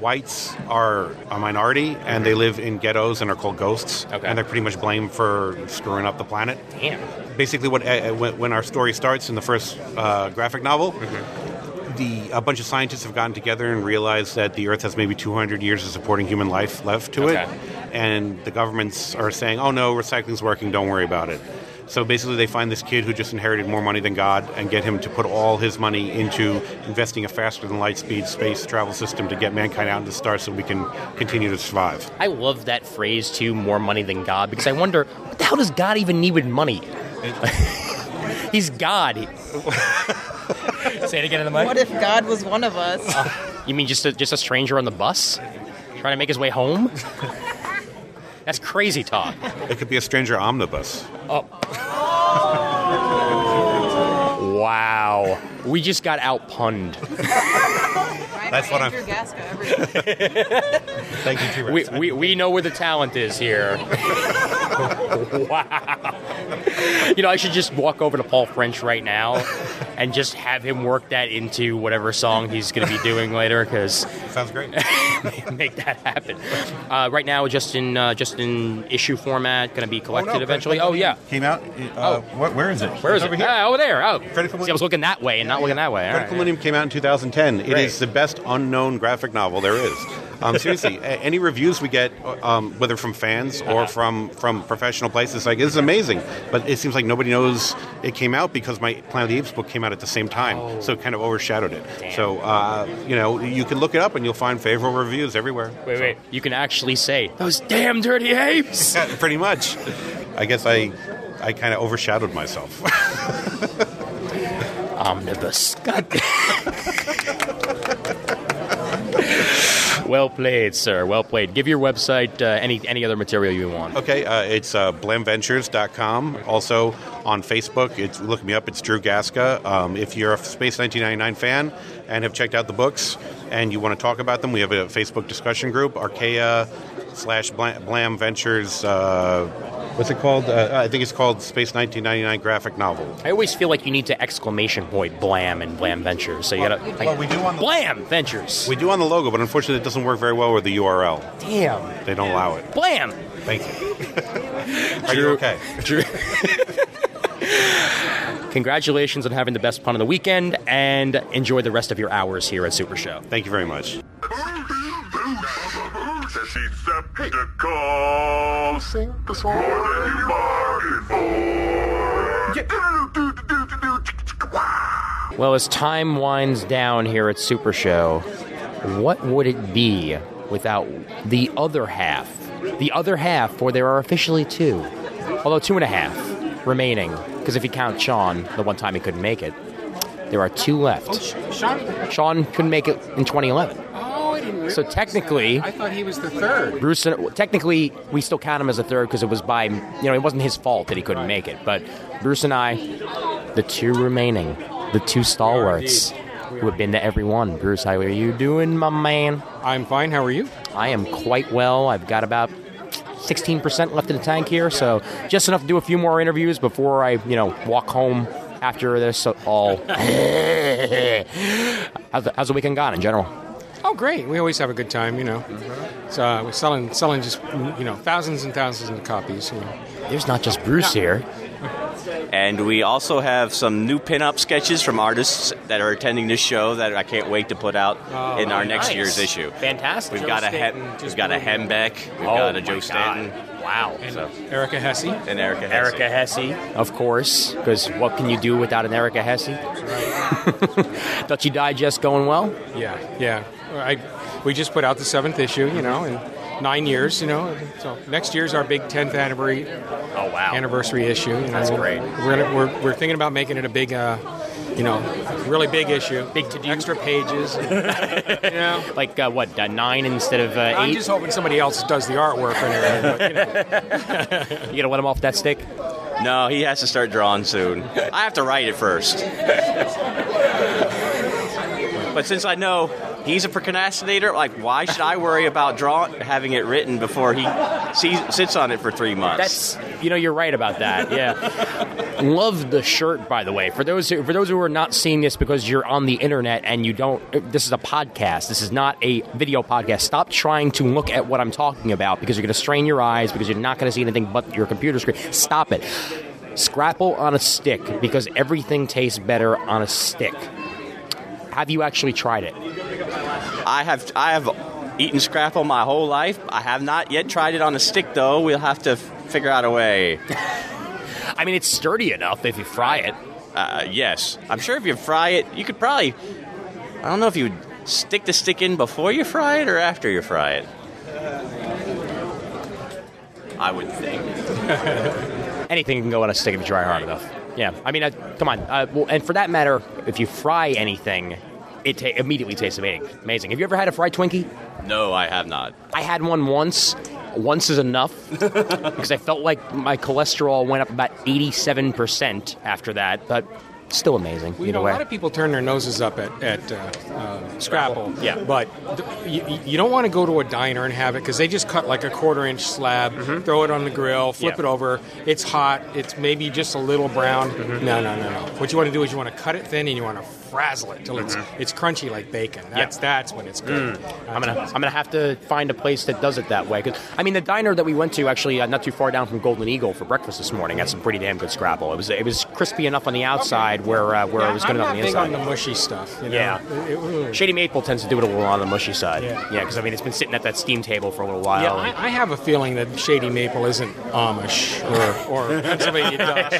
Speaker 24: Whites are a minority, and they live in ghettos and are called ghosts. Okay. And they're pretty much blamed for screwing up the planet.
Speaker 2: Damn.
Speaker 24: Basically, what uh, uh, when, when our story starts in the first uh, graphic novel.
Speaker 2: Mm-hmm.
Speaker 24: The, a bunch of scientists have gotten together and realized that the Earth has maybe 200 years of supporting human life left to it, and the governments are saying, "Oh no, recycling's working. Don't worry about it." So basically, they find this kid who just inherited more money than God and get him to put all his money into investing a faster than light speed space travel system to get mankind out into the stars so we can continue to survive.
Speaker 2: I love that phrase too, more money than God, because I wonder what the hell does God even need with money? He's God. Say it again in the mic.
Speaker 3: What if God was one of us?
Speaker 2: Uh, You mean just a, just a stranger on the bus trying to make his way home? That's crazy talk.
Speaker 24: It could be a stranger omnibus.
Speaker 2: Oh. wow. We just got outpunned.
Speaker 24: That's what
Speaker 3: Andrew Gasco, every
Speaker 24: Thank you, T-Rex.
Speaker 2: We, we, we know where the talent is here. wow. You know, I should just walk over to Paul French right now and just have him work that into whatever song he's going to be doing later because
Speaker 24: Sounds great.
Speaker 2: make that happen. Uh, right now, just in uh, just in issue format, going to be collected eventually. Oh yeah,
Speaker 24: came out. Uh, wh- where is it?
Speaker 2: Where is
Speaker 24: Over
Speaker 2: it?
Speaker 24: here.
Speaker 2: Ah, over there. Oh, See, I was looking that way and not looking that way. All right.
Speaker 24: Critical Millennium came out in 2010. It is the best unknown graphic novel there is. Um, seriously, a- any reviews we get, um, whether from fans
Speaker 2: Uh-huh.
Speaker 24: or from, from professional places, like this is amazing. But it seems like nobody knows it came out because my Planet of the Apes book came out at the same time,
Speaker 2: Oh.
Speaker 24: so it kind of overshadowed it. So uh, you know, you can look it up and you'll find favorable reviews everywhere.
Speaker 2: Wait, wait. You can actually say those damn dirty apes.
Speaker 24: Pretty much. I guess I I kind of overshadowed myself.
Speaker 2: Omnibus. God. well played, sir. Well played. Give your website uh, any any other material you want.
Speaker 24: Okay, uh, it's uh, blamventures.com. Also on Facebook, it's look me up. It's Drew Gasca. Um, if you're a Space 1999 fan and have checked out the books and you want to talk about them, we have a Facebook discussion group, Arkea slash Bla- Blam Ventures. Uh, what's it called? Uh, I think it's called Space 1999 Graphic Novel.
Speaker 2: I always feel like you need to exclamation point blam and blam ventures. So you gotta like,
Speaker 24: well, we do on the-
Speaker 2: blam ventures.
Speaker 24: We do on the logo, but unfortunately, it doesn't work very well with the URL.
Speaker 2: Damn.
Speaker 24: They don't allow it.
Speaker 2: Blam.
Speaker 24: Thank you. Are you okay?
Speaker 2: Drew. Congratulations on having the best pun of the weekend, and enjoy the rest of your hours here at Super Show.
Speaker 24: Thank you very much.
Speaker 6: Says he's skeptical. Sing the song. More than you bargained for.
Speaker 2: Well, as time winds down here at Super Show, what would it be without the other half? The other half, for there are officially two, although two and a half remaining, because if you count Sean, the one time he couldn't make it, there are two left.
Speaker 25: Oh, Sean.
Speaker 2: Sean couldn't make it in 2011.
Speaker 25: Oh, I didn't realize
Speaker 2: So technically,
Speaker 25: that. I thought he was the third.
Speaker 2: Bruce, well, technically, we still count him as a third because it was by, you know, it wasn't his fault that he couldn't make it. But Bruce and I, the two remaining, the two stalwarts who have been to every one. Bruce, how are you doing, my man?
Speaker 25: I'm fine. How are you?
Speaker 2: I am quite well. I've got about 16% left in the tank here, so just enough to do a few more interviews before I, you know, walk home after this. So all. how's, the, how's the weekend gone in general?
Speaker 25: Oh, great! We always have a good time, you know. So uh, we're selling, selling just you know thousands and thousands of copies. You know.
Speaker 2: There's not just Bruce here.
Speaker 26: And we also have some new pinup sketches from artists that are attending this show that I can't wait to put out
Speaker 2: Oh,
Speaker 26: in our next
Speaker 2: nice.
Speaker 26: year's issue.
Speaker 2: Fantastic.
Speaker 26: We've
Speaker 25: Joe
Speaker 26: got a
Speaker 25: Stanton
Speaker 26: he-
Speaker 25: just
Speaker 26: we've got a
Speaker 25: blew me
Speaker 26: Hembeck, we've
Speaker 2: Oh,
Speaker 26: got
Speaker 2: my
Speaker 26: a Joe
Speaker 2: God.
Speaker 26: Stanton.
Speaker 2: Wow.
Speaker 25: Erica Hesse
Speaker 26: and Erica Hesse.
Speaker 2: Erica Hesse, of course, because what can you do without an Erica Hesse? Dutchy Digest going well?
Speaker 25: Yeah, yeah. I, we just put out the seventh issue, you know, in nine years, you know. So next year's our big tenth anniversary.
Speaker 2: Oh wow!
Speaker 25: Anniversary issue. You know,
Speaker 2: That's great.
Speaker 25: We're, gonna, we're we're thinking about making it a big. Uh, you know, really big issue. Big to do. Extra pages. yeah.
Speaker 2: Like uh, what? Uh, nine instead of uh,
Speaker 25: I'm
Speaker 2: eight.
Speaker 25: just hoping somebody else does the artwork and everything. But, you know.
Speaker 2: you gonna let him off that stick?
Speaker 26: No, he has to start drawing soon. I have to write it first. but since I know he's a procrastinator, like why should I worry about draw having it written before he sees, sits on it for three months?
Speaker 2: That's you know you're right about that. Yeah, love the shirt by the way. For those who, for those who are not seeing this because you're on the internet and you don't, uh, this is a podcast. This is not a video podcast. Stop trying to look at what I'm talking about because you're going to strain your eyes because you're not going to see anything but your computer screen. Stop it. Scrapple on a stick because everything tastes better on a stick. Have you actually tried it?
Speaker 26: I have I have eaten scrapple my whole life. I have not yet tried it on a stick though. We'll have to f- figure out a way.
Speaker 2: I mean, it's sturdy enough if you fry it.
Speaker 26: Uh, yes, I'm sure if you fry it, you could probably. I don't know if you would stick the stick in before you fry it or after you fry it. I would think.
Speaker 2: anything can go on a stick if you try hard enough. Yeah, I mean, uh, come on. Uh, well, and for that matter, if you fry anything, it ta- immediately tastes amazing. Amazing. Have you ever had a fried Twinkie?
Speaker 26: no, I have not.
Speaker 2: I had one once. Once is enough because I felt like my cholesterol went up about eighty-seven percent after that, but still amazing
Speaker 25: Well, you
Speaker 2: either
Speaker 25: know, a
Speaker 2: way.
Speaker 25: lot of people turn their noses up at, at uh, uh, Scrapple.
Speaker 2: Yeah.
Speaker 25: But th- you, you don't want to go to a diner and have it because they just cut like a quarter inch slab, throw it on the grill, flip
Speaker 2: Mm-hmm. Yeah.
Speaker 25: it over. It's hot. It's maybe just a little brown.
Speaker 2: Mm-hmm.
Speaker 25: No, no, no, no. What you want to do is you want to cut it thin and you want to frazzle it till it's it's crunchy like bacon. That's that's when it's good.
Speaker 2: Mm-hmm. Mm. I'm gonna I'm gonna have to find a place that does it that way. 'Cause, I mean, the diner that we went to actually uh, not too far down from Golden Eagle for breakfast this morning had some pretty damn good scrapple. It was it was crispy enough on the outside where uh, where
Speaker 25: Yeah,
Speaker 2: it was good
Speaker 25: I'm
Speaker 2: enough
Speaker 25: not
Speaker 2: on the
Speaker 25: big
Speaker 2: inside.
Speaker 25: on the mushy stuff. you know?
Speaker 2: Yeah.
Speaker 25: It- it- mm.
Speaker 2: Shady Maple tends to do it a little on the mushy side.
Speaker 25: Yeah.
Speaker 2: Yeah, because I mean it's been sitting at that steam table for a little while.
Speaker 25: Yeah, I, I have a feeling that Shady Maple isn't Amish or, or Pennsylvania Dutch.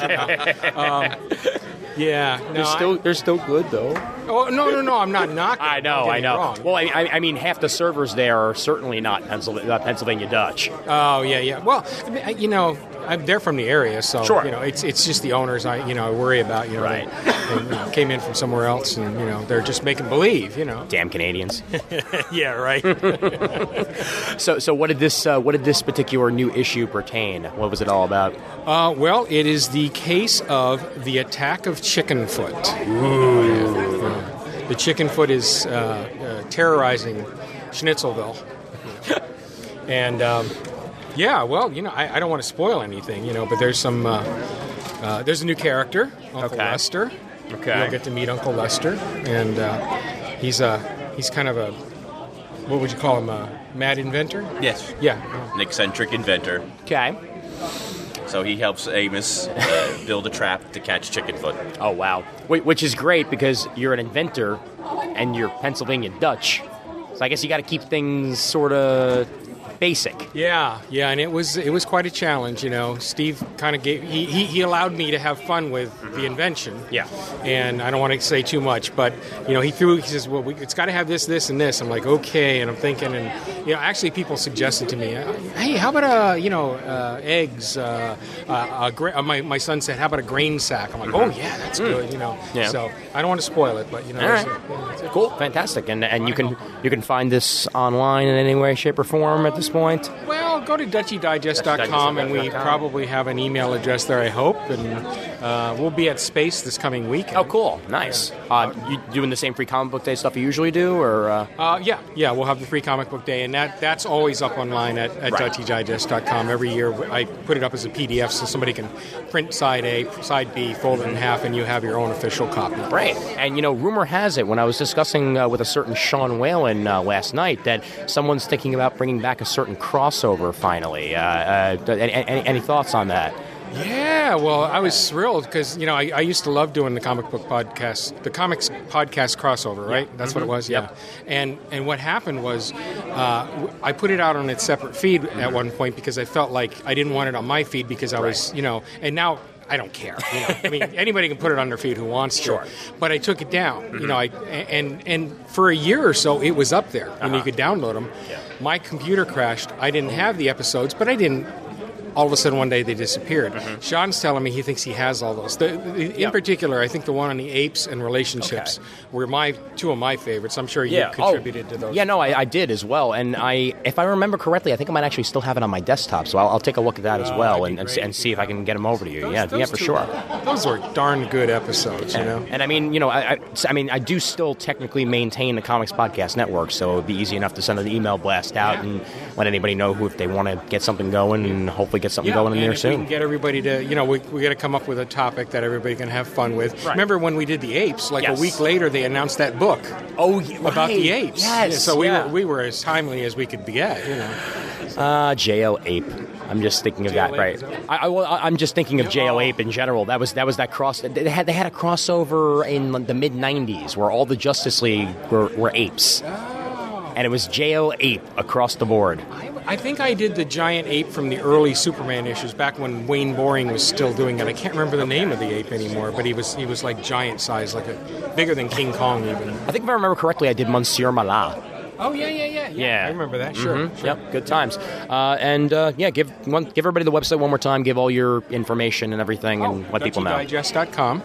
Speaker 25: you know. um, yeah, no,
Speaker 2: they're still
Speaker 25: I-
Speaker 2: they're still good though.
Speaker 25: oh no, no, no! I'm not knocking.
Speaker 2: I know,
Speaker 25: Don't get
Speaker 2: oh, I
Speaker 25: me
Speaker 2: know.
Speaker 25: wrong.
Speaker 2: Well, I, I, I mean half the servers there are certainly not Pennsylvania, not Pennsylvania Dutch.
Speaker 25: Oh yeah, yeah. Well, I mean, I- you know, I'm, they're from the area, so
Speaker 2: Sure.
Speaker 25: you know, it's it's just the owners. I you know, I worry about you know, right. they, they, you know, came in from somewhere else, and you know, they're just making believe. You know,
Speaker 2: damn Canadians.
Speaker 25: yeah, right.
Speaker 2: so so what did this uh, what did this particular new issue pertain? What was it all about?
Speaker 25: Uh, well, it is the case of the attack of chickenfoot. The chickenfoot is uh, uh, terrorizing Schnitzelville, you know. and um, yeah, well, you know, I, I don't want to spoil anything, you know, but there's some uh, uh, there's a new character, Uncle Lester.
Speaker 2: Okay.
Speaker 25: you'll get to meet Uncle Lester, and uh, he's a he's kind of a what would you call him a mad inventor?
Speaker 26: Yes.
Speaker 25: Yeah.
Speaker 26: An eccentric inventor.
Speaker 2: Okay.
Speaker 26: So he helps Amos uh, build a trap to catch Chickenfoot.
Speaker 2: Oh wow, Wh- which is great because you're an inventor and you're Pennsylvania Dutch, so I guess you got to keep things sort of basic.
Speaker 25: Yeah, yeah, and it was it was quite a challenge, you know. Steve kind of gave he, he he allowed me to have fun with the invention.
Speaker 2: Mm-hmm. Yeah.
Speaker 25: and I don't want to say too much, but you know, he threw he says, "Well, we, it's got to have this, this, and this." I'm like, "Okay," and I'm thinking, and you know, actually, people suggested to me, uh, "Hey, how about a you know uh, eggs?" Uh, uh, a gra- uh, my my son said, "How about a grain sack?" I'm like, "Oh yeah, that's
Speaker 2: Mm.
Speaker 25: good," you know.
Speaker 2: Yeah.
Speaker 25: So I don't want to spoil it, but you know,
Speaker 2: All
Speaker 25: there's
Speaker 2: right.
Speaker 25: a-
Speaker 2: Cool. Fantastic. And and you can you can find this online in any way, shape, or form at this point.
Speaker 25: Well, go to DutchyDigest.com and we
Speaker 2: DutchyDigest.com.
Speaker 25: probably have an email address there, I hope. And uh, we'll be at Space this coming week. Oh,
Speaker 2: cool. Nice. Uh, you doing the same free comic book day stuff you usually do, or uh,
Speaker 25: Uh, yeah, yeah, we'll have the free comic book day, and that, that's always up online at, at
Speaker 2: Right.
Speaker 25: DutchyDigest.com. Every year I put it up as a PDF so somebody can print side A, side B, fold it in half, and you have your own official copy.
Speaker 2: Right. And you know, rumor has it when I was discussing uh, with a certain Sean Whalen uh, last night that someone's thinking about bringing back a certain crossover finally. Uh, uh, th- any, any, any thoughts on that?
Speaker 25: Yeah, well, I was thrilled because you know I, I used to love doing the comic book podcast, the comics podcast crossover, right? That's what it
Speaker 2: Mhm.
Speaker 25: was. Yeah, Mm-hmm. and and what happened was uh, w- I put it out on its separate feed at one point because I felt like I didn't want it on my feed because I was you know, and now. I don't care. You know? I mean, anybody can put it on their feed who wants
Speaker 2: Sure.
Speaker 25: to. But I took it down. You know, I and and for a year or so it was up there and you could download them. My computer crashed. I didn't have the episodes, but I didn't all of a sudden one day they disappeared. Sean's telling me he thinks he has all those. The, the- in
Speaker 4: Yeah.
Speaker 25: particular, I think the one on the apes and relationships were my two of my favorites. I'm sure you
Speaker 2: Yeah. Oh,
Speaker 25: contributed to those.
Speaker 2: Yeah, no, I, I did as well, and I, if I remember correctly, I think I might actually still have it on my desktop, so I'll, I'll take a look at that as
Speaker 25: Oh,
Speaker 2: well and, and, s- and see if I can get them over to you. yeah, yeah,
Speaker 25: those
Speaker 2: for
Speaker 25: two-
Speaker 2: sure.
Speaker 25: Those were darn good episodes, you know.
Speaker 2: And I mean, you know, I, I, I mean, I do still technically maintain the Comics Podcast Network, so it'd be easy enough to send an email blast out and let anybody know who if they want to get something going and hopefully get something going in
Speaker 25: and
Speaker 2: there
Speaker 25: if We can
Speaker 2: soon.
Speaker 25: get everybody to, you know, we, we got to come up with a topic that everybody can have fun with. Remember when we did the apes? Like
Speaker 2: Yes.
Speaker 25: a week later, they announced that book.
Speaker 2: Oh,
Speaker 25: about the
Speaker 2: right.
Speaker 25: apes.
Speaker 2: Yes,
Speaker 25: Yeah, so we
Speaker 2: yeah.
Speaker 25: were we were as timely as we could be at, you know.
Speaker 2: Uh, JL Ape. I'm just thinking of that,
Speaker 25: JL Ape
Speaker 2: right?
Speaker 25: is up.
Speaker 2: I, I, well, I- I'm just thinking of JL Ape in general. That was that was that cross. They had they had a crossover in the mid '90s where all the Justice League were, were apes,
Speaker 25: Oh.
Speaker 2: and it was JL Ape across the board.
Speaker 25: I think I did the giant ape from the early Superman issues back when Wayne Boring was still doing it. I can't remember the name of the ape anymore, but he was he was like giant size, like a bigger than King Kong even.
Speaker 2: I think if I remember correctly, I did Monsieur Malat.
Speaker 25: Oh yeah, yeah, yeah,
Speaker 2: Yeah,
Speaker 25: I remember that. Sure.
Speaker 2: Mhm. Yep, good times. Uh, and uh, yeah, give one, give everybody the website one more time. Give all your information and everything,
Speaker 25: Oh,
Speaker 2: and let people know.
Speaker 25: DutchyDigest.com.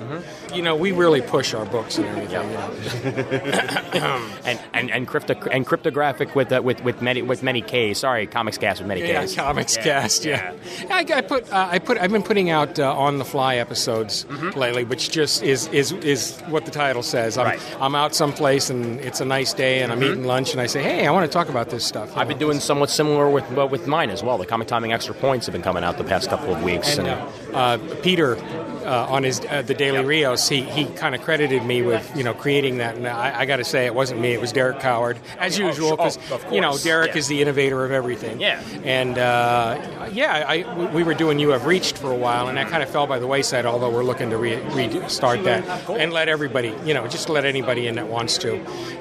Speaker 25: You know, we really push our books and everything. you know.
Speaker 2: and and and, crypto, and cryptographic with uh, with with many with many K's. Sorry, comics cast with many
Speaker 25: Yeah,
Speaker 2: K's.
Speaker 25: comics cast. Yeah, I, I put uh, I put I've been putting out uh, on the fly episodes
Speaker 2: Mm-hmm.
Speaker 25: lately, which just is is is what the title says. I'm, I'm out someplace and it's a nice day, and I'm
Speaker 2: Mhm.
Speaker 25: eating lunch, and I say, hey, I want to talk about this stuff.
Speaker 2: I've been doing somewhat similar with well, with mine as well. The comic timing extra points have been coming out the past couple of weeks.
Speaker 25: And, uh, uh, Peter uh, on his uh, the Daily Rios, he he kind of credited me with you know creating that, and I, I got to say it wasn't me; it was Derek Coward, as
Speaker 2: Oh,
Speaker 25: usual,
Speaker 2: sure.
Speaker 25: because
Speaker 2: Oh, of
Speaker 25: you know
Speaker 2: course.
Speaker 25: Derek
Speaker 2: Yeah.
Speaker 25: is the innovator of everything.
Speaker 2: Yeah.
Speaker 25: and uh, yeah, I, we- we were doing "You Have Reached" for a while, and that kind of fell by the wayside. Although we're looking to re- restart that and let everybody, you know, just let anybody in that wants to.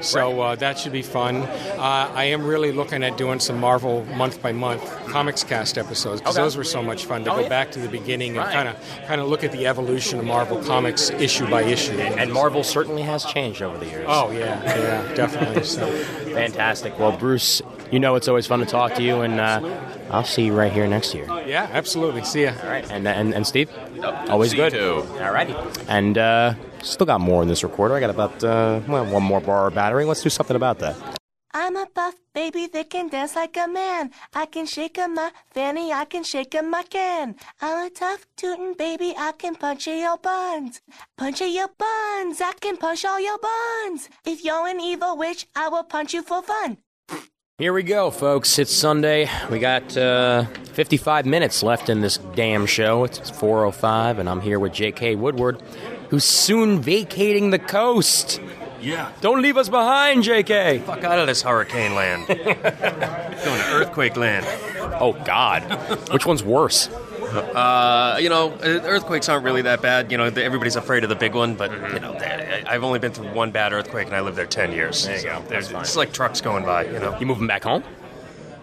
Speaker 25: So uh, that should be fun. Uh, I am really looking at doing some Marvel month by month comics cast episodes because
Speaker 2: Okay.
Speaker 25: those were so much fun to
Speaker 2: Oh,
Speaker 25: go
Speaker 2: yeah.
Speaker 25: back to the beginning
Speaker 2: Right.
Speaker 25: and kind of kind of look at the evolution of Marvel comics issue by issue.
Speaker 2: And, and Marvel certainly has changed over the years.
Speaker 25: Oh yeah, yeah, definitely. So.
Speaker 2: Fantastic. Well, Bruce, you know it's always fun to talk to you, and uh, I'll see you right here next year.
Speaker 25: Yeah, absolutely. See ya. All
Speaker 2: right. And and, and Steve, always
Speaker 25: see
Speaker 2: good.
Speaker 25: you
Speaker 2: All righty. And uh, still got more in this recorder. I got about uh, well one more bar of battery. Let's do something about that.
Speaker 9: I'm a buff baby that can dance like a man. I can shake a my fanny, I can shake a my can. I'm a tough tootin' baby, I can punch a your buns. Punch a your buns, I can punch all your buns. If you're an evil witch, I will punch you for fun.
Speaker 2: Here we go, folks. It's Sunday. We got uh, 55 minutes left in this damn show. It's 4:05, and I'm here with J.K. Woodward, who's soon vacating the coast.
Speaker 4: Yeah.
Speaker 2: Don't leave us behind, J.K.
Speaker 4: Fuck out of this hurricane land. Going to earthquake land.
Speaker 2: Oh God, which one's worse?
Speaker 4: Uh, you know, uh, earthquakes aren't really that bad. You know, th- everybody's afraid of the big one, but
Speaker 2: Mm-hmm.
Speaker 4: you know, th- I- I've only been through one bad earthquake, and I lived there ten years. There you go. It's like trucks going by. You know,
Speaker 2: you moving back home?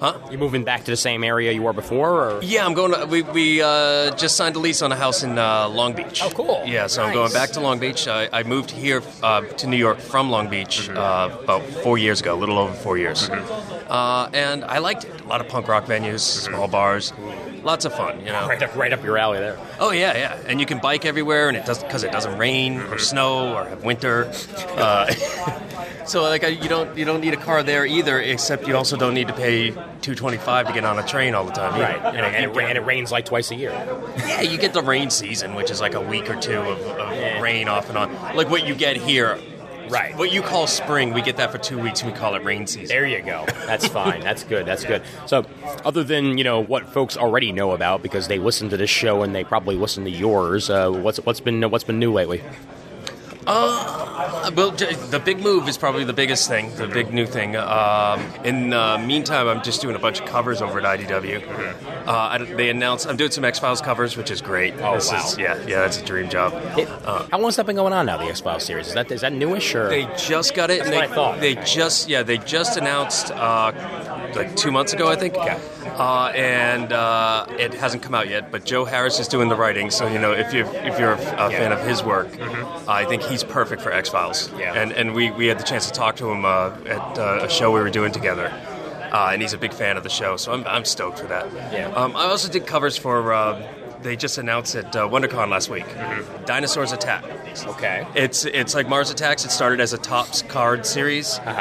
Speaker 4: Huh?
Speaker 2: You moving back to the same area you were before? Or?
Speaker 4: Yeah, I'm going. To, we we uh, just signed a lease on a house in uh, Long Beach. Oh,
Speaker 2: cool.
Speaker 4: Yeah, so I'm
Speaker 2: Nice.
Speaker 4: going back to Long Beach. I, I moved here uh, to New York from Long Beach
Speaker 2: Mm-hmm.
Speaker 4: uh, about four years ago, a little over four years, uh, and I liked it. A lot of punk rock venues, small bars, lots of fun. You know,
Speaker 2: Mm-hmm. Right up, right up your alley there.
Speaker 4: Oh yeah, yeah, and you can bike everywhere, and it does because it doesn't rain
Speaker 2: Mm-hmm.
Speaker 4: or snow or have winter. Uh, so like I, you don't you don't need a car there either, except you also don't need to pay two twenty five to get on a train all the time. either.
Speaker 2: Right,
Speaker 4: You know, you
Speaker 2: and, and, it,
Speaker 4: get-
Speaker 2: ra- and it rains like twice a year.
Speaker 4: yeah, you get the rain season, which is like a week or two of, of rain off and on, like what you get here. Right. What you call spring, we get that for two weeks. and We call it rain season.
Speaker 2: There you go. That's fine. That's good. That's good. So, other than you know what folks already know about because they listen to this show and they probably listen to yours, uh, what's what's been what's been new lately?
Speaker 4: Uh, well, j- the big move is probably the biggest thing, the big new thing. Um, in the meantime, I'm just doing a bunch of covers over at IDW. Uh, I don't- they announced I'm doing some X Files covers, which is great.
Speaker 2: Mm-hmm. Oh,
Speaker 4: This
Speaker 2: wow.
Speaker 4: is- yeah, yeah, that's a dream job. Uh,
Speaker 2: How long's that been going on now? The X Files series is that is that newish or
Speaker 4: they just got it.
Speaker 2: That's
Speaker 4: and
Speaker 2: what
Speaker 4: they,
Speaker 2: I thought.
Speaker 4: They just yeah, they just announced uh, like two months ago, I think. Uh, and uh, it hasn't come out yet, but Joe Harris is doing the writing, so you know if you if you're a f- a fan of his work, I think he's perfect for X Files.
Speaker 2: Mm-hmm. Yeah.
Speaker 4: And and we, we had the chance to talk to him uh, at uh, a show we were doing together. uh, and he's a big fan of the show, so I'm, I'm stoked for that. Yeah. Um, I also did covers for. Uh, they just announced at uh, WonderCon last week.
Speaker 2: Mm-hmm.
Speaker 4: Dinosaurs Attack.
Speaker 2: Okay.
Speaker 4: It's it's like Mars Attacks. It started as a Topps card series,
Speaker 2: Uh-huh.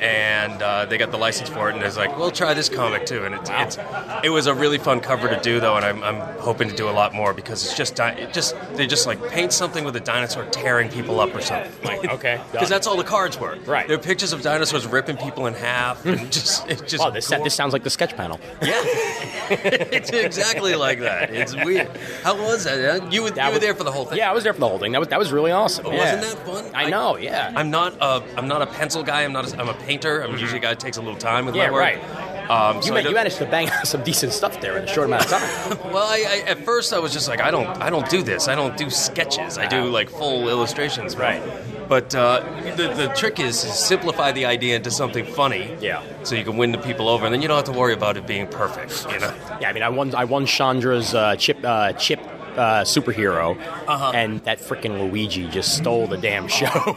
Speaker 4: and uh, they got the license for it. And it's like, we'll try this comic too. And it's, it's it was a really fun cover to do though, and I'm, I'm hoping to do a lot more because it's just di- it just they just like paint something with a dinosaur tearing people up or something. Like
Speaker 2: okay,
Speaker 4: because that's all the cards were. Right. There are pictures of dinosaurs ripping people in half, and just it just
Speaker 2: wow, this, this sounds like the sketch panel.
Speaker 4: it's exactly like that. It's weird. How was that? You were, you were there for the whole thing.
Speaker 2: Yeah, I was there for the whole thing. That was that was really awesome.
Speaker 4: But
Speaker 2: yeah.
Speaker 4: wasn't that fun?
Speaker 2: I know. Yeah.
Speaker 4: I'm not a I'm not a pencil guy. I'm not a, I'm a painter. I'm usually a guy that takes a little time with
Speaker 2: Yeah,
Speaker 4: my work.
Speaker 2: right.
Speaker 4: Um,
Speaker 2: you,
Speaker 4: so I
Speaker 2: ma-
Speaker 4: don't-
Speaker 2: you managed to bang out some decent stuff there in a short amount of time.
Speaker 4: well, I, I, at first I was just like, I don't, I don't do this. I don't do sketches. I do like full illustrations. Right. But uh, the, the trick is to simplify the idea into something funny.
Speaker 2: Yeah.
Speaker 4: So you can win the people over, and then you don't have to worry about it being perfect. You know.
Speaker 2: yeah, I mean, I won I won Chandra's uh, chip uh, chip. Uh, superhero,
Speaker 4: Uh-huh.
Speaker 2: and that freaking Luigi just stole the damn show.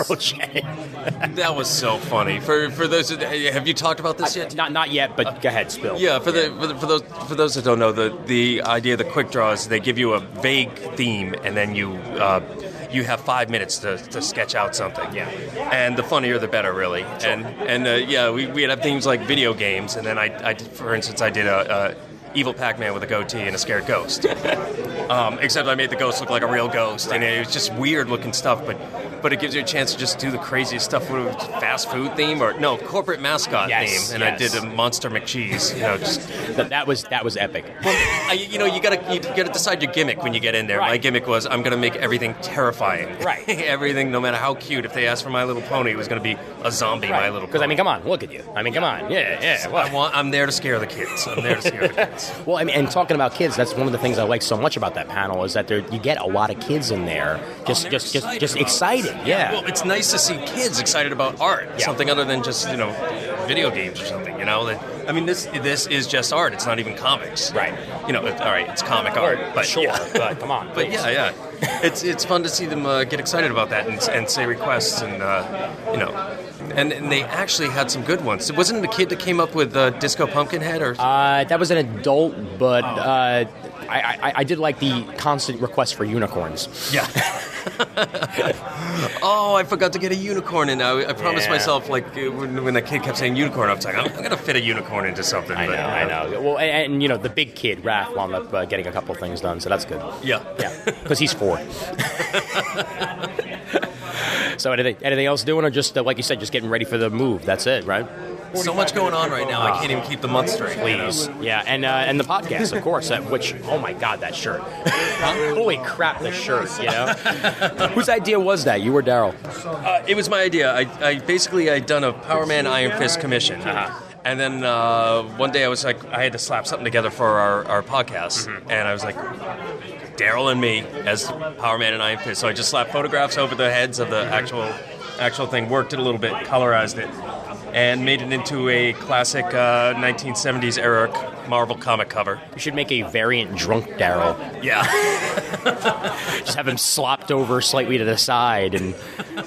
Speaker 4: that was so funny. For for those, that, have you talked about this yet?
Speaker 2: Not not yet, but go ahead, spill.
Speaker 4: Yeah, for the, for the for those for those that don't know, the the idea of the quick draw is they give you a vague theme, and then you uh, you have five minutes to, to sketch out something. Yeah, and the funnier the better, really. And and uh, yeah, we we had themes like video games, and then I, I did, for instance I did a. a Evil Pac-Man with a goatee and a scared ghost. um, except I made the ghost look like a real ghost, and it was just weird looking stuff. But but it gives you a chance to just do the craziest stuff with a fast food theme or no corporate mascot
Speaker 2: Yes,
Speaker 4: theme. And I
Speaker 2: yes.
Speaker 4: did a Monster McCheese. You know, just
Speaker 2: that, that was that was epic.
Speaker 4: I, you know, you gotta you gotta decide your gimmick when you get in there. My gimmick was I'm gonna make everything terrifying. Right. everything, no matter how cute. If they asked for My Little Pony, it was gonna be a zombie. My Little.
Speaker 2: Because I mean, come on, look at you. I mean, come on. Yeah, yeah. Well,
Speaker 4: I want. I'm there to scare the kids. I'm there to scare the kids.
Speaker 2: Well, I mean, and talking about kids, that's one of the things I like so much about that panel is that there you get a lot of kids in there,
Speaker 4: Oh,
Speaker 2: just just just just excited. Yeah.
Speaker 4: Well, it's nice to see kids excited about art, something other than just you know video games or something. You know, that I mean, this this is just art. It's not even comics. Right. You know, it, all right, it's comic art, but sure,
Speaker 2: but come on.
Speaker 4: But yeah, yeah. It's it's fun to see them uh, get excited about that and, and say requests and uh, you know, and, and they actually had some good ones. Wasn't it a kid that came up with uh, Disco Pumpkinhead or
Speaker 2: Uh, that was an adult,
Speaker 4: Oh.
Speaker 2: but uh, I, I I did like the constant request for unicorns.
Speaker 4: Yeah. oh, I forgot to get a unicorn, and I, I promised
Speaker 2: Yeah.
Speaker 4: myself like uh, when, when that kid kept saying unicorn, I was like, I'm, I'm gonna fit a unicorn into something.
Speaker 2: I know,
Speaker 4: but,
Speaker 2: I know. Well, and, and you know, the big kid Raph wound up uh, getting a couple things done, so that's good.
Speaker 4: Yeah,
Speaker 2: yeah, because he's four. so anything, anything else doing, or just uh, like you said, just getting ready for the move? That's it, right?
Speaker 4: So much going on right now. I can't even keep the month straight. you know?
Speaker 2: Please, yeah, and uh, and the podcast, of course. That which, oh my God, that shirt! Holy crap, the shirt! You know, whose idea was that? You or Daryl?
Speaker 4: Uh, it was my idea. I, I basically I'd done a Power Man Iron Fist commission, Uh-huh. and then uh, one day I was like, I had to slap something together for our, our podcast,
Speaker 2: Mm-hmm.
Speaker 4: and I was like, Daryl and me as Power Man and Iron Fist. So I just slapped photographs over the heads of
Speaker 2: Mm-hmm.
Speaker 4: the actual actual thing, worked it a little bit, colorized it, and made it into a classic uh, 1970s era c- Marvel comic cover.
Speaker 2: You should make a variant drunk Daryl.
Speaker 4: Yeah.
Speaker 2: Just have him slopped over slightly to the side, and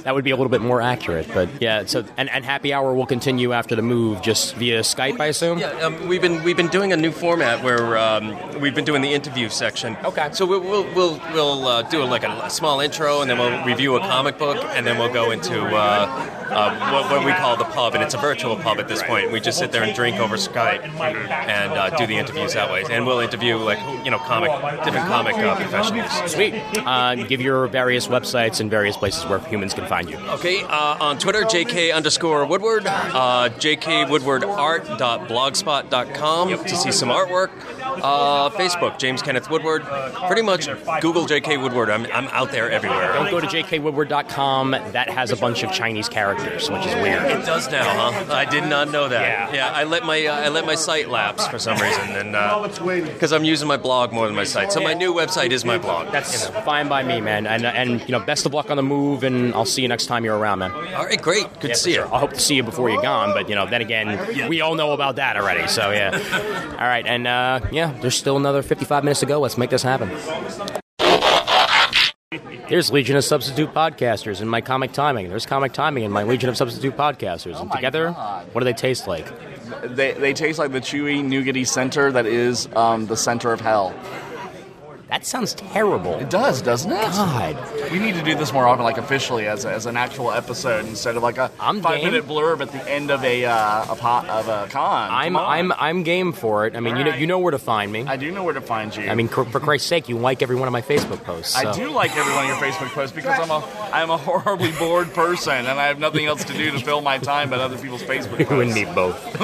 Speaker 2: that would be a little bit more accurate. But yeah, so and, and happy hour will continue after the move, just via Skype, I assume.
Speaker 4: Yeah, um, we've been we've been doing a new format where um, we've been doing the interview section. Okay. So we'll we'll we'll, we'll uh, do like a, a small intro, and then we'll review a comic book, and then we'll go into uh, uh, what, what we call the pub, and it's a virtual pub at this point. We just sit there and drink over Skype and uh, do the interviews that way, and we'll interview like you know comic different comic uh, professionals.
Speaker 2: Sweet. Uh, give your various websites and various places where humans can find you.
Speaker 4: Okay, uh, on Twitter, JK underscore Woodward, uh, jkwoodwardart.blogspot.com to see some artwork. Uh, Facebook, James Kenneth Woodward. Pretty much Google JK Woodward. I'm, I'm out there everywhere.
Speaker 2: Don't go to jkwoodward.com. That has a bunch of Chinese characters, which is weird.
Speaker 4: It does now, huh? I did not know that. Yeah, I let my uh, I let my site lapse for some reason, and uh, because I'm using my blog more than my site, so my new website is my blog.
Speaker 2: That's fine by me, man. And, and you know, best of luck on the move, and I'll see you next time you're around, man.
Speaker 4: All right, great. Good to see you.
Speaker 2: I hope to see you before you're gone, but you know, then again, we all know about that already. So yeah. all right, and uh, yeah, there's still another 55 minutes to go. Let's make this happen. There's Legion of Substitute Podcasters in my comic timing. There's comic timing in my Legion of Substitute Podcasters. and
Speaker 10: Oh my
Speaker 2: together,
Speaker 10: God.
Speaker 2: what do they taste like?
Speaker 10: They, they taste like the chewy, nougaty center that is um, the center of hell.
Speaker 2: That sounds terrible.
Speaker 10: It does, doesn't it?
Speaker 2: God.
Speaker 10: We need to do this more often, like officially, as, a, as an actual episode instead of like a five minute blurb at the end of a uh, a, po- of a con.
Speaker 2: I'm
Speaker 10: Come on.
Speaker 2: I'm I'm game for it. I mean, you know
Speaker 10: Alright.
Speaker 2: you know where to find me.
Speaker 10: I do know where to find you.
Speaker 2: I mean, for, for Christ's sake, you like every one of my Facebook posts.
Speaker 10: I
Speaker 2: so.
Speaker 10: do like every one of your Facebook posts because I'm a I'm a horribly bored person and I have nothing else to do to fill my time but other people's Facebook posts.
Speaker 2: You and me both.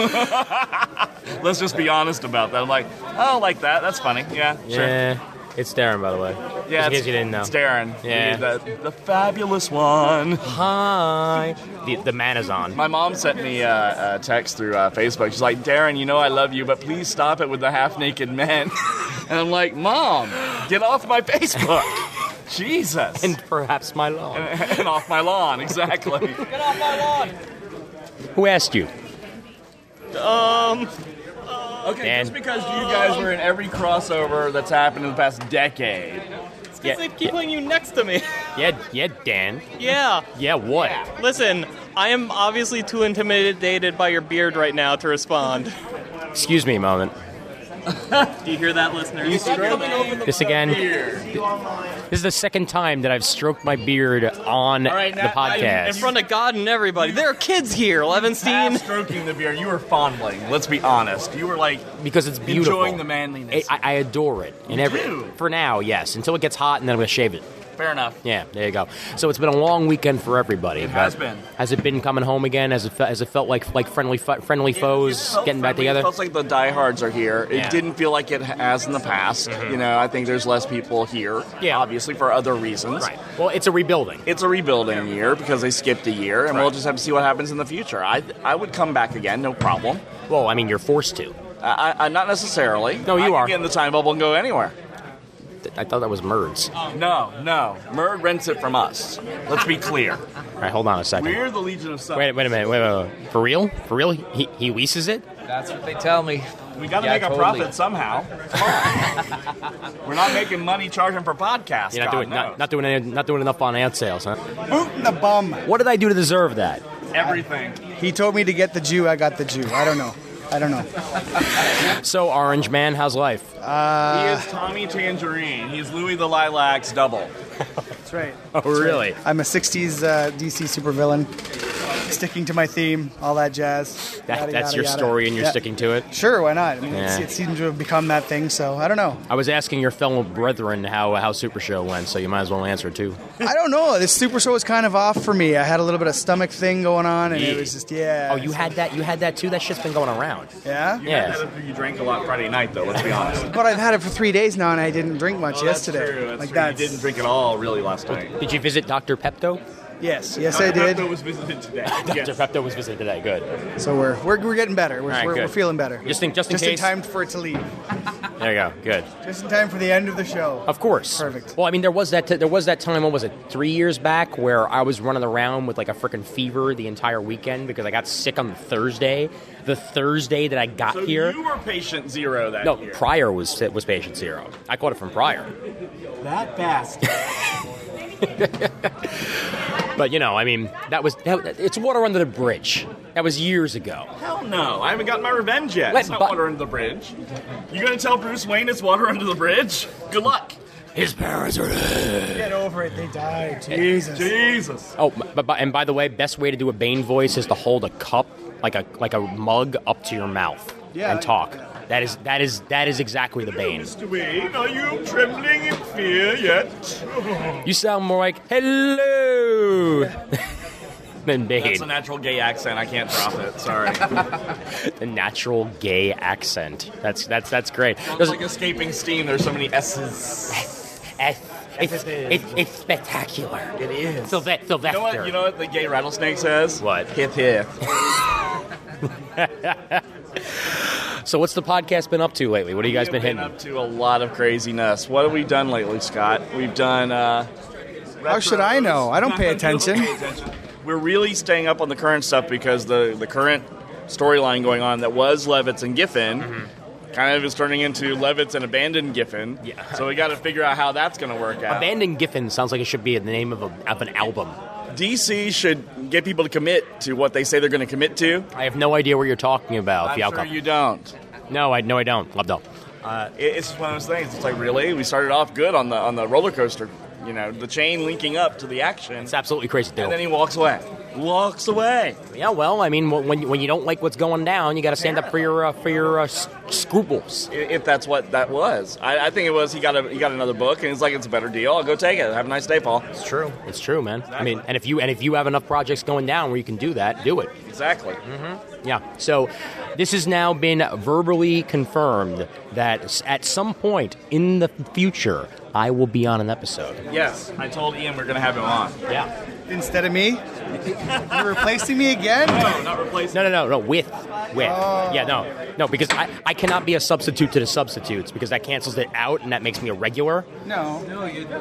Speaker 10: Let's just be honest about that. I'm like, oh, I like that. That's funny. Yeah,
Speaker 2: Yeah, it's Darren, by the way. Just
Speaker 10: Yeah,
Speaker 2: in case
Speaker 10: it's-
Speaker 2: you didn't know.
Speaker 10: it's Darren.
Speaker 2: Yeah,
Speaker 10: The, the fabulous one.
Speaker 2: Hi. The, the man is on.
Speaker 10: My mom sent me uh, a text through uh, Facebook. She's like, Darren, you know I love you, but please stop it with the half naked men. and I'm like, Mom, get off my Facebook. Jesus. And
Speaker 2: perhaps my lawn.
Speaker 10: and off my lawn, exactly. get off my lawn.
Speaker 2: Who asked you?
Speaker 10: Um. Okay,
Speaker 2: Dan.
Speaker 10: just because you guys were in every crossover that's happened in the past decade.
Speaker 2: Yeah,
Speaker 11: They keep putting you next to me.
Speaker 2: yeah, yeah, Dan.
Speaker 11: yeah.
Speaker 2: Yeah, what?
Speaker 11: Listen, I am obviously too intimidated by your beard right now to respond.
Speaker 2: Excuse me a moment.
Speaker 11: Do you hear that, listener?
Speaker 10: You stroked
Speaker 2: This again. This is the second time that I've stroked my beard on the podcast.
Speaker 11: In front of God and everybody. There are kids here, Levinstein.
Speaker 10: stroking the beard. You were fondling. Let's be honest. You were like
Speaker 2: because it's beautiful.
Speaker 10: Enjoying the manliness.
Speaker 2: I, I adore it.
Speaker 10: You do?
Speaker 2: For now, yes. Until it gets hot, and then I'm going to shave it.
Speaker 10: Fair enough.
Speaker 2: Yeah, there you go. So it's been a long weekend for everybody. It
Speaker 10: has been.
Speaker 2: Has it been coming home again? Has it, fe- has it felt like like friendly fo- friendly foes getting back
Speaker 10: It
Speaker 2: together?
Speaker 10: felt like the diehards are here. It
Speaker 2: Yeah. Mm-hmm.
Speaker 10: didn't feel like it has in the past. You know, I think there's less people here. Yeah. Obviously for other reasons. Right.
Speaker 2: Well, it's a rebuilding.
Speaker 10: It's a rebuilding year because they skipped a year, and we'll just have to see what happens in the future. I I would come back again, no problem.
Speaker 2: Well, I mean, you're forced to.
Speaker 10: I, I not necessarily.
Speaker 2: No, you
Speaker 10: I can
Speaker 2: are.
Speaker 10: Get in the time bubble and go anywhere.
Speaker 2: I thought that was Merds.
Speaker 10: No, no. Murd rents it from us. Let's be clear.
Speaker 2: All right, hold on a second.
Speaker 10: We're the Legion of Sub.
Speaker 2: Wait, wait a minute. Wait, wait, wait. For real? For real? He, he leases it?
Speaker 12: That's what they tell me.
Speaker 10: We got to
Speaker 12: Yeah,
Speaker 10: make a
Speaker 12: totally.
Speaker 10: profit somehow. Come on. We're not making money charging for podcasts.
Speaker 2: You're not
Speaker 10: God
Speaker 2: doing
Speaker 10: knows.
Speaker 2: not, not doing any, not doing enough on ad sales, huh?
Speaker 12: Boot in the bum.
Speaker 2: What did I do to deserve that?
Speaker 10: everything.
Speaker 12: He told me to get the Jew. I got the Jew. I don't know. I don't know.
Speaker 2: So Orange Man, how's life?
Speaker 12: Uh,
Speaker 10: he is Tommy Tangerine. He's Louis the Lilacs double.
Speaker 12: That's right.
Speaker 2: Oh, really?
Speaker 12: I'm a '60s uh, DC supervillain, sticking to my theme, all that jazz.
Speaker 2: That-
Speaker 12: yada,
Speaker 2: that's
Speaker 12: yada,
Speaker 2: your
Speaker 12: yada.
Speaker 2: story, and you're
Speaker 12: Yeah.
Speaker 2: sticking to it.
Speaker 12: Sure, why not? I mean, it's,
Speaker 2: Yeah.
Speaker 12: it seems to have become that thing. So I don't know.
Speaker 2: I was asking your fellow brethren how how Super Show went, so you might as well answer too.
Speaker 12: I don't know. This Super Show was kind of off for me. I had a little bit of stomach thing going on, and it
Speaker 2: Yeah.
Speaker 12: was just yeah.
Speaker 2: Oh, you had that. You had that too. That shit's been going around.
Speaker 12: Yeah.
Speaker 10: You had that after you drank a lot Friday night, though. Let's be honest.
Speaker 12: But I've had it for three days now, and I didn't drink much
Speaker 10: Oh, that's
Speaker 12: yesterday.
Speaker 10: true, that's
Speaker 12: like
Speaker 10: true.
Speaker 12: that's
Speaker 10: You didn't drink at all, really, last night.
Speaker 2: Did you visit Doctor Pepto?
Speaker 12: Yes, yes, I did.
Speaker 10: Pepto was visited today.
Speaker 2: Doctor Pepto was visited today. Good.
Speaker 12: So we're we're, we're getting better. We're,
Speaker 2: All right,
Speaker 12: we're,
Speaker 2: good.
Speaker 12: we're feeling better.
Speaker 2: Just in- just in case.
Speaker 12: time for it to leave.
Speaker 2: There you go. Good.
Speaker 12: Just in time for the end of the show.
Speaker 2: Of course. Perfect. Well, I mean, there was that. T- there was that time. What was it? Three years back, where I was running around with like a freaking fever the entire weekend because I got sick on Thursday. The Thursday that I got
Speaker 10: So
Speaker 2: here.
Speaker 10: you were patient zero that
Speaker 2: no,
Speaker 10: year.
Speaker 2: Pryor was was patient zero. I caught it from Pryor.
Speaker 10: that bastard.
Speaker 2: But you know, I mean, that was that, it's water under the bridge. That was years ago.
Speaker 10: Hell no, I haven't gotten my revenge yet.
Speaker 2: Let
Speaker 10: it's not
Speaker 2: bu-
Speaker 10: Water Under the Bridge. You gonna tell Bruce Wayne it's Water Under the Bridge? Good luck.
Speaker 2: His parents are
Speaker 12: Get over it. They died. Jesus.
Speaker 10: Jesus.
Speaker 2: Oh, but, but and by the way, best way to do a Bane voice is to hold a cup like a like a mug up to your mouth
Speaker 10: Yeah.
Speaker 2: and talk. That is that is that is exactly the Bane.
Speaker 10: Mr. Wayne, are you trembling in fear yet?
Speaker 2: You sound more like hello than Bane.
Speaker 10: That's a natural gay accent. I can't drop it. Sorry.
Speaker 2: the natural gay accent. That's that's that's great.
Speaker 10: It's like escaping steam. There's so many S's.
Speaker 2: S.
Speaker 10: It's,
Speaker 2: it's spectacular.
Speaker 10: It is.
Speaker 2: Sylve-
Speaker 10: You know what? You know what the gay rattlesnake says? What? Hip hip.
Speaker 2: So what's the podcast been up to lately? What have you guys been
Speaker 10: We've
Speaker 2: hitting?
Speaker 10: up to a lot of craziness. What have we done lately, Scott? We've done. Uh,
Speaker 12: How should I know? I don't pay attention.
Speaker 10: we're really staying up on the current stuff because the the current storyline going on that was Levitz and Giffen
Speaker 2: Mm-hmm.
Speaker 10: kind of is turning into Levitt's and Abandoned Giffen. Yeah. So we got to figure out how that's going to work out.
Speaker 2: Abandoned Giffen sounds like it should be the name of, a, of an album.
Speaker 10: DC should get people to commit to what they say they're going to commit to.
Speaker 2: I have no idea what you're talking about.
Speaker 10: I'm
Speaker 2: the
Speaker 10: sure
Speaker 2: outcome.
Speaker 10: you don't.
Speaker 2: No, I no, I don't. Love don't.
Speaker 10: Uh, it, it's just one of those things. It's like really, we started off good on the on the roller coaster, you know, the chain linking up to the action. It's
Speaker 2: absolutely crazy. Though.
Speaker 10: And then he walks away. Walks away.
Speaker 2: Yeah, well, I mean, wh- when you- when you don't like what's going down, you got to stand up for your uh, for your uh, s- scruples.
Speaker 10: I- If that's what that was, I, I think it was. He got a, he got another book, and it's like it's a better deal. I'll go take it. Have a nice day, Paul. It's
Speaker 2: true. It's true, man. I mean, and if you and if you have enough projects going down where you can do that, do it.
Speaker 10: Exactly. Mm-hmm.
Speaker 2: Yeah. So this has now been verbally confirmed that s- at some point in the future, I will be on an episode.
Speaker 10: Yes, I told Ian we're gonna have him on.
Speaker 2: Yeah.
Speaker 12: Instead of me? You're replacing me again?
Speaker 10: No, not replacing.
Speaker 2: No, no, no, no. With, with. Yeah, no, no. Because I, I cannot be a substitute to the substitutes because that cancels it out and that makes me a regular.
Speaker 12: No.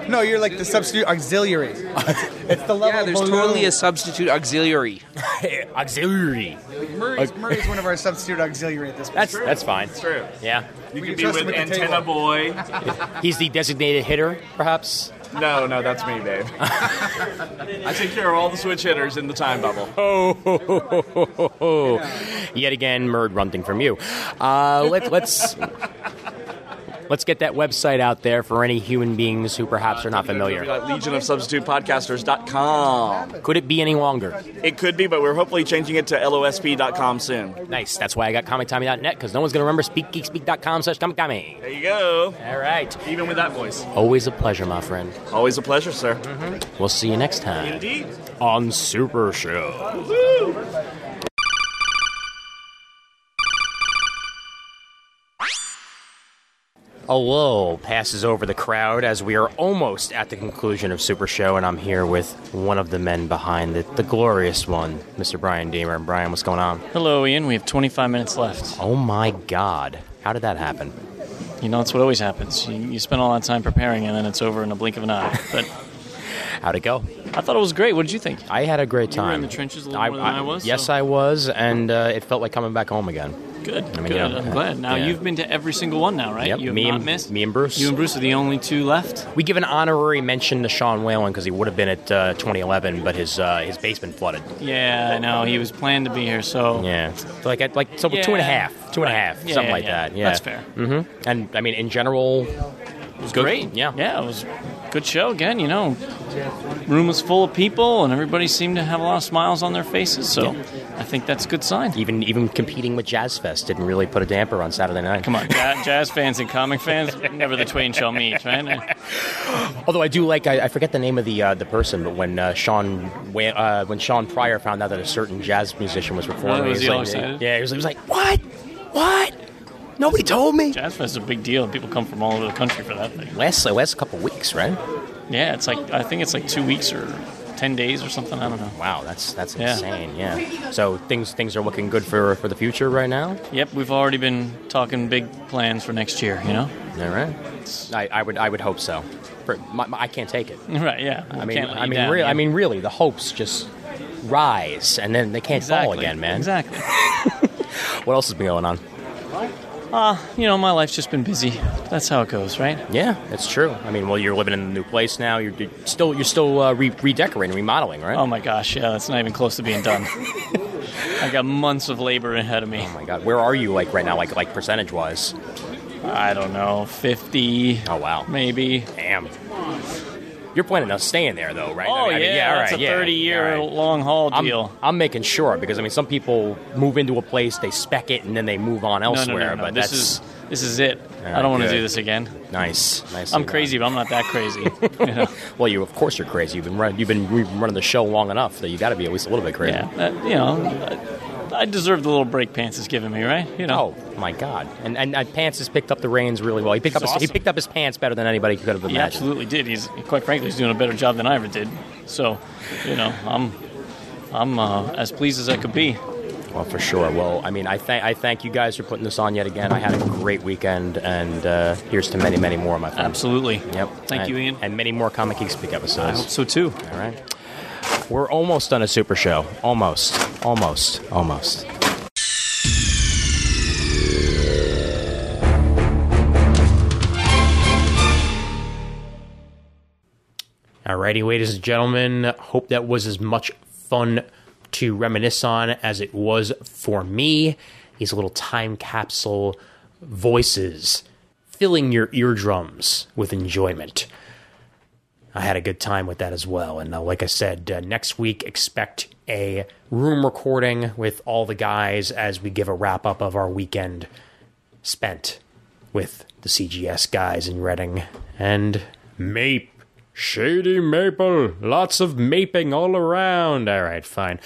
Speaker 12: No, you're like the substitute auxiliary. it's the level
Speaker 27: Yeah,
Speaker 10: Oh,
Speaker 27: there's
Speaker 12: below-
Speaker 27: totally a substitute auxiliary.
Speaker 2: auxiliary.
Speaker 12: Murray's, Murray's one of our substitute auxiliary at this point.
Speaker 2: That's that's fine.
Speaker 10: true.
Speaker 2: Yeah.
Speaker 10: You
Speaker 12: We can
Speaker 10: could be
Speaker 12: trust
Speaker 10: with
Speaker 12: him at the
Speaker 10: Antenna
Speaker 12: table.
Speaker 10: Boy.
Speaker 2: He's the designated hitter, perhaps.
Speaker 10: No, no, that's me, babe. I take care of all the switch hitters in the time bubble.
Speaker 2: Oh, ho, ho, ho, ho, ho. yet again, Murd runting from you. Uh, let, let's let's get that website out there for any human beings who perhaps are not familiar.
Speaker 10: LegionofSubstitutePodcasters.com.
Speaker 2: Could it be any longer?
Speaker 10: It could be, but we're hopefully changing it to LOSP.com soon.
Speaker 2: Nice. That's why I got comictimey.net because no one's going to remember speakgeekspeak.com slash comictimey.
Speaker 10: There you go.
Speaker 2: All right.
Speaker 10: Even with that voice.
Speaker 2: Always a pleasure, my friend.
Speaker 10: Always a pleasure, sir.
Speaker 2: We'll see you next time
Speaker 10: Indeed.
Speaker 2: on Super Show. A lull passes over the crowd as we are almost at the conclusion of Super Show, and I'm here with one of the men behind it, the glorious one, Mr. Brian Deemer. And Brian, what's going on?
Speaker 17: Hello, Ian. We have 25 minutes left.
Speaker 2: Oh my God. How did that happen?
Speaker 17: You know, it's what always happens. You, you spend a lot of time preparing, and then it's over in a blink of an eye. But
Speaker 2: how'd it go?
Speaker 17: I thought it was great. What did you think?
Speaker 2: I had a great
Speaker 17: You were
Speaker 2: time.
Speaker 17: in the trenches a little more than I was,
Speaker 2: Yes,
Speaker 17: so-
Speaker 2: I was, and uh, it felt like coming back home again.
Speaker 17: Good.
Speaker 2: I mean,
Speaker 17: Good.
Speaker 2: yeah.
Speaker 17: I'm glad. Now
Speaker 2: Yeah.
Speaker 17: you've been to every single one now, right?
Speaker 2: Yep,
Speaker 17: You have
Speaker 2: me
Speaker 17: not
Speaker 2: and,
Speaker 17: missed.
Speaker 2: Me and Bruce.
Speaker 17: You and Bruce are the only two left.
Speaker 2: We give an honorary mention to Sean Whalen because he would have been at uh, 2011, but his uh, his basement flooded.
Speaker 17: Yeah, I know. He was planned to be here, so
Speaker 2: yeah, like at, like so
Speaker 17: Oh. Yeah.
Speaker 2: two and a half, two and a half,
Speaker 17: Yeah,
Speaker 2: something
Speaker 17: yeah,
Speaker 2: like
Speaker 17: yeah.
Speaker 2: that. Yeah,
Speaker 17: That's fair.
Speaker 2: hmm And I mean, in general, it
Speaker 17: was great. Yeah, yeah, it was a good show again. You know, room was full of people, and everybody seemed to have a lot of smiles on their faces. So I think that's a good sign.
Speaker 2: Even even competing with Jazz Fest didn't really put a damper on Saturday night.
Speaker 17: Come on, ja- jazz fans and comic fans, never the twain shall meet, right?
Speaker 2: Although I do like, I, I forget the name of the uh, the person, but when uh, Sean Wha- uh, when Sean Pryor found out that a certain jazz musician was performing,
Speaker 17: Really? Was
Speaker 2: he
Speaker 17: he all
Speaker 2: like,
Speaker 17: excited?
Speaker 2: yeah, he was, he was like, "What? What? Nobody told me."
Speaker 17: Jazz Fest is a big deal. People come from all over the country for that thing.
Speaker 2: Last last couple weeks, right?
Speaker 17: Yeah, it's like I think it's like two weeks or ten days or something. I don't know.
Speaker 2: Wow, that's that's
Speaker 17: Yeah.
Speaker 2: insane. Yeah. So things things are looking good for for the future right now.
Speaker 17: Yep, we've already been talking big plans for next year. You know.
Speaker 2: All right. I, I would I would hope so. For, my, my- I can't take it.
Speaker 17: Right. Yeah.
Speaker 2: I
Speaker 17: We
Speaker 2: mean,
Speaker 17: can't let
Speaker 2: I
Speaker 17: you
Speaker 2: mean,
Speaker 17: down,
Speaker 2: really,
Speaker 17: yeah.
Speaker 2: I mean, really, the hopes just rise and then they can't fall
Speaker 17: Exactly,
Speaker 2: again, man.
Speaker 17: Exactly.
Speaker 2: What else has been going on?
Speaker 17: Uh, you know, my life's just been busy. That's how it goes, right?
Speaker 2: Yeah, that's true. I mean, well, you're living in the new place now. You're, you're still you're still uh, re- redecorating, remodeling, right?
Speaker 17: Oh my gosh, yeah, that's not even close to being done. I got months of labor ahead of me. Oh
Speaker 2: my god, where are you like right now, like like percentage wise?
Speaker 17: I don't know, fifty.
Speaker 2: Oh wow,
Speaker 17: maybe.
Speaker 2: Damn. You're planning on staying there though, right?
Speaker 17: Oh, yeah, that's a 30-year long haul
Speaker 2: I'm-
Speaker 17: deal.
Speaker 2: I'm, making sure because I mean, some people move into a place, they spec it, and then they move on
Speaker 17: No, no, no,
Speaker 2: elsewhere.
Speaker 17: no,
Speaker 2: But
Speaker 17: this
Speaker 2: that's
Speaker 17: is- this is it.
Speaker 2: All
Speaker 17: I don't wanna
Speaker 2: good.
Speaker 17: do this again.
Speaker 2: Nice, nice.
Speaker 17: I'm crazy, but I'm not that crazy.
Speaker 2: Well, you of course you're crazy. You've been run, you've been re- running the show long enough that you got to be at least a little bit crazy.
Speaker 17: Yeah, that- you know, I, I deserve the little break pants it's giving me, right? You know.
Speaker 2: Oh my God! And and uh, Pants has picked up the reins really well. He picked
Speaker 17: He's
Speaker 2: up his, he
Speaker 17: awesome.
Speaker 2: picked up his pants better than anybody could have
Speaker 17: He
Speaker 2: imagined.
Speaker 17: absolutely did. He's quite frankly, he's doing a better job than I ever did. So, you know, I'm I'm uh, as pleased as I could be.
Speaker 2: Well, for sure. Well, I mean, I thank I thank you guys for putting this on yet again. I had a great weekend, and uh, here's to many, many more, my friend.
Speaker 17: Absolutely.
Speaker 2: Yep.
Speaker 17: Thank you,
Speaker 2: Ian. And many more Comic Geek Speak episodes.
Speaker 17: I hope so too.
Speaker 2: All right. We're almost on a super show. Almost. Almost. Almost. Alrighty, ladies and gentlemen. Hope that was as much fun to reminisce on as it was for me. These little time capsule voices filling your eardrums with enjoyment. I had a good time with that as well. And uh, like I said, uh, next week, expect a room recording with all the guys as we give a wrap up of our weekend spent with the CGS guys in Reading and Mape. Shady Maple. Lots of maping all around. All right, fine.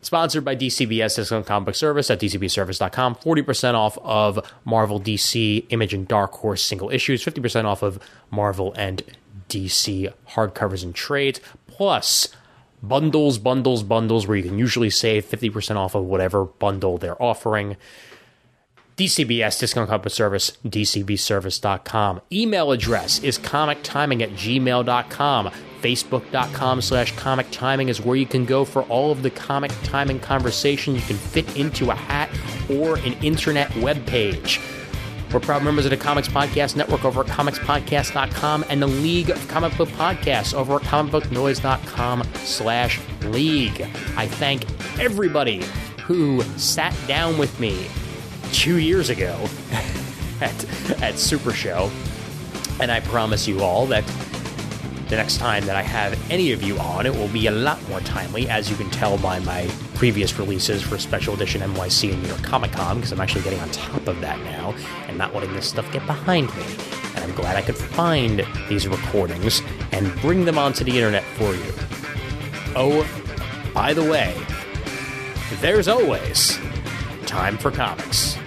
Speaker 2: Sponsored by DCBS Discount Comic Book Service at dcbservice.com. 40% off of Marvel, DC, Image, and Dark Horse single issues. 50% off of Marvel and DC hardcovers and trades. Plus, bundles, bundles, bundles, where you can usually save 50% off of whatever bundle they're offering. DCBS, Discount Compass Service, dcbservice.com. Email address is comictiming at gmail.com. Facebook.com slash comic timing is where you can go for all of the comic timing conversation you can fit into a hat or an internet webpage. We're proud members of the Comics Podcast Network over at comicspodcast.com and the League of Comic Book Podcasts over at comicbooknoise.com slash league. I thank everybody who sat down with me two years ago at, at Super Show. And I promise you all that the next time that I have any of you on, it will be a lot more timely, as you can tell by my previous releases for Special Edition NYC and New York Comic Con, because I'm actually getting on top of that now and not letting this stuff get behind me. And I'm glad I could find these recordings and bring them onto the internet for you. Oh, by the way, there's always time for comics.